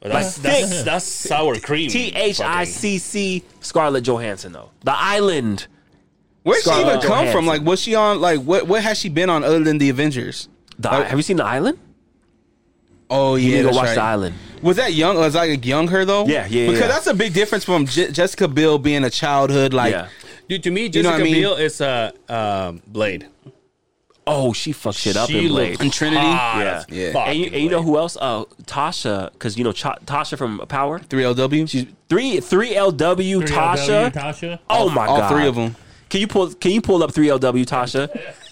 S2: Well, that's- that's- that's sour cream,
S5: T H I C C Scarlett Johansson though. The island.
S4: Where'd she
S5: Scarlett
S4: even come
S5: Johansson.
S4: from? Like, was she on? Like, what what has she been on other than the Avengers?
S5: have you seen the Island?
S4: Oh yeah,
S5: You need to
S4: that's
S5: watch
S4: right.
S5: the Island.
S4: Was that young? Was like young her though?
S5: Yeah, yeah,
S4: Because
S5: yeah.
S4: that's a big difference from Je- Jessica Biel being a childhood like.
S5: Yeah.
S2: Dude, to me,
S4: You know
S2: Jessica
S4: what I mean?
S2: Biel is a uh, um, Blade.
S5: Oh, she fucked shit up
S2: She
S5: in Blade.
S2: looked And Trinity? hot
S5: Yeah.
S2: as fuck
S5: And you,
S2: in
S5: and you know who else? Uh, Tasha, because you know Ch- Tasha from Power.
S4: Three LW.
S5: She's three three LW
S3: 3LW,
S5: Tasha.
S3: Tasha.
S5: Oh my
S4: all
S5: god.
S4: three of them.
S5: Can you pull? Can you pull up three LW Tasha?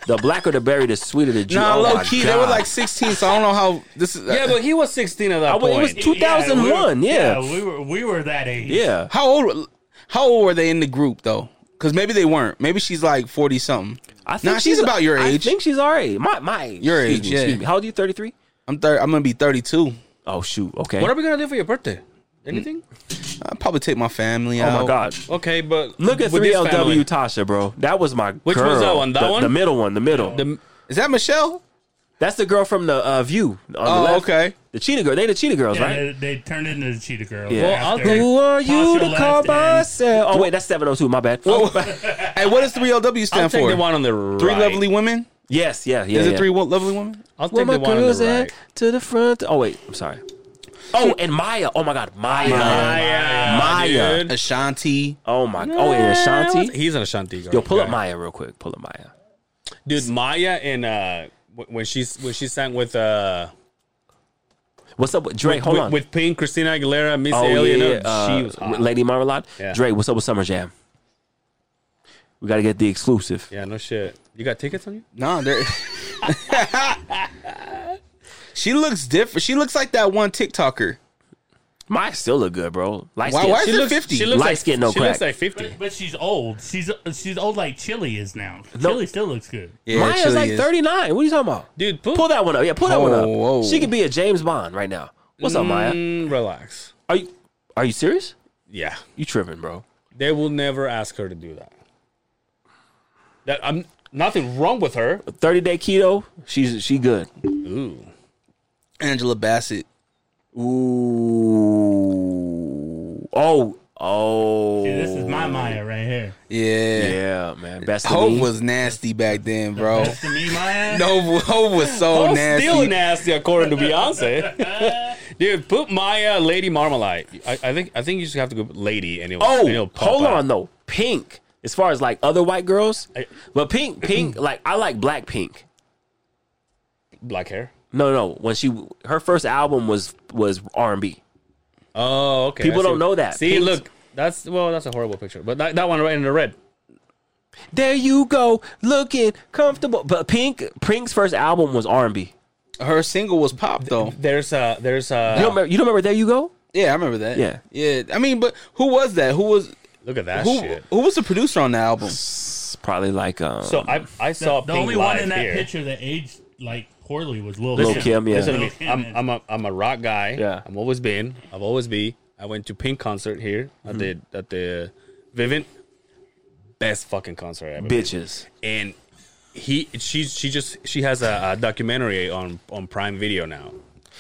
S5: The blacker the berry, the sweeter the juice.
S4: Nah,
S5: oh
S4: low
S5: my
S4: key,
S5: God.
S4: they were like 16, so I don't know how this is. uh,
S2: Yeah, but he was 16 at that
S5: I
S2: point.
S5: was- Oh, it was two thousand one. Yeah,
S3: we were we were that age.
S5: yeah.
S4: How old? How old were they in the group though? Because maybe they weren't. Maybe she's like forty something.
S5: I think
S4: Nah, she's, about your
S5: I
S4: age.
S5: think she's all right. My my age.
S4: Your
S5: Excuse me,
S4: age, yeah.
S5: Excuse me. How old are you? Thirty three.
S4: I'm thir- I'm gonna be thirty two.
S5: Oh shoot. Okay.
S2: What are we gonna do for your birthday? Anything?
S4: I'll probably take my family
S5: oh
S4: out.
S5: my god.
S2: Okay, but
S5: Look at
S2: with
S5: three
S2: this
S5: LW
S2: family-
S5: Tasha, bro. That was my
S2: Which
S5: girl.
S2: one's that one? That
S5: the,
S2: one?
S5: The middle one. The middle.
S2: The,
S4: Is that Michelle?
S5: That's the girl from the uh, View. On the
S4: Oh,
S5: left.
S4: okay.
S5: The cheetah girl. They the cheetah girls,
S3: Yeah,
S5: right?
S3: they, they turned into the cheetah girl.
S5: Yeah. Well,
S2: I'll
S3: after
S2: take-
S5: Who are you
S3: Tasha
S5: to
S3: left
S5: call
S3: and-
S5: myself? Oh wait, that's seven oh two. My bad.
S4: Hey, what does three LW stand
S2: I'll take
S4: for?
S2: the one on the right.
S4: three lovely women.
S5: yes, yeah, yeah.
S4: Is
S5: yeah.
S4: it three wo- lovely women?
S2: I'll take
S5: Where my
S2: the one on
S5: girls
S2: the
S5: at?
S2: right.
S5: To the front. Oh wait, I'm sorry. Oh, and Maya. Oh my God, Maya.
S2: Maya,
S5: Maya.
S2: dude.
S4: Ashanti.
S5: Oh my. Oh, and Ashanti.
S2: He's an Ashanti girl.
S5: Yo, pull up
S2: Yeah.
S5: Maya real quick. Pull up Maya.
S2: dude. Maya and uh, wh- when she's when she sang with uh,
S5: What's up with Dre? Hold
S2: with,
S5: on.
S2: with Pink, Christina Aguilera, Miss
S5: oh
S2: Elliott,
S5: yeah,
S2: uh,
S5: uh,
S2: she was hot.
S5: Lady Marmalade.
S2: Yeah.
S5: Dre, what's up with Summer Jam? We gotta get the exclusive.
S2: Yeah, no shit. You got tickets on you?
S4: No, they're. she looks different. She looks like that one TikToker.
S5: Maya still look good, bro. Light
S4: Why-
S5: skin.
S4: why is
S5: She
S4: it
S5: looks-
S4: 50?
S5: She looks Light
S2: like
S5: skin, no
S2: she
S5: crack.
S2: looks like fifty.
S3: But, but she's old. She's she's old like Chili is now.
S5: No.
S3: Chili still looks good.
S4: Yeah,
S5: Maya's
S4: Chili
S5: like
S4: is.
S5: 39. What are you talking about?
S2: Dude, pull,
S5: Pull that one up. Yeah, pull that one up.
S4: Oh, whoa.
S5: She could be a James Bond right now. What's up, Maya?
S2: Mm, relax.
S5: Are you are you serious?
S2: Yeah,
S5: You tripping, bro.
S2: they will never ask her to do that. That I'm nothing wrong with her.
S5: 30 day keto, she's she good.
S2: Ooh,
S4: Angela Bassett.
S5: Ooh. Oh. Oh.
S3: Dude, this is my Maya right here.
S4: Yeah.
S5: Yeah, man. Best of
S4: Hope
S5: me.
S4: was nasty back then, bro.
S3: That's to me, Maya.
S4: No, Hope was so
S2: oh,
S4: nasty.
S2: still nasty according to Beyonce. Dude, put Maya, Lady Marmalade. I, I think I think you just have to go with Lady anyway.
S5: Oh, hold on though. Pink, as far as like other white girls,
S2: I-
S5: but pink, pink, like I like black pink.
S2: Black hair.
S5: No, no. When she her first album was was R and B.
S2: Oh, okay.
S5: People
S2: I see.
S5: don't know that.
S2: See,
S5: Pink's-
S2: look, that's well, that's a horrible picture. But that, that one right in the red.
S5: There you go, looking comfortable. But Pink, Pink's first album was R and B.
S4: Her single was pop though.
S2: There's a there's uh, a
S5: You don't remember? You don't remember? There you go.
S4: Yeah, I remember that.
S5: Yeah.
S4: yeah. I mean, but who was that? Who was
S2: look at that
S4: who?
S2: shit.
S4: Who was the producer on the album?
S5: It's probably like um,
S2: So I I saw
S3: the
S2: Pink
S3: only one
S2: live
S3: in that
S2: here.
S3: picture that aged like poorly was Lil,
S5: Lil
S3: Kim.
S5: Kim. Yeah.
S2: Listen to
S3: Yeah.
S2: me. I'm I'm a I'm a rock guy.
S5: Yeah.
S2: I'm always been. I've always be. I went to Pink concert here. I
S5: Mm-hmm.
S2: did at the Vivint. Best fucking concert ever.
S5: Bitches.
S2: And he she she just she has a, a documentary on on Prime Video now.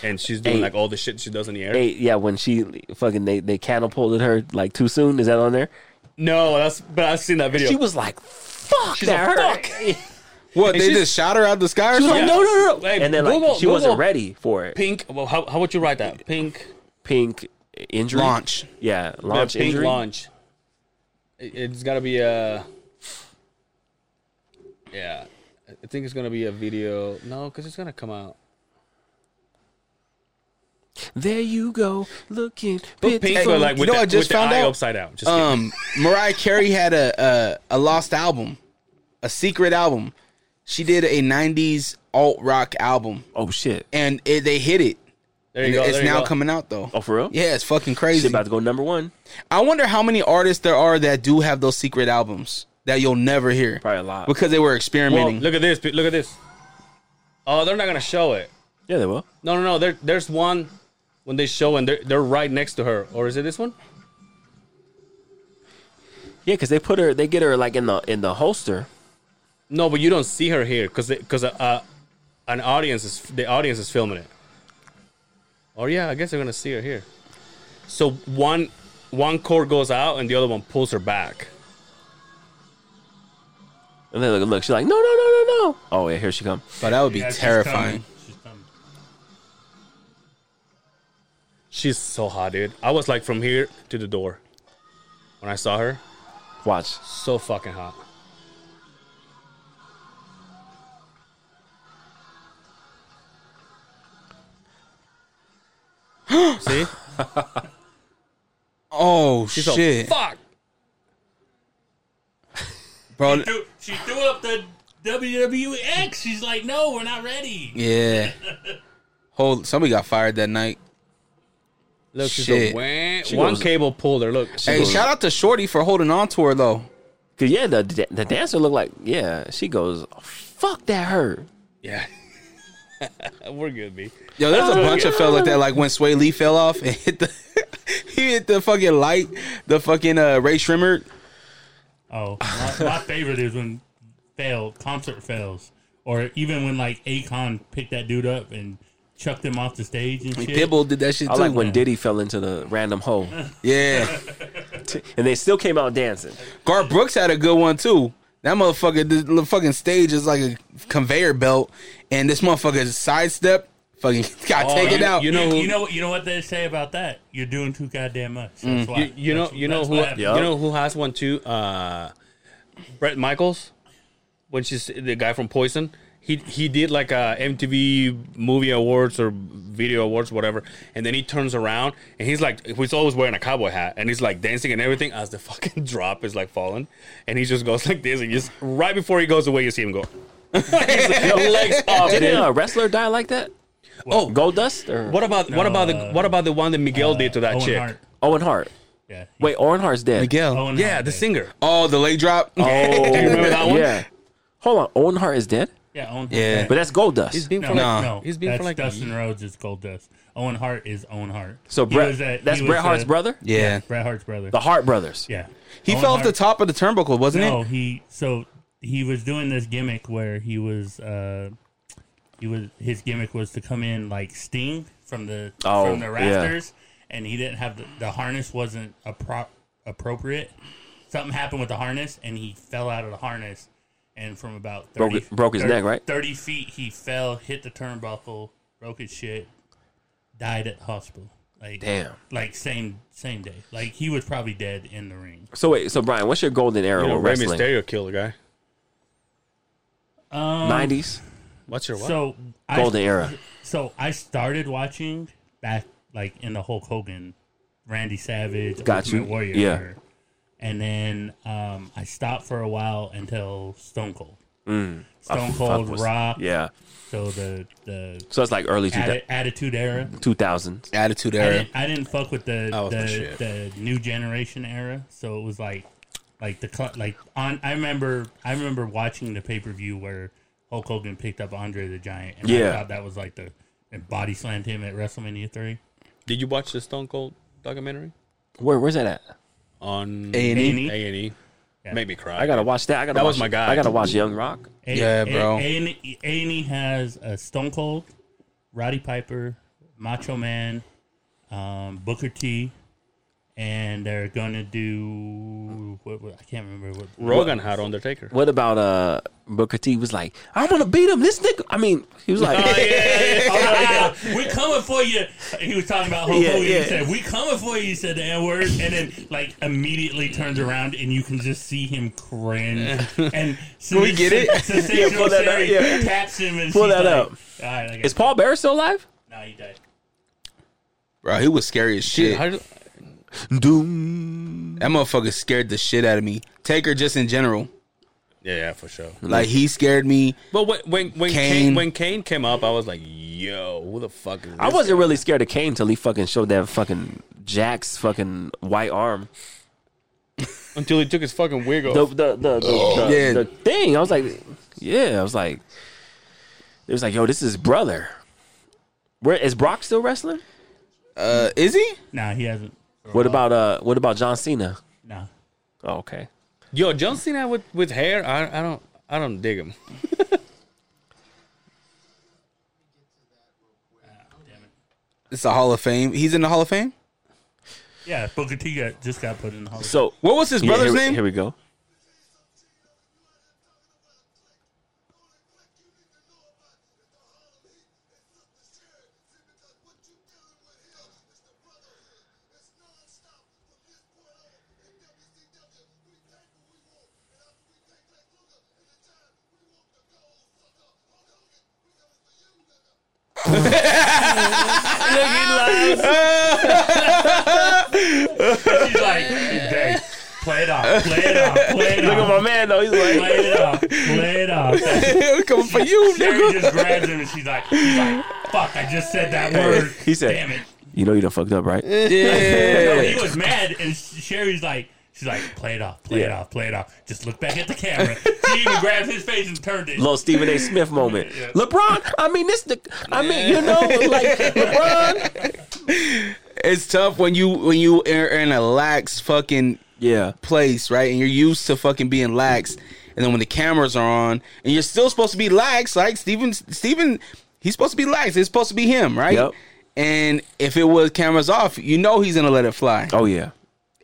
S2: And she's doing
S5: Hey.
S2: like all the shit she does in the air.
S5: Hey, yeah, when she fucking they they catapulted her like too soon. Is that on there?
S2: No, that's but I've seen that video.
S5: She was like, "Fuck
S2: She's
S5: that
S2: a
S5: hurt."
S4: What they
S2: she's-
S4: just shot her out the sky or
S5: She was like,
S4: something?
S5: "No,
S2: Yeah.
S5: no, no,"
S2: Hey,
S5: and then like
S2: Google-
S5: she wasn't
S2: Google.
S5: ready for it.
S2: Pink. Well, how how would you write that? Pink.
S5: pink injury
S4: Launch.
S5: Yeah, launch
S2: the pink
S5: injury.
S2: launch. It, it's gotta be a. Yeah, I think it's gonna be a video. No, because it's gonna come out.
S5: There you go, looking
S2: But pink,
S5: beautiful.
S2: but like
S4: you
S2: with,
S4: know
S2: the,
S4: what I just
S2: with
S4: found
S2: the eye
S4: out?
S2: upside down. Just kidding.
S4: Um, Mariah Carey had a, a a lost album, a secret album. She did a '90s alt rock album,
S5: oh shit.
S4: and it, they hit it.
S2: There you
S4: And
S2: go,
S4: Um, It's
S2: there you
S4: now
S2: go.
S4: coming out though.
S5: Oh, for real?
S4: Yeah, it's fucking
S5: Shit
S4: crazy.
S5: about to go number one.
S4: I wonder how many artists there are that do have those secret albums that you'll never hear
S5: Probably a lot.
S4: because they were
S2: Whoa,
S4: experimenting.
S2: look at this. Look at this. Oh, they're not gonna show it.
S5: Yeah, they will.
S2: No, no, no. There, there's one when they show and they're, they're right next to her. Or is it this one?
S5: Yeah, because they put her, they get her like in the in the holster.
S2: No, but you don't see her here because because uh, an audience is the audience is filming it. Or yeah, I guess they're gonna see her here. So one one cord goes out and the other one pulls her back.
S5: And then look, look, she's like, no, no, no, no, no. Oh yeah, here she come.
S4: but that would be
S3: Yeah, she's
S4: terrifying.
S3: coming. She's coming.
S2: She's so hot, dude. I was like from here to the door when I saw her.
S5: Watch.
S2: So fucking hot. See?
S4: Oh
S2: She's
S4: shit,
S2: so fuck.
S4: bro.
S3: Dude, she threw up the WWX. She's like, no, we're not ready.
S4: Yeah. Hold. Somebody got fired that night.
S2: Look, she's
S4: Shit.
S2: a wah-
S5: She
S2: one
S5: goes-
S2: cable pulled her. Look,
S4: Hey, shout out to Shorty for holding on to her though.
S5: Cause yeah, the the dancer looked like yeah. She goes, fuck that hurt.
S2: yeah, we're good, B.
S4: Yo, there's a bunch of fellas that like when Sway Lee fell off and hit the he hit the fucking light, the fucking uh, Ray Shrimmer.
S3: Oh, my, my favorite is when fail concert fails, or even when like Akon picked that dude up and chucked him off the stage and shit.
S4: Pitbull did that shit
S5: I
S4: too.
S5: like when Diddy fell into the random hole,
S4: yeah,
S5: and they still came out dancing.
S4: Gar Brooks had a good one too. That motherfucker, the little fucking stage is like a conveyor belt, and this motherfucker sidestep, fucking got
S2: Oh,
S4: taken
S2: you-
S4: out.
S2: You know who?
S3: you know, you know what they say about that. You're doing too goddamn much. That's why.
S2: Mm. You, you know,
S3: That's-
S2: you know
S3: that's
S2: who,
S3: what happened.
S2: you know who has one too. Uh, Brett Michaels, when she's the guy from Poison. He he did like a MTV Movie Awards or Video Awards, whatever. And then he turns around and he's like, he's always wearing a cowboy hat and he's like dancing and everything as the fucking drop is like falling, and he just goes like this and just right before he goes away, you see him go. His legs off,
S5: Didn't
S2: dude.
S5: a wrestler die like that?
S3: Oh,
S5: Gold Dust or
S2: What about what about the
S3: No, uh,
S2: what about the one that Miguel did to that
S3: Owen
S2: chick?
S3: Hart.
S5: Owen Hart?
S3: Yeah.
S5: Wait, Owen Hart's dead.
S4: Miguel.
S3: Owen
S2: Yeah,
S3: Hart
S2: the
S3: did.
S2: singer.
S4: Oh, the leg drop.
S5: Oh,
S2: remember that one?
S5: Yeah. Hold on, Owen Hart is dead,
S3: Yeah, Owen Hart.
S4: Yeah.
S5: but that's Gold Dust.
S2: He's been
S3: No,
S2: for
S4: Nah.
S2: like,
S3: no,
S2: he's been
S3: that's
S2: for like
S3: Dustin Rhodes is Gold Dust. Owen Hart is Owen Hart.
S5: so
S3: He
S5: Bret,
S3: was a-
S5: that's
S3: he
S5: Bret
S3: was
S5: Hart's
S3: a-
S5: brother,
S4: yeah,
S3: Bret Hart's brother.
S5: the Hart brothers.
S3: yeah,
S4: he
S3: Owen
S4: fell off the
S3: Hart-
S4: top of the turnbuckle, wasn't
S3: No,
S4: it?
S3: he so he was doing this gimmick where he was uh he was his gimmick was to come in like Sting from the
S5: Oh,
S3: from the
S5: yeah.
S3: rafters and he didn't have the, the harness wasn't a prop appropriate. Something happened with the harness and he fell out of the harness and from about 30,
S5: Broke it- broke his
S3: 30
S5: neck, right?
S3: 30 feet he fell, hit the turnbuckle, broke his shit, died at the hospital. Like
S5: Damn.
S3: Like same same day. Like he was probably dead in the ring.
S5: So wait, so Brian, what's your golden era
S2: you know,
S5: with
S2: Rey
S5: wrestling?
S2: Mysterio killed the guy.
S5: Nineties,
S2: What's your what?
S3: So I-
S5: golden era.
S3: So I started watching back like in the Hulk Hogan, Randy Savage,
S5: Got
S3: Ultimate
S5: you.
S3: Warrior,
S5: Yeah.
S3: era. And then um, I stopped for a while until Stone Cold, Stone Cold,
S5: Mm. Fuck was-
S3: Rock.
S5: Yeah.
S3: So the the
S5: So it's like early
S3: atti- Attitude Era.
S5: two thousands.
S4: Attitude
S3: I
S4: era.
S3: didn't, I didn't fuck with the
S4: That was my Oh, shit.
S3: the, the new generation era. So it was like like the cl- like on. I remember I remember watching the pay per view where Hulk Hogan picked up Andre the Giant. And
S5: Yeah.
S3: I thought that was like the and body slammed him at WrestleMania three.
S2: Did you watch the Stone Cold documentary
S5: Where where's that at?
S2: on
S4: A and E.
S3: A&E.
S2: A and E? Made me cry.
S5: I gotta watch that. I gotta
S2: That
S5: watch,
S2: was my guy.
S5: I gotta watch Young Rock.
S3: A-
S4: Yeah,
S3: A-
S4: bro.
S3: A&E A&E has a Stone Cold, Roddy Piper, Macho Man, um, Booker T, and they're gonna do what, what I can't remember what
S2: Rogan had Undertaker.
S5: What about uh Booker T was like, I'm gonna beat him. This nigga I mean, he was like
S2: Oh,
S3: Ah, we coming for you. He was talking about Hulk
S5: Yeah,
S3: Hogan.
S5: yeah.
S3: He said, "We coming for you." He said the N word, and then like immediately turns around, and you can just see him cringe. And so
S4: we get it?
S3: Sensational
S5: Yeah, pull that
S3: Sherry
S5: out, yeah.
S3: taps him and
S5: Pull
S3: she's
S5: that
S3: like,
S5: out.
S3: All right, I got
S5: Is Paul Bear still alive?
S3: No, he died.
S4: Bro, he was scary as shit.
S2: How do-
S5: Doom.
S4: That motherfucker scared the shit out of me. Taker just in general.
S2: Yeah, yeah, for sure.
S4: Like he scared me.
S2: But when when when Kane,
S4: Kane.
S2: when Kane came up, I was like, "Yo, who the fuck is this?"
S5: I wasn't really scared of Kane till he fucking showed that fucking Jack's fucking white arm.
S2: guy?" until he took his fucking wig off.
S5: The the the, the, the,
S4: Yeah.
S5: the thing. I was like, yeah. I was like, it was like, yo, this is his brother. Where is Brock still wrestling?
S4: Uh, is he?
S3: Nah, he hasn't.
S5: What about uh? What about John Cena?
S3: Nah.
S5: Oh, okay.
S2: Yo, John Cena with with hair. I I don't I don't dig him.
S4: It's a Hall of Fame. He's in the Hall of Fame.
S3: Yeah, Booker T got, just got put in the Hall of
S5: So
S4: What was his
S5: yeah,
S4: brother's
S5: here, we-
S4: name?
S5: Here we go.
S3: Fame. He's like, "Hey, play it off, play it off, play it
S5: Look at
S3: off.
S5: my man though. He's like,
S3: Play it off, play it off.
S4: I'm coming for you,
S3: Sherry
S4: nigga.
S3: just grabs him and she's like, she's like, fuck, I just said that word.
S5: He said-
S3: damn it.
S5: you know you done fucked up, right?
S3: No,
S4: Yeah.
S3: he was mad, and Sherry's like, she's like, play it off, play it
S5: Yeah.
S3: off, play it off. Just look back at the camera. She even grabs his face and turned it.
S5: Little Stephen A. Smith moment.
S3: Yeah.
S5: LeBron, I mean this. The, I mean you know like LeBron.
S4: It's tough when you when you are in a lax fucking
S5: Yeah.
S4: place, right? And you're used to fucking being lax, and then when the cameras are on, and you're still supposed to be lax, like Steven Steven, he's supposed to be lax. It's supposed to be him, right?
S5: Yep.
S4: And if it was cameras off, you know he's gonna let it fly.
S5: Oh yeah.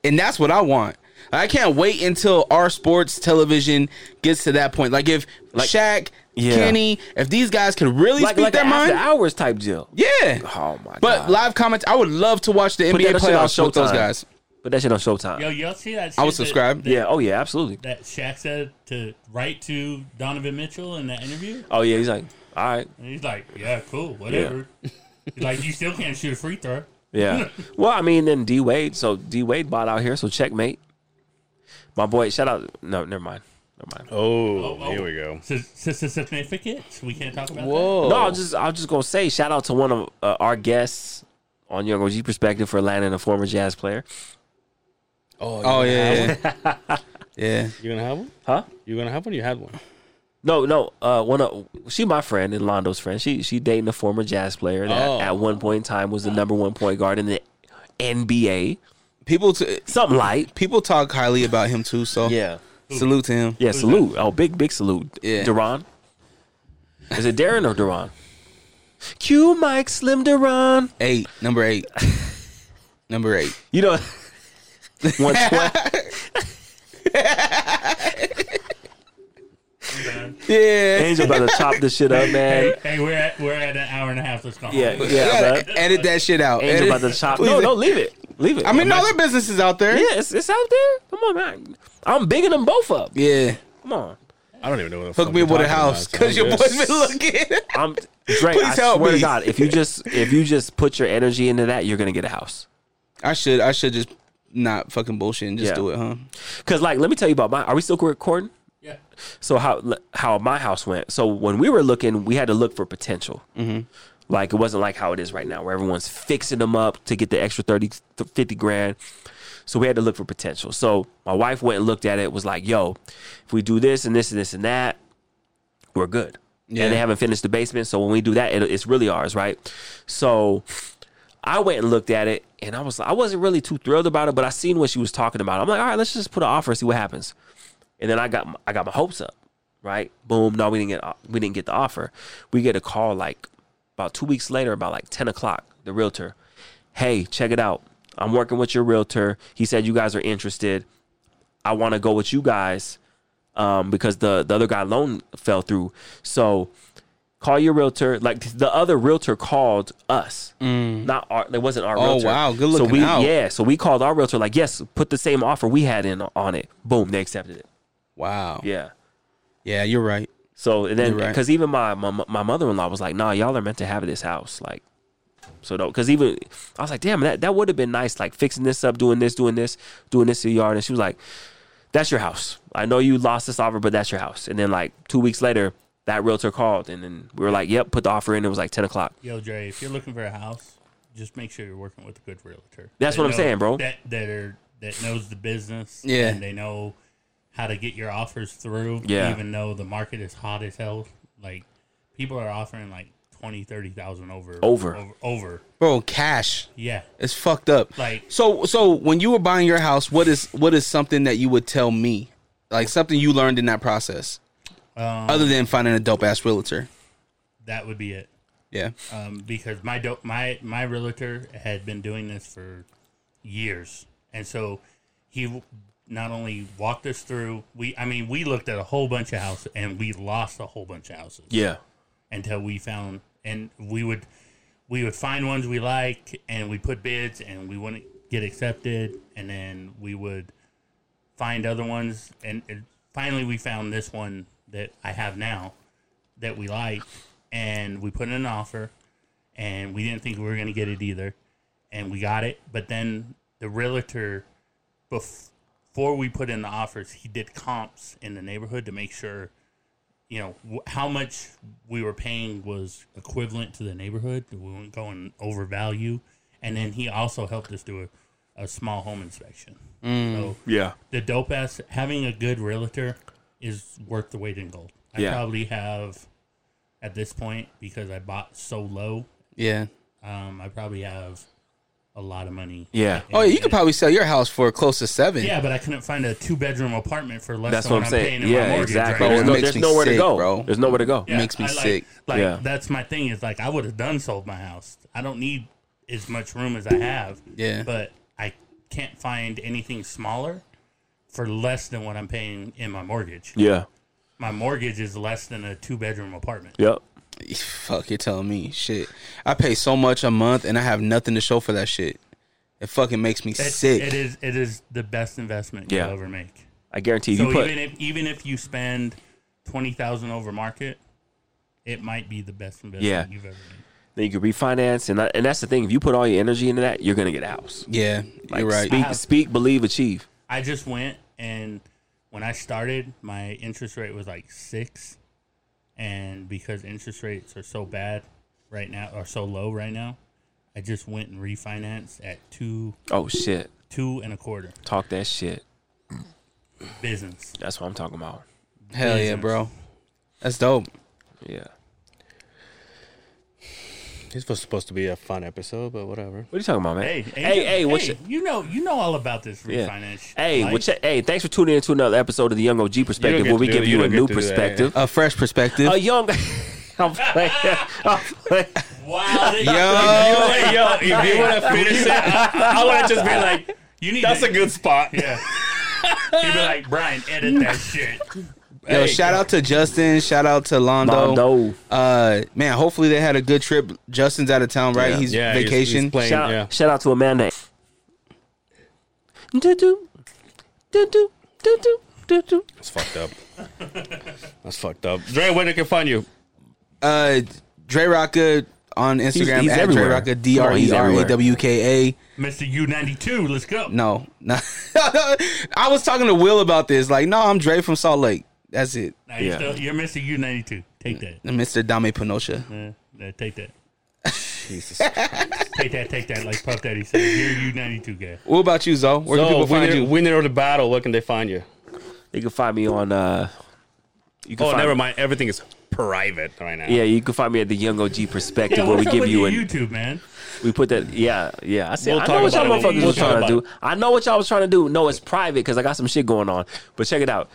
S4: and that's what I want. I can't wait until our sports television gets to that point. Like if Shaq,
S5: Yeah.
S4: Kenny, if these guys could really
S5: Like
S4: speak
S5: like
S4: their
S5: an
S4: mind,
S5: after hours type deal.
S4: yeah.
S5: Oh my
S4: but
S5: god.
S4: live comments, I would love to watch the
S5: yeah,
S4: NBA
S5: that shit on
S4: playoffs with those
S5: Showtime.
S4: guys.
S5: But that shit on Showtime.
S3: Yo, y'all see that? Shit
S4: I would
S3: that-
S4: subscribe.
S3: That,
S5: yeah. Oh yeah. Absolutely.
S3: that Shaq said to write to Donovan Mitchell in that interview,
S5: Oh yeah. He's like, all right.
S3: and he's like, yeah, cool, whatever. He's like, you still can't shoot a free throw.
S5: Yeah. well, I mean, then D Wade. So D Wade bought out here. So checkmate. My boy, shout out. No, never mind. Never mind.
S2: Oh,
S3: Oh, oh.
S2: here we go.
S3: S- s- s- Significant? We can't talk about
S4: Whoa.
S5: No, I was just I was just gonna say shout out to one of uh, our guests on Young OG perspective for landing a former jazz player.
S4: Oh yeah. Yeah. yeah.
S2: You gonna have one?
S5: Huh?
S2: You gonna have one? You had one.
S5: No, no. Uh, one of she my friend and Londo's friend. She she dating a former jazz player that
S2: Oh.
S5: at one point in time was the number one point guard in the NBA.
S4: People t-
S5: Something like
S4: people talk highly about him too, so
S5: yeah,
S4: salute to him.
S5: yeah. Salute. Oh, big big salute.
S4: Yeah.
S5: Duran. Is it Darren or Duran? Q Mike Slim Duran.
S4: Eight, number eight. number eight.
S5: You know, one twenty.
S4: Yeah.
S5: Angel about to chop this shit up, man.
S3: that. Hey, we're at we're at an hour and a half. Let's go.
S5: Yeah,
S4: You
S5: yeah.
S4: gotta
S5: but-
S4: edit that shit out.
S5: Angel
S4: Edit-
S5: about to chop.
S4: Please.
S5: No, no, leave it. Leave it.
S4: I mean, no, their business is out there.
S5: yeah, it's, it's out there. Come on, man. I'm bigging them both up.
S4: yeah.
S5: Come on.
S2: I don't even know what. The
S4: Hook
S2: fuck
S4: me
S2: you're
S4: up with a
S2: talking
S4: house
S2: about, so
S4: because your
S2: I'm
S4: boy
S2: good.
S4: been looking.
S5: I'm Drake.
S4: Please
S5: I
S4: help
S5: swear
S4: me.
S5: to God, if you just if you just put your energy into that, you're gonna get a house.
S4: I should I should just not fucking bullshit and just
S5: Yeah.
S4: do it, huh?
S5: Cause like, let me tell you about my. Are we still recording?
S3: Yeah.
S5: So how how my house went. So when we were looking, we had to look for potential. Like it wasn't like how it is right now, where everyone's fixing them up to get the extra 30, 50 grand. So we had to look for potential. So my wife went and looked at it. Was like, yo, if we do this and this and this and that, we're good.
S4: Yeah.
S5: And they haven't finished the basement, so when we do that, it, it's really ours, right? So I went and looked at it, and I was I wasn't really too thrilled about it, but I seen what she was talking about. I'm like, all right, let's just put an offer, and see what happens. And then I got my, I got my hopes up, right? Boom. No, we didn't get we didn't get the offer. We get a call like about two weeks later, about like ten o'clock. The realtor, hey, check it out. I'm working with your realtor. He said you guys are interested. I want to go with you guys um, because the the other guy loan fell through. So call your realtor. Like the other realtor called us, not our. It wasn't our
S4: Mm. Oh,
S5: realtor.
S4: wow. Good
S5: So
S4: looking
S5: we
S4: out.
S5: yeah. So we called our realtor. Like yes, put the same offer we had in on it. Boom, they accepted it.
S4: Wow. Yeah,
S5: Yeah.
S4: you're right.
S5: So and then
S4: You're right.
S5: because even my my, my mother in law was like, "Nah, y'all are meant to have this house." Like, so don't because even I was like, "Damn, that that would have been nice." Like fixing this up, doing this, doing this, doing this to the yard, and she was like, that's your house. I know you lost this offer, but that's your house. And then like two weeks later, that realtor called, and then we were like, "Yep, put the offer in." It was like ten o'clock.
S3: Yo, Dre, if you're looking for a house, just make sure you're working with a good realtor.
S5: That's what I'm
S3: know-
S5: saying, bro.
S3: That that are that knows the business.
S5: Yeah.
S3: and they know how to get your offers through.
S5: Yeah.
S3: even though the market is hot as hell, like people are offering like twenty, thirty thousand over,
S4: Over.
S3: over, over.
S4: bro. Cash.
S3: Yeah.
S4: it's fucked up.
S3: Like-
S4: so, so when you were buying your house, what is what is something that you would tell me, like something you learned in that process,
S3: Um,
S4: other than finding a dope ass realtor?
S3: that would be it.
S4: Yeah.
S3: Um, because my do- my my realtor had been doing this for years, and so he w- not only walked us through. We I mean we looked at a whole bunch of houses and we lost a whole bunch of houses.
S5: Yeah.
S3: Until we found and we would we would find ones we liked and we put bids and we wouldn't get accepted and then we would find other ones and, and finally we found this one that I have now that we like and we put in an offer and we didn't think we were going to get it either and we got it but then the realtor bef- before we put in the offers he did comps in the neighborhood to make sure you know wh- how much we were paying was equivalent to the neighborhood we weren't going over value and then he also helped us do a, a small home inspection
S5: Mm, yeah.
S3: the dope ass having a good realtor is worth the wait in gold. I
S5: Yeah.
S3: probably have at this point because I bought so low.
S4: Yeah.
S3: Um, I probably have a lot of money.
S4: Oh, yeah, you could probably sell your house for close to seven.
S3: Yeah, but I couldn't find a two bedroom apartment for less
S5: That's
S3: than
S5: what
S3: what
S5: I'm
S3: I'm paying
S5: saying.
S3: in my
S5: Yeah,
S3: mortgage.
S5: exactly. There's,
S3: right now.
S5: no, there's nowhere to go.
S4: bro.
S5: There's nowhere to go.
S3: Yeah, I like- Like
S5: yeah.
S3: that's my thing. Is like I would have done sold my house. I don't need as much room as I have.
S4: Yeah.
S3: But I can't find anything smaller for less than what I'm paying in my mortgage.
S5: Yeah.
S3: My mortgage is less than a two bedroom apartment.
S5: Yep.
S4: Fuck, you're telling me shit. I pay so much a month and I have nothing to show for that shit. It fucking makes me
S3: It-
S4: sick.
S3: It is. It is the best investment
S5: Yeah.
S3: you'll ever make.
S5: I guarantee if
S3: so
S5: you put
S3: even if even if you spend twenty thousand over market, it might be the best investment
S5: Yeah.
S3: you've ever made.
S5: then you can refinance and that, and that's the thing. If you put all your energy into that, you're gonna get a house.
S4: Yeah,
S5: Like,
S4: you're right.
S5: Speak,
S3: I have-
S5: speak, believe, achieve.
S3: I just went and when I started, my interest rate was like six, and because interest rates are so bad right now, are so low right now, I just went and refinanced at two
S5: Oh shit.
S3: two and a quarter
S5: Talk that shit.
S3: business.
S5: That's what I'm talking about.
S4: Hell yeah,
S3: Business.
S4: bro. That's dope.
S5: Yeah.
S2: This was supposed to be a fun episode, but whatever.
S5: What are you talking about, man?
S3: Hey, hey,
S5: hey, hey, what's
S3: hey, you know, you know all about this
S5: Yeah.
S3: refinance.
S5: Hey,
S3: right?
S5: well, check, hey, thanks for tuning in to another episode of the Young OG Perspective,
S2: get
S5: where we
S2: to do
S5: give
S2: that.
S5: you
S2: You
S5: a
S2: don't get
S5: new
S2: to do that.
S5: perspective.
S4: A fresh perspective.
S3: Oh,
S5: A young. I'm playing. I'm playing.
S3: wow, this-
S4: Yo,
S2: Hey, yo, if you want to finish it, I, want to just be like,
S3: you need
S2: that's
S3: to,
S2: a good spot.
S3: yeah. You'd be like, Brian, edit that shit.
S4: yo, shout out to Justin. Shout out to Londo.
S5: Londo.
S4: Uh, man, hopefully they had a good trip. Justin's out of town, right?
S5: Yeah.
S4: He's
S2: Yeah, he's-
S4: vacation.
S2: he's playing.
S5: Shout,
S2: yeah.
S5: shout out to Amanda. Do do do do do do do do.
S2: That's fucked up. That's fucked up. Dre, where they can find you?
S4: uh, Dre Rocka on Instagram
S5: he's
S4: at Dre
S5: everywhere.
S4: Rocka
S5: Come
S4: D R
S5: on, he's
S4: E R A W K A.
S3: Mr. U92, let's go.
S4: No, no. I was talking to Will about this. Like, no, I'm Dre from Salt Lake. That's it.
S3: Now you're,
S5: Yeah.
S3: still, you're Mr. U92. Take that.
S4: And Mr. Dame Pinocha.
S3: Yeah, yeah, take that.
S2: Jesus.
S3: Take that, take that, like Puff Daddy said. You're you 92 guy.
S4: What about you, Zo? Where can
S2: So,
S4: people find
S2: winner,
S4: you?
S2: winner of the battle, where can they find you?
S5: You can find me on. uh you can
S2: Oh,
S5: find
S2: never mind. Everything is private right now.
S5: Yeah, you can find me at the Young OG Perspective, where we give you
S3: your
S5: an
S3: YouTube, man?
S5: We put that. Yeah, yeah. I said.
S2: We'll
S5: I know
S2: talk
S5: what y'all
S2: about it.
S5: motherfuckers
S2: We'll
S5: was
S2: talk
S5: trying to
S2: about
S5: do. I know what y'all was trying to do. No, it's private because I got some shit going on. But check it out.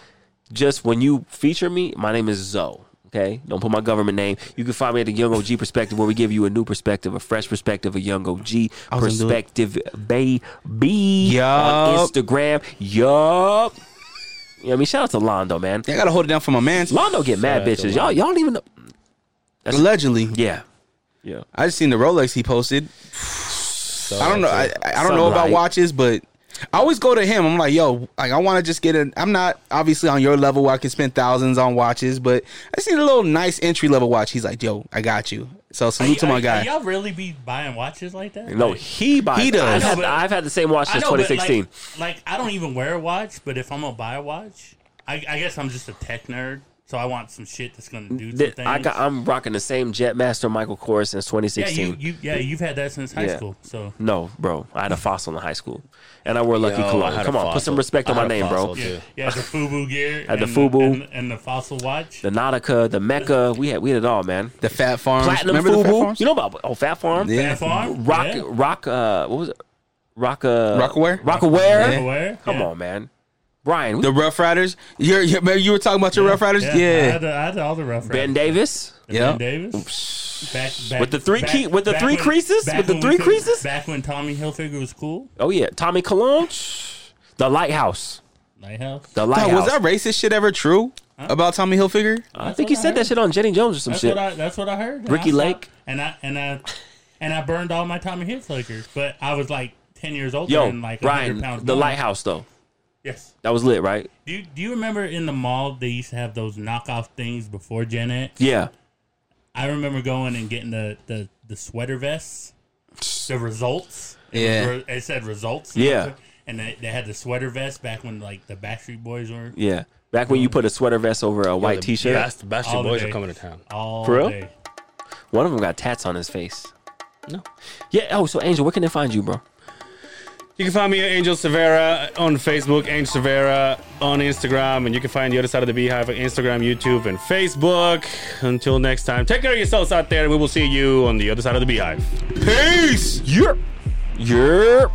S5: Just when you feature me, my name is Zoe. Okay, don't put my government name. You can find me at the Young OG Perspective, where we give you a new perspective, a fresh perspective, a Young OG
S4: I was gonna do
S5: Perspective, baby. On
S4: Yup.
S5: Instagram, yup. Yeah, I mean, shout out to Londo, man.
S4: I gotta hold it down for my man.
S5: Londo get mad
S2: out to
S5: bitches. Y'all, y'all don't even know.
S4: Allegedly,
S5: Yeah,
S4: I just seen the Rolex he posted. I don't know. I, I don't know about
S5: Sunlight.
S4: watches, but I always go to him. I'm like, yo, like I want to just get an. I'm not obviously on your level where I can spend thousands on watches, but I see a little nice entry level watch. He's like, yo, I got you. So salute to my guy.
S3: y'all really be buying watches like that?
S5: No,
S3: Like-
S5: he buys.
S4: He does.
S5: I've
S3: I know,
S5: had,
S3: but-
S5: I've had the same watch
S3: I
S5: since
S3: know, but,
S5: 2016.
S3: Like, like, I don't even wear a watch, but if I'm gonna buy a watch, I, I guess I'm just a tech nerd, so I want some shit that's gonna do some
S5: Th-
S3: things.
S5: I got, I'm rocking the same Jetmaster Michael Kors since
S3: yeah,
S5: 2016.
S3: you, you yeah, you've had that since high
S5: Yeah.
S3: school, so
S5: No, bro. I had a fossil in high school, and I wore Lucky
S2: Yo, I
S5: Cologne.
S2: had a
S5: Come on, put
S2: Fossil.
S5: some respect on
S2: I
S5: my
S2: had a
S5: name, bro.
S2: Fossil, too.
S3: yeah, yeah, the Fubu gear,
S5: Had the
S3: and
S5: Fubu.
S3: and, and the Fossil watch.
S5: The Nautica, the Mecca, we had we had it all, man.
S4: The Fat Farms.
S5: Platinum
S4: Remember the Fat
S5: Fubu,
S4: Farms?
S5: you know about oh Fat Farm,
S4: Yeah.
S3: That farm,
S5: Rock
S3: yeah.
S5: Rock. Uh, what was it? Rock. Uh,
S4: Rockaware?
S5: Rockaware.
S4: Yeah.
S3: Aware,
S5: Come
S3: yeah.
S5: on, man. Brian, we-
S4: The Rough Riders. You're, you remember you were talking about your Rough Riders? Yeah.
S3: I had, the- I had all the rough
S5: Ben
S3: riders.
S5: Davis.
S4: Yeah.
S3: Ben Davis. Back, back,
S5: With the three
S3: back-
S5: key- with the
S3: back
S5: three
S3: when-
S5: creases?
S3: back
S5: With the
S3: when
S5: three
S3: we could-
S5: creases?
S3: Back when Tommy Hilfiger was cool,
S5: Oh yeah, Tommy Cologne. The Lighthouse.
S3: Lighthouse.
S5: The
S4: Dog,
S5: Lighthouse.
S4: was that racist shit ever true about Tommy Hilfiger?
S3: Uh-huh.
S5: I think he said that shit on Jenny Jones or some
S3: That's
S5: shit.
S3: what I. That's what I heard. And
S5: Ricky
S3: I saw-
S5: Lake.
S3: And I and I and I burned all my Tommy Hilfiger, but I was like ten years old.
S5: Yo,
S3: and like
S5: Brian,
S3: 100 pounds
S5: the
S3: gone.
S5: Lighthouse though.
S3: Yes.
S5: That was lit, right?
S3: Do you, Do you remember in the mall they used to have those knockoff things before Gen X?
S5: Yeah.
S3: I remember going and getting the the, the sweater vests, the results. It was
S4: Yeah.
S3: re- it said results.
S5: Yeah.
S3: And they, they had the sweater vest back when like the Backstreet Boys were
S5: Yeah. Back when you put a sweater vest over a white
S2: The
S5: t-shirt,
S2: Bast- Bastard
S3: All
S2: boys
S3: day.
S2: are coming to town.
S3: all
S5: For real?
S3: day.
S5: one of them got tats on his face. No. Yeah. Oh, so Angel, where can they find you, bro?
S2: You can find me at Angel Severa on Facebook, Angel Severa on Instagram, and you can find the other side of the beehive on Instagram, YouTube, and Facebook. Until next time, take care of yourselves out there. We will see you on the other side of the beehive.
S5: Peace. You're. You're.